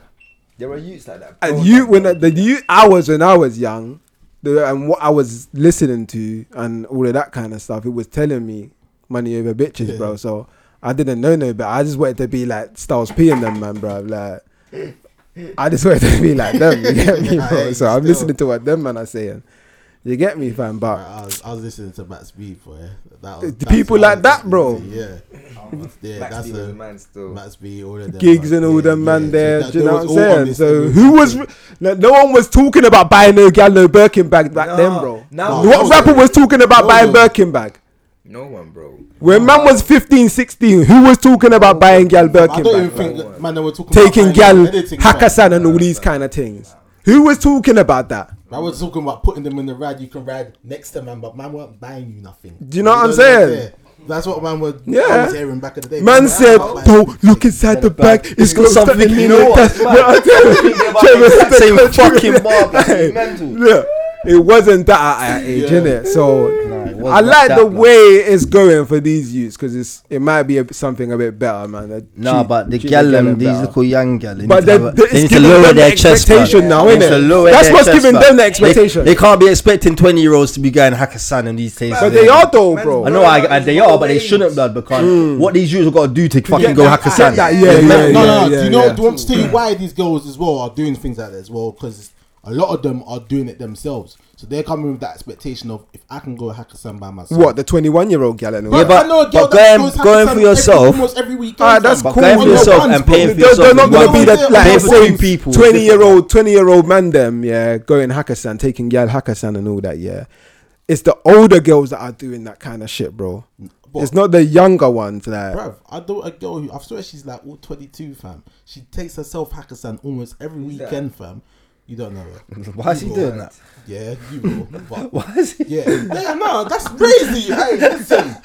S1: There were youths like that.
S3: and
S2: Oh,
S1: Bro,
S3: you
S1: like,
S3: when the, the you I was when I was young the, and what I was listening to and all of that kind of stuff it was telling me money over bitches
S2: Yeah.
S3: bro so I didn't know no but I just wanted to be like Styles P and them man bro like I just wanted to be like them you get me
S2: I hear
S3: bro
S2: you
S3: so I'm
S2: still.
S3: listening to what them man are saying you get me fam but
S2: I was, I was listening to Max B, boy. That was,
S3: The people
S2: what I
S3: like
S2: was
S3: that, bro.
S2: listening to, Yeah, yeah,
S1: Max
S2: that's
S1: B was a
S2: a
S1: man still.
S2: Max B, all of them
S3: gigs
S2: man.
S3: and all
S2: Yeah,
S3: them
S2: yeah.
S3: man
S2: So
S3: there.
S2: that-
S3: do you
S2: they
S3: know
S2: was
S3: what I'm
S2: all on
S3: saying?
S2: this
S3: So
S2: thing.
S3: who was no, no one was talking about buying no gal no Birkin bag back
S1: Nah,
S3: then, bro.
S1: nah,
S3: what
S2: no,
S3: rapper was talking about
S2: no,
S3: buying
S2: no.
S3: Birkin bag?
S1: No one, bro.
S3: When man was 15, 16, who was talking about buying gal
S2: I
S3: Birkin
S2: don't
S3: bag?
S2: even think that, man. They were talking
S3: Taking
S2: about
S3: gal
S2: buying editing, man.
S3: Hakasan and all these kind of things. Who was talking about that?
S2: I was talking about putting them in the ride. You can ride next to man, but man weren't buying you nothing.
S3: Do you know what I'm saying?
S2: That's what man was,
S3: Yeah.
S2: I was hearing back in the day.
S3: Man said,
S2: man,
S3: "Bro, look inside the bag. It's got something in
S5: know
S3: it."
S5: what?
S3: That's what I'm
S5: Same
S3: telling you.
S5: fucking bar, man.
S3: Hey,
S5: It's mental.
S3: Look, it wasn't that at our age,
S2: Yeah.
S3: innit? So
S5: it wasn't
S3: I like
S5: that
S3: the
S5: blood.
S3: way it's going for these youths because it's it might be a, something a bit better, man. They
S5: Nah,
S3: treat-
S5: but the
S3: treat
S5: gal them,
S3: gallon
S5: these
S3: better.
S5: little young gal, they
S3: But
S5: need to,
S3: they-
S5: have
S3: they-
S5: a,
S3: it's
S5: they need to
S3: giving
S5: lower
S3: them
S5: their
S3: the
S5: chest.
S3: expectation
S5: man.
S3: now,
S5: They need
S3: innit?
S5: to lower
S3: That's
S5: their
S3: what's
S5: chest,
S3: giving
S5: man.
S3: them the
S5: They-
S3: expectation.
S5: They, can't be expecting twenty year olds to be going Hakasan and these things.
S3: But they are though,
S1: Man's
S3: bro.
S5: I know,
S1: growing up
S5: I, I,
S1: is
S5: they
S1: all
S5: are, but they
S1: age.
S5: shouldn't blood because what these youths have got to do to fucking
S3: get
S5: go
S3: that-
S5: Hakasan.
S3: get that, yeah,
S5: It's
S3: yeah,
S5: mental.
S2: no, no, no.
S3: yeah,
S2: do you know?
S3: yeah.
S2: Do you want to see why these girls as well are doing things like that as well? Because a lot of them are doing it themselves, so they're coming with that expectation of if I can go Hakkasan by myself.
S3: What the twenty-one-year-old gal? and all
S5: Yeah,
S3: that?
S5: but-
S2: I know a girl
S5: but
S2: that
S5: going-
S2: goes Hakkasan
S5: going for
S2: every-
S5: yourself-
S2: almost every weekend.
S3: Ah, that's
S5: But
S3: cool.
S5: paying for
S2: On your
S5: yourself
S2: buns,
S5: and
S2: bro.
S5: paying for
S3: they're,
S5: yourself.
S3: they're not
S5: you
S3: gonna
S5: want
S3: be
S5: to
S3: that like
S5: pay
S3: the
S5: for two
S3: same
S5: people.
S3: twenty year old twenty year old man them yeah going Hakkasan taking Yal Hakkasan and all that yeah. It's the older girls that are doing that kind of shit, bro.
S2: But-
S3: it's not the younger ones that.
S2: Bruv, I know a girl who I swear she's like all 22, fam. She takes herself Hakkasan almost every
S1: Who's that?
S2: weekend, fam. You don't know her.
S5: Why is he
S2: You
S5: doing
S2: will.
S5: that?
S2: Yeah, you will. But
S5: Why is he?
S2: yeah, yeah, no, that's crazy. Hey, listen,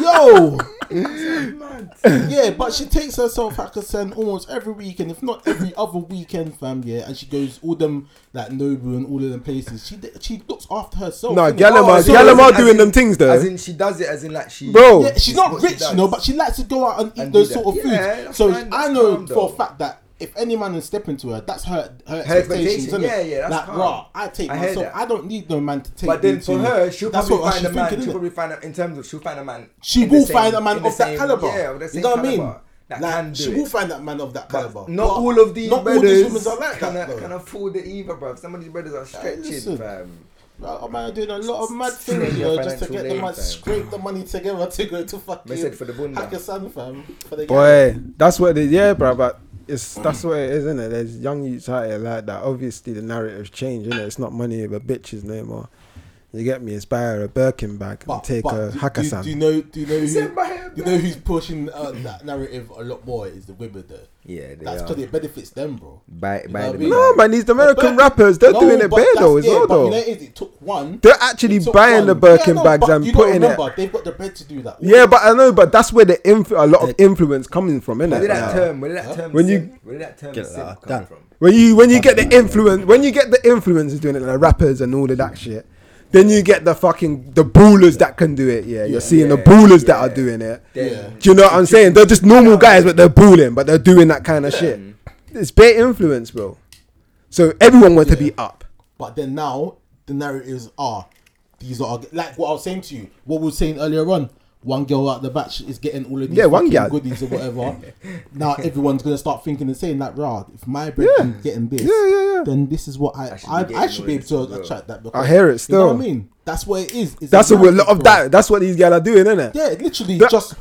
S2: yo,
S1: Mad.
S2: yeah, but she takes herself at Kasen almost every weekend, if not every other weekend, fam. Yeah, and she goes all them like Nobu and all of them places. She she looks after herself.
S3: No,
S2: innit?
S3: Gallimard,
S1: Oh, so as in-
S3: Gallimard doing
S1: as in-
S3: them things though,
S1: As in, she does it as in like she.
S3: bro.
S2: Yeah,
S1: It's
S2: she's not
S1: what she
S2: rich,
S1: does.
S2: you know, but she likes to go out and eat
S1: And do
S2: those
S1: that.
S2: sort of
S1: Yeah,
S2: foods.
S1: that's
S2: So
S1: fine,
S2: I
S1: that's
S2: know
S1: calm,
S2: for a
S1: though.
S2: fact that if any man is stepping to her, that's her her, expectations.
S1: expectation,
S2: Isn't
S1: yeah,
S2: it?
S1: yeah, that's
S2: like,
S1: calm.
S2: rah, I take
S1: I hear
S2: myself.
S1: that.
S2: I don't need no man to take.
S1: But then
S2: me
S1: for
S2: to.
S1: her, she'll
S2: that's
S1: probably
S2: what
S1: find a
S2: she's
S1: man.
S2: thinking,
S1: she'll
S2: innit?
S1: probably find a, in terms of she'll find a man.
S2: She
S1: in the
S2: will
S1: same-
S2: find a man
S1: in the
S2: of that
S1: same-
S2: caliber.
S1: Yeah, of the same
S2: you know what I mean?
S1: caliber, That
S2: like,
S1: can do
S2: she
S1: it.
S2: will find that man of that
S1: But
S2: caliber.
S1: not
S2: But
S1: all of these
S2: not all
S1: brothers
S2: these women are like
S1: can,
S2: that. though.
S1: can afford it either, bruv. Some of these brothers are
S2: listen.
S1: stretching, fam.
S2: Like, a man doing a lot of mad
S1: Straight
S2: things
S1: your
S2: yo, just to
S1: financial
S2: get the
S1: aid,
S2: man
S1: fam.
S2: scrape the money together to go to fucking
S1: They said for the bunda.
S2: Hakkasan, fam. For the
S3: Boy, that's what it. Yeah, bro. But it's that's what it is, isn't it? There's young youths out here like that. Obviously, the narrative's changed, innit? It's not money but bitches no more. You get me? It's buy her a Birkin bag and take a
S2: do-
S3: Hakkasan.
S2: Do, do you know? Do you know?
S1: Send my
S2: Who,
S1: hair
S2: you
S1: back.
S2: know who's pushing uh, that narrative a lot more is the women though.
S1: Yeah, they
S2: That's
S1: are.
S2: because it benefits them, bro.
S1: By-
S2: You
S1: by the
S2: know what I
S1: bag.
S2: mean?
S3: no, man, these American
S2: But-
S3: rappers, they're
S2: No,
S3: doing it
S2: but
S3: bare
S2: that's-
S3: though, as
S2: yeah,
S3: well
S2: but
S3: though.
S2: You know, it, is, it took one.
S3: They're actually
S2: it took
S3: buying the
S2: one.
S3: Birkin
S2: Yeah, no,
S3: bags
S2: but
S3: and
S2: you gotta
S3: putting
S2: remember,
S3: it.
S2: They've got the bread to do that.
S3: Yeah, but I know, but that's where the inf- a lot of influence coming from,
S1: Where
S3: innit?
S1: did that
S3: now?
S1: term? Where did that term?
S3: When you-
S1: simp- where did that term
S5: Get it
S1: simp
S5: out.
S1: come
S5: Done.
S1: from?
S3: When you when you get the influence, when you get the influencers doing it, like the rappers and all of that shit, then you get the fucking the ballers that can do it. Yeah, you're seeing the
S1: yeah,
S3: ballers that
S1: yeah.
S3: are doing it.
S1: Then-
S3: Do you know what I'm saying? They're just normal guys, but they're balling, but they're doing that kind of shit. It's bare influence, bro. So everyone wants to be up.
S2: But then now the narratives are these are like what I was saying to you. What we were saying earlier on. One girl out the batch is getting all of these
S3: Yeah, one girl.
S2: fucking goodies or whatever. now everyone's gonna start thinking and saying like, "Rah, if my bread is getting this,
S3: Yeah, yeah, yeah.
S2: then this is what I
S1: should be
S2: I, I
S1: getting
S2: should
S1: all
S2: be
S1: this
S2: able
S1: as
S2: to
S1: well."
S2: attract that." Because,
S3: I hear it
S2: You know what
S3: still.
S2: I mean? That's what it is. It's
S3: That's what a lot
S2: narrative,
S3: of that. That's what these guys are doing, isn't it?
S2: bro. Yeah, literally
S3: That-
S2: just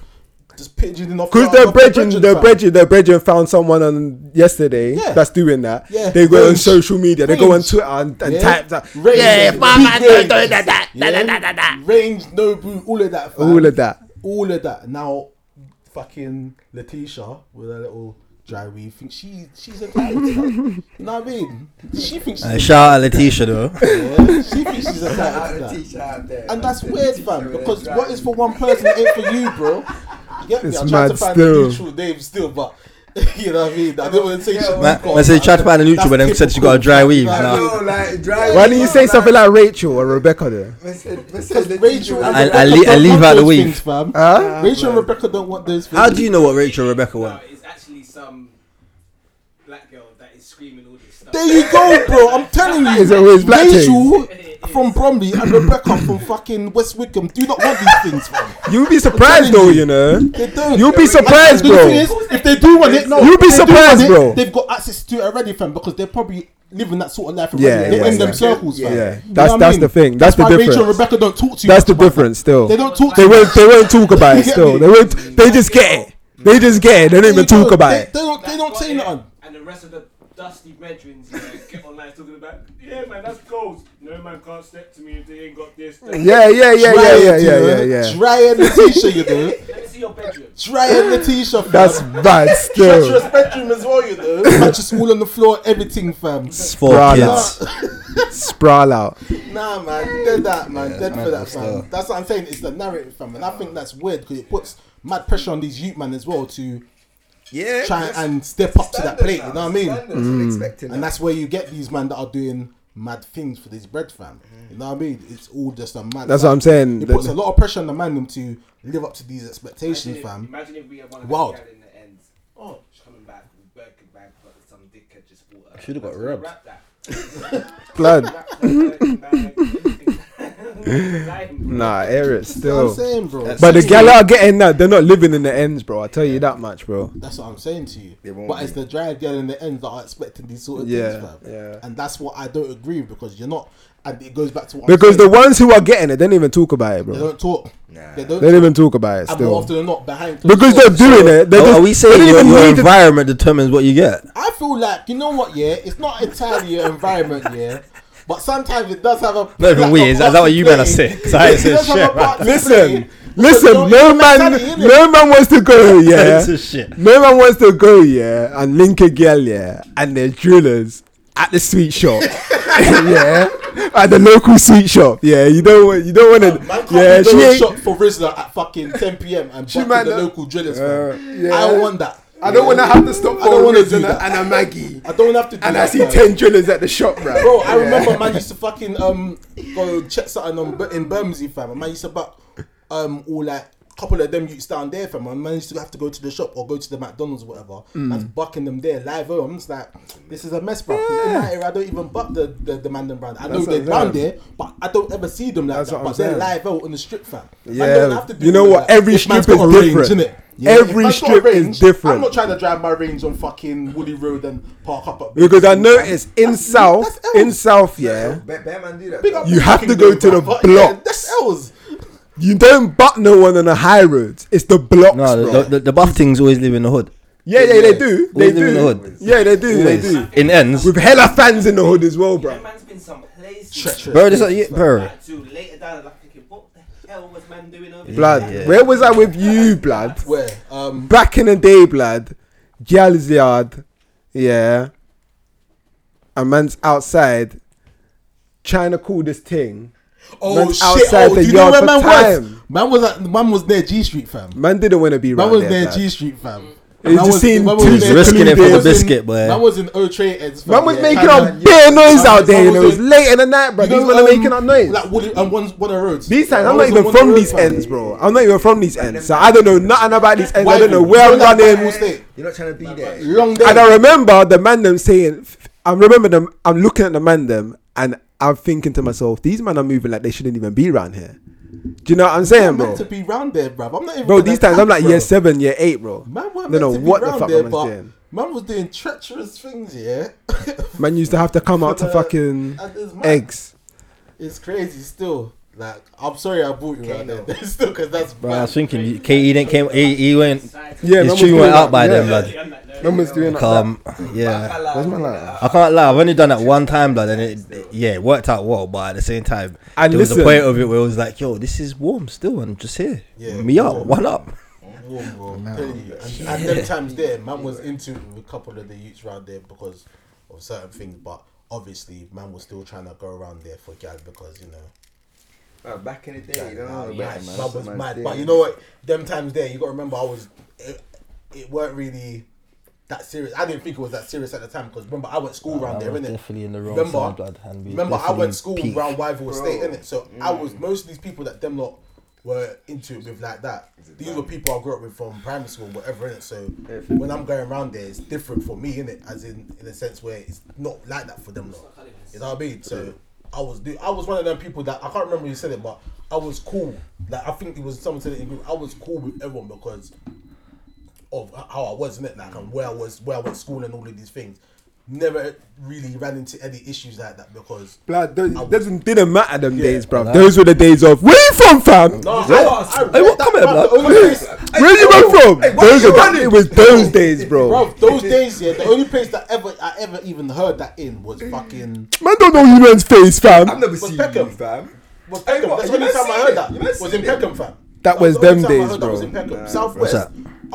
S2: just pigeoning off
S3: Because
S2: the-
S3: their
S2: off the
S3: brethren, their
S2: fam.
S3: brethren, their brethren found someone on yesterday
S2: Yeah.
S3: that's doing that.
S2: Yeah.
S3: They go on
S2: Range.
S3: social media. They go on
S2: Range.
S3: Twitter and, and
S2: Yeah.
S3: type that.
S2: Range.
S3: Yeah,
S2: Big
S3: fuck, man,
S2: range.
S3: don't do that, that,
S2: Yeah. Range, Nobu, all of that. fam.
S3: all of that.
S2: all of that. Now, fucking Letitia with her little dry weave, think she she's entitled to that. you know what I mean? She thinks she's
S5: Uh, shout out Letitia though.
S2: yeah, she thinks she's
S1: Out
S2: entitled
S1: of
S2: to
S1: the
S2: that.
S1: teacher out there.
S2: And that's
S1: The
S2: weird,
S1: teacher
S2: fam.
S1: with a
S2: Because
S1: drive.
S2: what is for one person ain't for you, bro. You get me?
S3: It's
S2: I'm trying to
S3: mad
S2: find
S3: still.
S2: a neutral name still, but. You know what I mean? I don't want to say shit.
S5: Man, man said she tried to find a neutral, but then said she got a dry weave.
S1: I
S5: Nah.
S1: know, like drive.
S3: Why didn't you say something like Rachel or Rebecca there?
S1: I said- I said
S2: Because
S1: the teacher-
S2: Rachel and
S5: I- I
S2: Rebecca
S5: leave- I
S2: don't
S5: leave
S2: want
S5: out the
S2: those
S5: weave.
S2: things, fam.
S3: Huh?
S2: Rachel and Rebecca don't want those things.
S5: How do you know what Rachel Rebecca
S4: No,
S5: went?
S4: it's actually some black girl that is screaming all this stuff.
S2: There you go, bro. I'm telling you.
S3: It's always black
S2: Rachel
S4: things.
S2: from Bromley and Rebecca from fucking West Wickham do not want these things, fam.
S3: You'll be surprised
S2: telling
S3: though,
S2: you.
S3: you know.
S2: They don't.
S3: You'll be surprised,
S2: And the
S3: bro.
S2: thing is, if they do want it, no,
S3: You'll be
S2: if they do want
S3: surprised,
S2: it,
S3: bro.
S2: They've got access to it already, fam, because they're probably living that sort of life already.
S3: Yeah,
S2: they're
S3: yeah,
S2: in them
S3: yeah.
S2: circles, fam.
S3: Yeah.
S2: You know
S3: That's-
S2: what I
S3: that's
S2: mean?
S3: the thing. That's the
S2: why Rachel and
S3: difference.
S2: Rebecca don't talk to you.
S3: That's the
S2: much about
S3: difference. Still,
S2: that. They don't talk.
S3: They
S2: to you.
S3: won't. They won't talk about it.
S2: You get
S3: Still,
S2: me?
S3: they won't. They just get it. They just get it. They don't even
S2: They
S3: talk about
S2: they,
S3: it.
S2: They don't. They
S4: That's
S2: don't
S4: what
S2: say
S4: it-
S2: nothing.
S4: And the rest of the dusty brethren you know, get online talking about, yeah, man, that's gold. No man can't step to me if they ain't got this. that."
S3: Yeah, yeah, yeah, yeah, yeah, yeah, yeah, yeah.
S2: Try and Letitia, you know.
S4: Let me see your bedroom.
S2: Try and Letitia, fam.
S3: That's bad.
S2: That's your
S3: Still,
S2: bedroom as well, you know. Mattress all on the floor, everything, fam.
S5: It's for
S3: Bruh,
S5: kids.
S3: sprawl out.
S2: Nah, man, dead that, man, dead for that,
S5: madness,
S2: fam.
S5: though.
S2: That's what I'm saying. It's the narrative, fam, and I think that's weird because it puts mad pressure on these youth man as well to
S1: Yeah.
S2: try
S1: that's
S2: and step up to that plate. You know what I mean?
S1: standards, we're expecting
S2: And
S1: that.
S2: that's where you get these man that are doing mad things for this bread, fam. You know what I mean? It's all just a mad.
S3: That's
S2: fam.
S3: what I'm saying.
S2: It puts a lot of pressure on the man them to live up to these expectations,
S4: Imagine if-
S2: fam.
S4: Imagine if we had one of
S2: Wild.
S4: Wild. in the end. Oh, she's coming back with Birkin bag, but some dickhead just bought her.
S5: Should've got
S4: That's gonna
S5: robbed.
S4: Wrap that.
S3: Blood.
S4: Wrap that Birkin bag. everything. Lying, bro.
S3: Nah, air it
S2: That's what I'm
S3: still.
S2: saying, bro.
S3: But the gal are getting that. They're not living in the ends, bro. I tell you that much, bro.
S2: That's what I'm saying to you.
S1: They won't
S2: But
S1: be.
S2: it's the drive girl in the end that are expecting these sort of
S3: Yeah,
S2: things, fam.
S3: yeah.
S2: And that's what I don't agree with because you're not. And it goes back to what
S3: Because
S2: I'm
S3: the
S2: saying.
S3: ones who are getting it, they don't even talk about it,
S2: they
S3: bro.
S2: don't talk.
S1: Nah.
S2: They don't.
S3: They don't even talk about it.
S2: and more
S3: Still,
S2: often than not, behind closed
S3: because
S2: doors.
S3: they're doing it. They
S5: Are-
S3: just,
S5: are we
S3: they
S5: saying
S3: don't
S5: your,
S3: even
S5: your
S3: need to
S5: environment determines what you get?
S2: I feel like you know what? Yeah, it's not entirely your environment. Yeah. But sometimes it does have a.
S5: Not even
S2: like
S5: we,
S2: a
S5: is- is
S2: part
S5: that what
S2: to
S5: you
S2: play.
S5: man are saying? 'Cause I ain't
S2: It
S5: saying
S2: does have a
S5: shit,
S2: part to
S3: Listen,
S2: play,
S3: listen,
S2: because
S3: no
S2: it's
S3: man,
S2: mentality, innit?
S3: no man wants to go, yeah.
S5: It's a shit.
S3: No man wants to go, yeah, and link a girl, yeah, and they're drillers at the sweet shop, yeah. at the local sweet shop. Yeah, you don't want you don't want
S2: Man
S3: to.
S2: can't
S3: Yeah,
S2: be
S3: she
S2: going
S3: ain't.
S2: shop for Rizla at fucking 10 p.m. and
S3: She
S2: she
S3: might
S2: the
S3: not-
S2: local drillers.
S3: Uh,
S2: man.
S3: yeah.
S2: I don't want that.
S3: I don't want to have to stop
S2: I don't
S3: for
S2: wanna
S3: Riz
S2: do
S3: and a,
S2: that.
S3: and a Maggie,
S2: I don't have to. Do
S3: and I
S2: that,
S3: see
S2: man.
S3: ten drillers at the shop, right?
S2: Bro, I remember man used to fucking um go check something on Bu- in Bermondsey, fam. And man used to buck um all like couple of them youths down there, fam. And man used to have to go to the shop or go to the McDonald's or whatever.
S3: Mm.
S2: Man's bucking them there live. oh, I'm just like, this is a mess, bro. 'Cause In that area, I don't even buck the the, the man them brand. I know
S3: That's what
S2: they're
S3: I'm
S2: down
S3: saying.
S2: there, but I don't ever see them like
S3: That's
S2: that.
S3: what
S2: But
S3: I'm
S2: they're
S3: saying.
S2: live out on the strip, fam. Man
S3: Yeah,
S2: don't have to do
S3: you know
S2: all
S3: what?
S2: that.
S3: Every
S2: If man's
S3: strip
S2: got
S3: is
S2: a range,
S3: different.
S2: innit?
S3: Every
S2: if man's got a
S3: strip is
S2: range,
S3: different.
S2: I'm not trying to drive my range on fucking Woody Road and park up at
S3: Because I noticed in
S2: that's
S3: South,
S2: L's.
S3: in South, yeah,
S1: Bear, bear man do that.
S2: Big
S1: though.
S2: up
S3: You have to
S2: fucking
S3: go
S2: Bill,
S3: to the
S2: bruv.
S3: blocks.
S2: that's L's.
S3: you don't butt no one on the high roads. It's the blocks,
S5: No,
S3: bro.
S5: the, the, the buff things always live in the hood.
S3: yeah, yeah, they do. They
S5: live in the
S3: do.
S5: hood.
S3: Yeah, they do. They
S5: Always.
S3: do.
S5: In ends.
S3: With hella fans in the hood as well, bro.
S4: That man's been some places.
S2: Treacherous.
S5: Bro, this yeah, bro.
S4: Like, to later down, like thinking, what the hell was man doing over
S3: Blood.
S5: Yeah.
S3: Where was I with you, blood?
S2: Where? Um,
S3: Back in the day, blood. Gyal's yard. Yeah. A man's outside trying to call this thing.
S2: oh
S3: Man's
S2: shit!
S3: outside
S2: oh,
S3: the
S2: do you know
S3: yard
S2: where
S3: for
S2: man was?
S3: time.
S2: Man was at, man was near G Street, fam. Man
S3: Man didn't want to be round
S2: was
S3: there.
S2: near
S3: blood.
S2: G Street, fam.
S3: He
S2: Man
S3: just
S2: was-
S3: seen
S2: man
S3: two
S2: was there-
S5: Risking it for
S2: man
S5: the
S2: was in-
S5: biscuit, boy.
S2: Man was in O Trade Eds. fam.
S3: Man was
S2: Yeah,
S3: making
S2: kinda-
S3: up bare noise
S2: Man
S3: out
S2: was-
S3: there,
S2: man
S3: you know. It
S2: was
S3: was
S2: in-
S3: late in the night, bro.
S2: you know,
S3: These men are
S2: um,
S3: making up noise.
S2: Like Woody, um, one, one of the roads.
S3: These times,
S2: Man
S3: I'm
S2: was
S3: not
S2: on
S3: even
S2: one of
S3: from
S2: the
S3: these
S2: roads, fam.
S3: ends, bro. I'm not even from these ends, so I don't know nothing about these ends. I
S2: Why
S3: don't know
S2: you-
S3: where
S2: you
S3: I'm
S2: know that
S3: running.
S2: Bible state?
S1: You're not trying to be there.
S2: Long
S3: And
S2: day.
S3: I remember the man them saying, I remember them, I'm looking at the man them and I'm thinking to myself, these men are moving like they shouldn't even be around here. Do you know what I'm saying,
S2: I'm meant
S3: bro?
S2: to be round there, bruv. I'm not even.
S3: Bro,
S2: gonna
S3: these times I'm
S2: act,
S3: like
S2: bro.
S3: year seven, year eight, bro.
S2: Man, weren't
S3: No,
S2: meant
S3: no,
S2: to be
S3: what the
S2: round
S3: fuck
S2: there,
S3: man was
S2: but
S3: doing?
S2: Man was doing treacherous things, yeah.
S3: Man used to have to come out to
S2: the-
S3: fucking
S2: and it's mad.
S3: eggs.
S2: It's crazy still. Like, I'm sorry I brought you out there. still, because that's
S5: Bro, I was
S2: bad.
S5: thinking, KE didn't came. He, he went.
S3: Yeah, man
S5: his
S3: was
S5: tree
S3: doing
S5: went
S3: that,
S5: out by
S3: yeah.
S5: then, blood.
S3: Man was doing like that.
S5: Calm. Yeah.
S1: Where's my
S5: I can't lie. I've only done that one time, blood, and it yeah, it worked out well. But at the same time,
S3: And
S5: there was
S3: listen-
S5: a point of it where it was like, "Yo, this is warm still, and just here,
S2: Yeah.
S5: me up, one up."
S2: Warm, bro. I'm telling you. And, and them times there, man was into a couple of the youths round there because of certain things, but obviously, man was still trying to go around there for gal because, you know.
S1: Uh, back in the day, you know,
S2: Nah,
S1: man,
S2: man,
S1: man,
S2: that was
S1: man,
S2: mad.
S1: man,
S2: But you know what? Them times there, you got to remember, I was. It, it weren't really that serious. I didn't think it was that serious at the time because remember, I went school round there, innit?
S5: Uh, definitely in the wrong
S2: Remember,
S5: side, blood. And we
S2: remember I
S5: definitely
S2: went school
S5: peaked.
S2: round Wyville State,
S1: Bro.
S2: innit? So I was most of these people that them lot were into it with like that. These were people I grew up with from primary school, and whatever, innit? So when I'm going around there, it's different for me, innit? As in, in a sense where it's not like that for them lot. You know what I mean? So I was do I was one of them people that I can't remember who said it, but I was cool. Like I think it was someone said it in group. I was cool with everyone because of h- how I was in it, like and where I was, where I went to school, and all of these things. Never really ran into any issues like that because.
S3: Blood,
S2: I
S3: those-
S2: was-
S3: doesn't didn't matter them days, bro.
S5: Nah.
S3: Those were the days of where you from, fam?
S2: No, I,
S1: What?
S2: I, I
S5: Hey, what
S2: that
S5: come here,
S2: back
S5: blood?
S2: the only place-
S3: Where you man from?
S1: what
S3: Those
S1: you
S3: are,
S1: running?
S3: it was those days, bro.
S2: Bro, those days, yeah, the only place that ever I ever even heard that in was fucking
S3: Man don't know you man's face,
S1: I've
S3: fam.
S1: never
S2: But
S1: seen
S2: Peckham.
S1: you, fam.
S2: was
S1: Hey,
S2: Peckham.
S1: what,
S2: That's
S1: you
S2: the
S1: man
S2: only time I
S1: seen
S2: heard
S1: it?
S2: that.
S1: You man
S2: was
S1: seen
S2: in
S1: it?
S2: Peckham, fam.
S3: That was
S2: the only
S3: them
S2: time I
S3: days,
S2: heard that was
S3: bro.
S2: in Peckham.
S1: Nah,
S2: Southwest.
S5: What's
S2: I,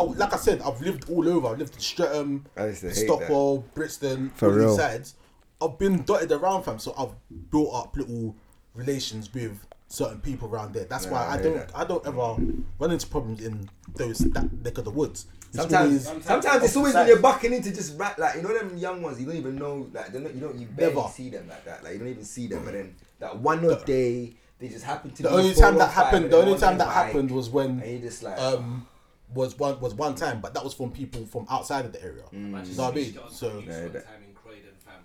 S2: was- like I said, I've lived all over. I've lived in Streatham,
S1: I used to hate that.
S2: Stockwell, Brixton,
S5: For
S2: all these
S5: real.
S2: sides. I've been dotted around, fam. So I've built up little relations with certain people around there. That's why
S1: Nah, I
S2: I
S1: hear
S2: don't,
S1: that.
S2: I don't ever run into problems in those that neck of the woods. It's
S1: Sometimes,
S2: always-
S1: sometimes, it's always when you're bucking into just rap, like you know them young ones. You don't even know, like they're not, you don't, you barely
S2: Never.
S1: see them like that. Like you don't even see them, but then that one odd day they just happen to.
S2: The
S1: be
S2: only
S1: four
S2: time
S1: or
S2: that
S1: five and
S2: happened, the
S1: they're
S2: only
S1: on
S2: time
S1: their
S2: that
S1: bike,
S2: happened was when
S1: and you just like,
S2: um was one was one time, but that was from people from outside of the area.
S4: I just
S2: Know what I
S4: switched
S2: mean?
S4: it on
S2: So
S4: to Mm. you one
S1: that-
S4: time in Croydon, fam. I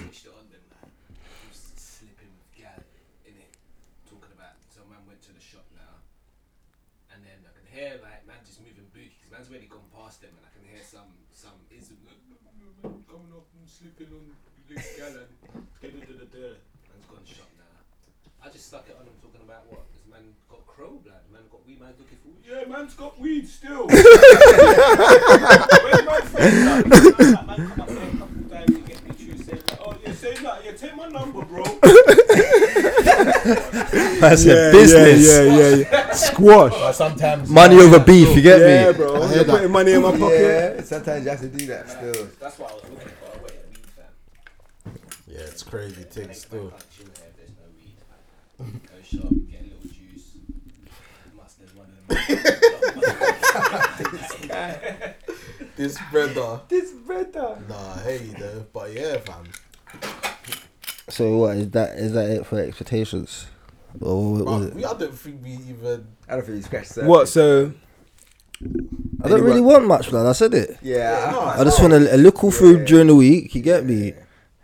S4: switched it on them, man. I was slipping with gal in it, talking about. So man went to the shop now, and then I can hear like man just moving booty because man's already gone past them, and I can hear some some ism coming up and slipping on this gal and man's gone shop now. I just stuck it on him talking about what? This man got crow blood, man got weed, man's looking for Yeah, man's got weed still. Where's my friend? Like, like, man come up there a couple times, he get me through, say, like, oh, yeah, say that, yeah, take my number, bro.
S5: That's
S3: Yeah,
S5: a business.
S3: Yeah, yeah, yeah. yeah. Squash.
S6: sometimes
S5: Money over beef. You get
S3: Yeah,
S5: me?
S3: bro. You're putting money in my pocket.
S1: yeah. Sometimes you have to do that still.
S4: That's what I was looking for. I waited weed, fam.
S2: yeah, it's crazy things
S4: Make my
S2: still.
S4: country, yeah. Go shop, get a little juice. Mustard, one of them.
S2: This brother.
S1: This brother.
S2: Nah, hey though. But yeah, fam.
S5: So what is that? Is that it for expectations? Or what was
S2: But we,
S5: it?
S2: I don't think we even.
S1: I don't think you scratched that.
S3: What? So
S5: I don't really want much, lad. I said it.
S1: Yeah.
S2: Yeah, no,
S5: I just want a, a little food
S1: Yeah.
S5: during the week. You get me?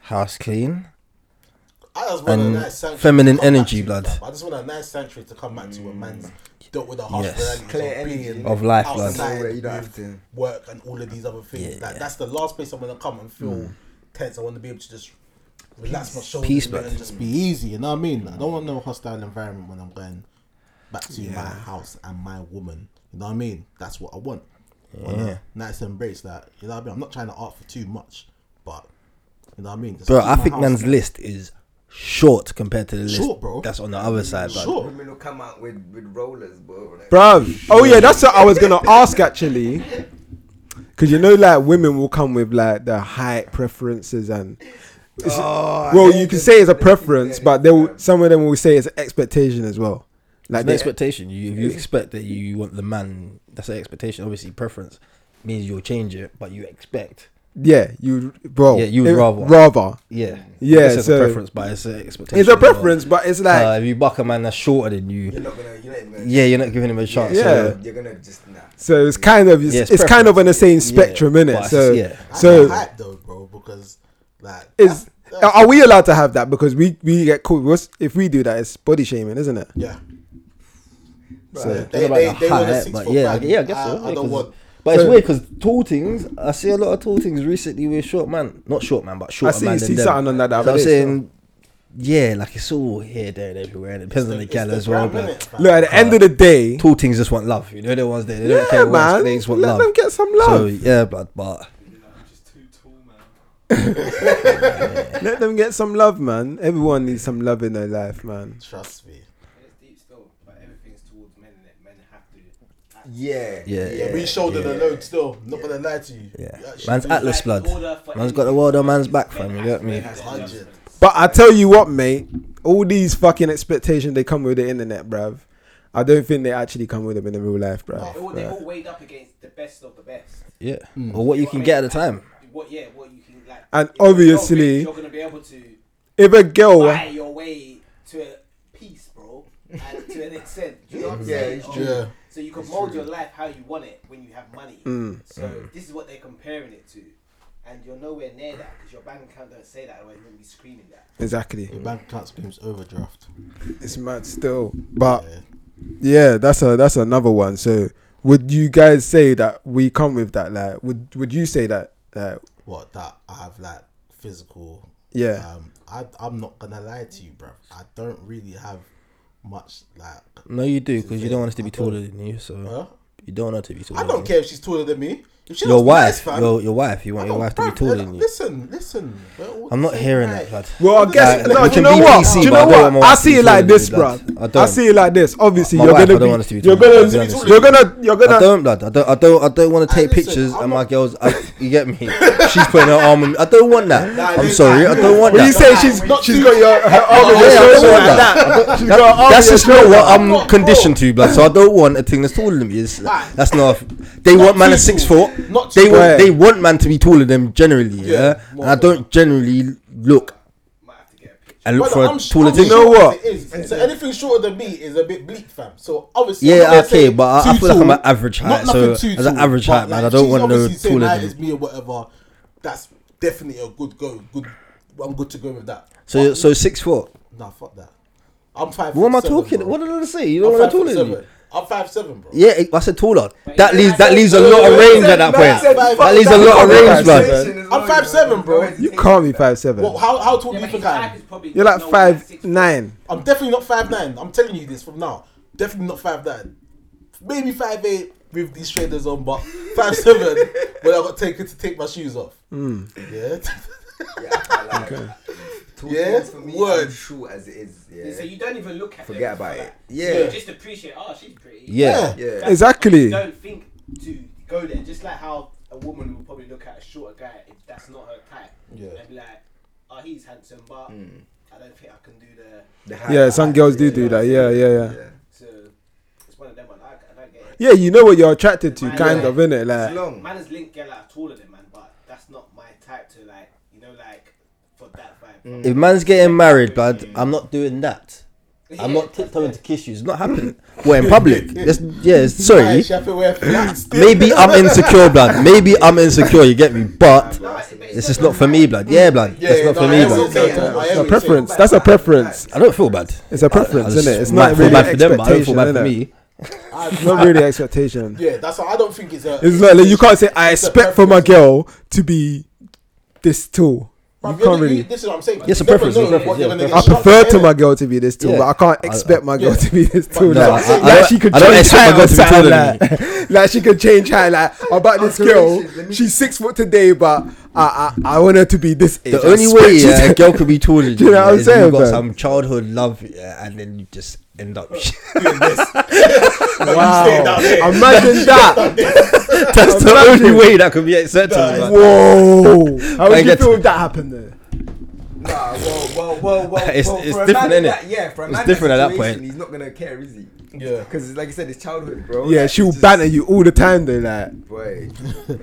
S5: House clean.
S2: I just want a
S5: And
S2: nice sanctuary
S5: feminine
S2: to come
S5: energy,
S2: back to,
S5: blood. Mm.
S2: fam. I just want a nice sanctuary to come back to when man's dealt with the harsh
S5: Yes.
S2: realities
S1: Clear
S2: of
S1: energy.
S2: being
S5: Of life, blood.
S2: outside
S1: Somewhere you don't have
S2: with
S1: to-
S2: work and all of these other things.
S5: Yeah,
S2: like,
S5: yeah. Mm.
S2: That's the last place I'm gonna come and feel tense. I want to be able to just relax my shoulders
S5: Peace,
S2: a
S5: blood.
S2: bit and just be easy. You know what I mean? I don't want no hostile environment when I'm going back to my house and my woman. You know what I mean? That's what I want. I want a nice embrace that. You know what I mean? I'm not trying to ask for too much, but you know what I mean? Just
S5: Bro,
S2: keep
S5: I
S2: my
S5: think
S2: house
S5: man's list is short compared to the list
S2: Short, bro.
S5: that's on the other side, blood.
S2: Short.
S1: Women will come out with, with rollers, bro. Like,
S3: Bruv. Oh yeah, that's what I was gonna ask actually. Cause you know, like women will come with like the height preferences and. it's-
S5: Oh,
S3: well, you can say it's a preference, but they will, some of them will say it's an expectation as well. Like
S5: It's an
S3: they,
S5: expectation. You if you expect that you want the man, that's an expectation. Obviously, preference means you'll change it, but you expect.
S3: yeah, you bro.
S5: Yeah, you would
S3: if-
S5: rather.
S3: rather.
S5: Yeah,
S3: Yeah,
S5: It's
S3: so-
S5: a preference, but it's an expectation.
S3: It's
S5: as
S3: a
S5: well.
S3: preference, but it's like
S5: Uh, if you buck a man that's shorter than you,
S1: You're not gonna. You're not even gonna.
S5: yeah, you're not giving him a chance.
S3: Yeah.
S5: so-
S1: You're gonna just nah.
S3: so. It's kind of it's,
S5: Yeah, it's
S3: it's kind of on the same spectrum,
S5: Yeah,
S3: innit?
S5: but
S3: So
S5: it's- yeah.
S2: I
S3: so
S2: so hype though, bro, because like uh,
S3: is uh,
S2: that's-
S3: are are we allowed to have that because we we get called what's, if we do that it's body shaming isn't it
S2: yeah.
S3: So-
S2: Yeah,
S5: They,
S2: they, they, they
S5: height,
S2: want a six
S5: but
S2: foot
S5: yeah,
S2: man.
S5: yeah, I guess so.
S2: I, I don't want.
S5: but it's
S3: So-
S5: weird because tall things. I see a lot of tall things recently with short man, not short man, but short
S3: I see
S5: man.
S3: you
S5: than
S3: see
S5: them.
S3: something on that the
S5: So I'm
S3: other day,
S5: saying, yeah, like it's all here, there, and everywhere, and it depends on the
S2: it's
S5: gal
S2: the
S5: as well.
S2: gram,
S5: But
S2: innit, fam?
S3: look at the end of the day
S5: tall things just want love. You know, the ones there. They don't
S3: yeah
S5: care what else,
S3: man
S5: they just want
S3: let
S5: love.
S3: them get some
S5: So
S3: love
S5: yeah, but but
S4: I'm just too tall, man.
S3: let them get some love man everyone needs some love in their life man
S2: Trust me.
S4: It's deep still, but everything's towards men, and men have to.
S1: Yeah.
S5: Yeah.
S2: Yeah, we shoulder the load still. Not gonna lie to you.
S5: yeah,
S2: You actually
S5: man's
S2: do
S5: atlas
S4: Like,
S5: blood.
S4: in order for
S5: Man's got the
S4: anything
S5: world on
S4: to happen,
S5: man's back,
S4: men
S5: fam. You
S4: have
S5: get
S4: to
S5: me?
S4: make that
S2: 100.
S4: adjustment.
S3: but I tell you what mate all these fucking expectations they come with the internet bruv I don't think they actually come with them in the real life bruv,
S4: They all, they all
S3: bruv.
S4: weighed up against the best of the best.
S5: Yeah,
S3: Hmm.
S5: or what you can get at the time.
S4: What, yeah, what you can like.
S3: And
S4: if you're
S3: obviously-
S4: rich, you're gonna be able to
S3: if a girl
S4: buy your way to a peace, bro, and to an extent. You know what I'm
S1: Yeah,
S4: saying?
S1: it's Mm.
S4: Oh,
S2: true. Yeah.
S4: So you can mold your life how you want it when you have money. So this is what they're comparing it to, and you're nowhere near that because your bank account don't say that, or you wouldn't be screaming that.
S3: exactly
S2: Your bank account screams overdraft.
S3: it's mad still but
S2: Yeah.
S3: Yeah, that's a that's another one. So would you guys say that we come with that? Like, would would you say that? Like,
S2: What that I have like physical.
S3: Yeah.
S2: Um, I I'm not gonna lie to you, bro. I don't really have much like.
S5: No, you do because you don't want us to
S2: I
S5: be
S2: don't-
S5: taller than you. So
S2: Huh?
S5: you don't want her to be taller.
S2: I
S5: than
S2: don't
S5: you.
S2: care if she's taller than me. If she
S5: Your
S2: looks nice,
S5: wife,
S2: fam,
S5: your your wife. You
S2: I
S5: want your
S2: don't-
S5: wife to be
S2: bruv,
S5: taller than you.
S2: Listen, listen. we're all
S5: I'm
S2: the
S5: not
S2: same
S5: hearing
S2: height.
S5: that, lad.
S3: well, I guess
S5: Like,
S3: no.
S5: we
S3: Do you
S5: can
S3: know
S5: be
S3: what?
S5: PC,
S3: do you
S5: but
S3: know
S5: I don't
S3: what?
S5: want my
S3: I
S5: wife to
S3: see
S5: be
S3: it like
S5: taller than
S3: this,
S5: you,
S3: bruv.
S5: lad. I
S3: I
S5: don't.
S3: see it like this. Obviously,
S5: My
S3: you're
S5: wife, I
S3: gonna
S5: don't want us to
S3: be,
S5: be
S3: you're
S5: taller,
S3: gonna,
S5: to be honest.
S3: you're gonna, you're
S5: I
S3: gonna.
S5: don't, lad. I don't. I don't. I don't want to
S2: Hey,
S5: take
S2: listen,
S5: pictures,
S2: I'm
S5: and my
S2: not-
S5: girls. I, you get me? She's putting her arm on me. I don't want that.
S2: Nah,
S5: I'm
S2: nah,
S5: sorry. I
S2: nah.
S5: don't want
S3: When
S5: that.
S3: you say she's
S2: Not
S3: she's
S2: too-
S3: got your her arm on
S5: Yeah,
S3: your
S5: I don't
S3: shoulder
S5: want
S3: like that. She's got her arm on
S5: that's
S3: your
S5: just not
S3: shoulder.
S5: what I'm conditioned to, blood. So I don't want a thing that's taller than me. It's, that's not. They want man
S2: too
S5: at six
S2: tall.
S5: foot.
S2: Not too
S5: they
S3: tall.
S5: want. They want man to be taller than them generally. Yeah.
S2: more
S5: and I don't generally look
S4: Might have to get a picture.
S5: and look
S2: Brother,
S5: for a
S2: I'm sh-
S5: taller
S2: I'm
S5: thing.
S3: You know
S2: short
S3: what?
S2: as it is. So anything shorter than me is a bit bleak, fam. So obviously, I'm not
S5: Yeah,
S2: gonna
S5: okay,
S2: say
S5: but I, I
S2: too
S5: feel like I'm
S2: tall.
S5: an average height.
S2: Not
S5: So
S2: nothing
S5: as
S2: too
S5: an
S2: tall,
S5: average
S2: but,
S5: height, man, I
S2: like,
S5: don't
S2: she's
S5: want no
S2: obviously saying
S5: taller
S2: that
S5: than
S2: is
S5: me.
S2: me or whatever. That's definitely a good go. Good, I'm good to go with that.
S5: So so six foot.
S2: Nah, fuck that. I'm five.
S5: What am I
S2: foot seven,
S5: talking?
S2: Bro.
S5: What did I say? You
S2: I'm
S5: don't want
S2: five
S5: no
S2: foot
S5: taller than me.
S2: seven. I'm five seven, bro.
S5: Yeah, I said taller. That
S4: you
S5: leaves
S4: said-
S5: that leaves a
S4: no,
S5: lot of
S3: no,
S5: range
S3: no,
S5: at that
S3: no,
S5: point.
S3: no, no,
S5: That leaves a lot of
S3: no,
S5: range,
S3: no,
S5: man.
S1: As well,
S2: I'm five seven, bro.
S3: You can't be five seven.
S2: Well, how how tall
S4: Yeah,
S2: do you
S4: but his
S2: think
S4: height
S2: I
S4: is
S2: am?
S4: probably
S3: You're like
S4: nowhere near
S3: five
S4: six foot.
S3: nine.
S2: I'm definitely not five nine. I'm telling you this from now. Definitely not five nine. Maybe five eight with these shaders on, but five seven when I got taken to take my shoes off. Yeah.
S1: Yeah, I like that. Two
S2: Yeah?
S1: things for me,
S2: Word.
S1: I'm sure as it is. Yeah.
S4: So you don't even look at
S1: Forget
S4: them for
S1: about it.
S4: that.
S1: Yeah.
S4: You just appreciate. Oh, she's pretty.
S5: Yeah.
S1: Yeah.
S4: That's-
S3: Exactly.
S4: Don't think to go there. Just like how a woman will probably look at a shorter guy if that's not her type.
S2: Yeah.
S4: And be like, oh, he's handsome, but. I I don't think I can do the.
S1: The
S3: Yeah, some girls do do that. Yeah, yeah, yeah.
S4: So it's one of them. man. I, I don't get it.
S3: Yeah, you know what you're attracted to, kind of, innit?
S1: It's
S3: Like,
S1: long.
S4: Man is linked girl like taller than man, but that's not my type to like. You know, like for that vibe.
S5: If man's getting married, blood, I'm not doing that. I'm not tiptoeing to kiss you. It's not happening. Well, in public. That's, yeah, it's- sorry. Maybe I'm insecure, blood. Maybe I'm insecure. You get me? But this is not for me, blood. Yeah, blood. That's not for me, blood.
S3: it's a preference. That's a preference.
S5: I don't feel bad.
S3: It's a preference,
S5: I just
S3: innit? It's
S5: might
S3: not
S5: feel
S3: really
S5: bad for them, but I don't feel
S3: expectation,
S5: bad for
S3: innit?
S5: me.
S3: It's not really expectation.
S2: Yeah, that's why I don't think it's a.
S3: It's not like you can't say I
S2: It's a
S3: expect for my girl to be this tall.
S2: Bruv,
S3: You
S2: you're
S3: can't
S2: not-
S3: really.
S2: This is what I'm saying.
S5: Yes,
S2: You
S5: a
S2: never
S5: preference,
S2: know
S5: a preference,
S2: what you're
S5: yeah,
S2: gonna
S3: I
S2: get shot
S3: prefer
S2: at,
S3: to
S2: innit?
S3: my girl to be this tall,
S5: Yeah.
S3: but I can't expect my girl
S2: yeah.
S3: to be this tall.
S5: No,
S3: like,
S5: I- I-
S3: like
S5: I-
S3: she could
S5: I don't
S3: change
S5: expect
S3: height
S5: my girl
S3: all
S5: to
S3: the
S5: be taller
S3: time. Like, like she could change height. Like about this girl,
S1: Alterations, let me-
S3: she's six foot today, but I I, I want her to be this age.
S5: The
S3: I
S5: only
S3: swear
S5: way
S3: she's-
S5: yeah, a girl could be taller than
S3: Do you know what I'm
S5: is if
S3: saying,
S5: You've got
S3: fam?
S5: some childhood love, yeah, and then you just end up.
S3: wow. Imagine that.
S5: That's the only way that could be acceptable. man.
S3: Whoa. How
S5: I
S3: would you
S5: get-
S3: feel if that happened? Though?
S1: Nah, well, well, well, well.
S5: It's-
S1: well,
S5: it's
S1: for a
S5: different,
S1: man in
S5: innit?
S1: that- Yeah, for a
S5: It's
S1: man in
S5: different at that
S1: situation,
S5: point.
S1: He's not gonna care, is he?
S2: Yeah.
S1: Because like you said, it's childhood,
S5: Oh,
S1: bro.
S3: Yeah,
S1: Like,
S3: she'll
S1: it's just-
S3: banter you all the time though. Like,
S1: Boy,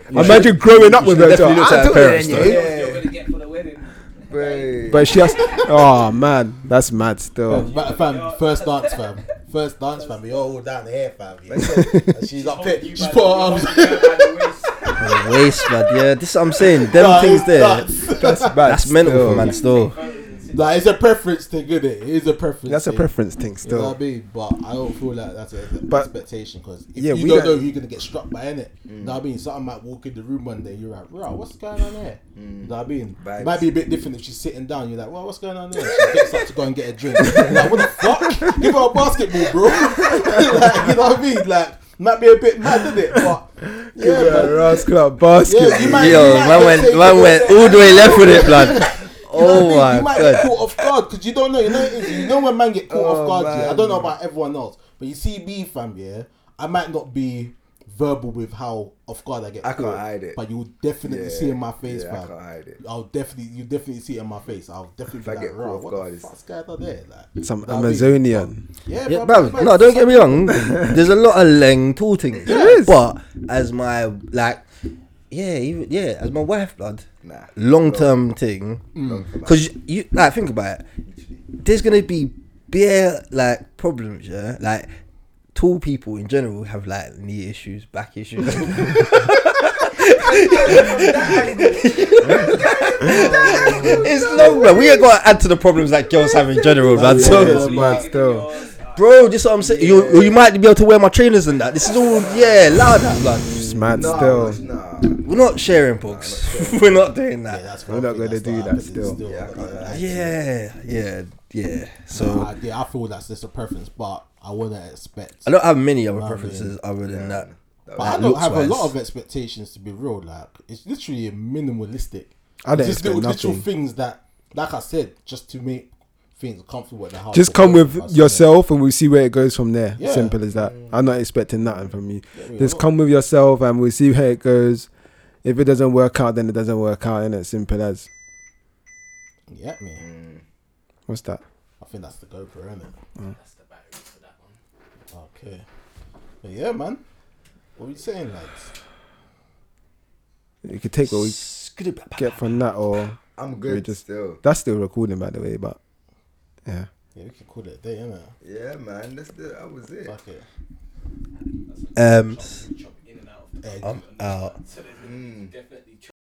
S3: imagine growing up with
S5: should
S3: her. so,
S5: definitely look
S3: "I'm
S5: at her
S3: taller
S5: parents,
S3: than
S5: though.
S3: you."
S4: You're gonna get for the wedding.
S1: boy.
S3: But she has. Oh man, that's mad. Still,
S2: But fam, first dance, fam. First dance, fam. You're all down here, fam. yeah. And she's up there. She's put her arms.
S5: The waist, man. Yeah, this is what I'm saying. Them
S2: Nah,
S5: things
S2: it's
S5: there.
S2: nuts.
S3: that's bad.
S5: That's mental
S3: still.
S5: for man still.
S2: Nah, it's a preference thing, isn't it? It is a preference.
S3: That's a
S2: thing.
S3: preference thing.
S2: You know
S3: Still,
S2: what I mean? But I don't feel like that's an
S3: But-
S2: expectation because if
S3: Yeah,
S2: you
S3: we
S2: don't
S3: don't-
S2: know who you're gonna get struck by, innit? You Know what I mean? Something might walk in the room one day. You're like, bro, what's going on here? You Know what I mean?
S1: Vibes.
S2: It might be a bit different if she's sitting down. You're like, well, what's going on there? She gets up to go and get a drink. You're like, what the fuck? Give her a basketball, bro. like, you know what I mean? Like, might be a bit mad, isn't it? But yeah,
S3: yeah,
S2: man.
S3: Ras Club basket.
S2: Yeah, you might-
S5: Yo,
S2: might
S5: man
S2: get
S5: went,
S2: taken
S5: man went
S2: off
S5: all the way left with it, blood.
S2: You know
S5: Oh
S2: what I mean? You
S5: my
S2: might get
S5: god.
S2: caught off guard because you don't know. You know, it is, you know when man get caught
S3: Oh,
S2: off guard. yeah. I
S3: man.
S2: don't know about everyone else, but you see me, fam. Yeah, I might not be verbal with how off guard I get.
S1: I can't
S2: caught,
S1: hide it.
S2: but you'll definitely see in my face,
S1: yeah, I can't
S2: fam.
S1: hide it.
S2: I'll definitely, you definitely see it in my face. I'll definitely
S1: I
S2: be
S1: get
S2: like,
S1: caught
S2: "Rah,
S1: off
S2: what
S1: guard,
S2: the
S1: it's-
S2: fuck's going on there?" Like,
S3: Some
S2: Nah, I mean,
S3: Amazonian.
S2: yeah,
S5: Yeah,
S2: bruv,
S5: bro. No, don't get me wrong. There's a lot of leng tall things.
S3: There is.
S5: But as my like, yeah, even yeah, as my wife, blood.
S1: Nah.
S5: Long term thing.
S2: Mm.
S5: Because you like think about it. There's gonna be bare like problems. Yeah, like tall people in general have like knee issues, back issues. it's long, bro. We ain't gotta add to the problems that girls have in general, man. So.
S3: It's mad. Still,
S5: Bro, this is what I'm saying. You, you might be able to wear my trainers and that. This is all, yeah, loud that blood.
S3: it's mad.
S1: Nah,
S3: Still,
S1: nah.
S5: We're not sharing books. We're not doing
S2: Yeah,
S5: that.
S2: that's
S3: We're
S2: one
S3: not
S2: thing
S3: gonna
S2: that's
S3: do
S2: not
S3: that
S2: happening
S3: still.
S1: Yeah, I can't lie.
S5: Yeah, yeah, yeah.
S2: Nah,
S5: So
S2: I- yeah, I feel that's just a preference, but I wouldn't expect.
S5: I don't have many other
S2: Nah,
S5: preferences other than that.
S1: That
S2: But
S1: was-
S2: I don't have
S5: looks-wise.
S2: a lot of expectations to be real. Like it's literally minimalistic.
S3: I don't
S2: It's just
S3: expect
S2: little,
S3: nothing.
S2: little things that, like I said, just to make things comfortable at the house.
S3: Just
S2: or
S3: come
S2: whatever,
S3: with
S2: so-
S3: yourself, and we'll see where it goes from there.
S2: Yeah.
S3: Simple as that. I'm not expecting nothing from you.
S2: yeah,
S3: Just
S2: well-
S3: come with yourself, and we'll see where it goes. If it doesn't work out, then it doesn't work out, and it's simple as.
S2: Yeah, man.
S3: What's that?
S2: I think that's the GoPro, isn't it?
S3: Mm.
S2: That's the battery for that one. Okay. But yeah, man. What are you saying, lads?
S3: You could take what we get from that, or
S1: I'm
S3: We
S1: good.
S3: just-
S1: still.
S3: that's still recording, by the way. But yeah,
S2: Yeah, we can call it a day, innit?
S1: Yeah, man. That's the, that was it.
S2: Fuck it.
S5: Um,
S4: Chop in and out of the
S2: Egg.
S5: I'm out.
S1: Mm.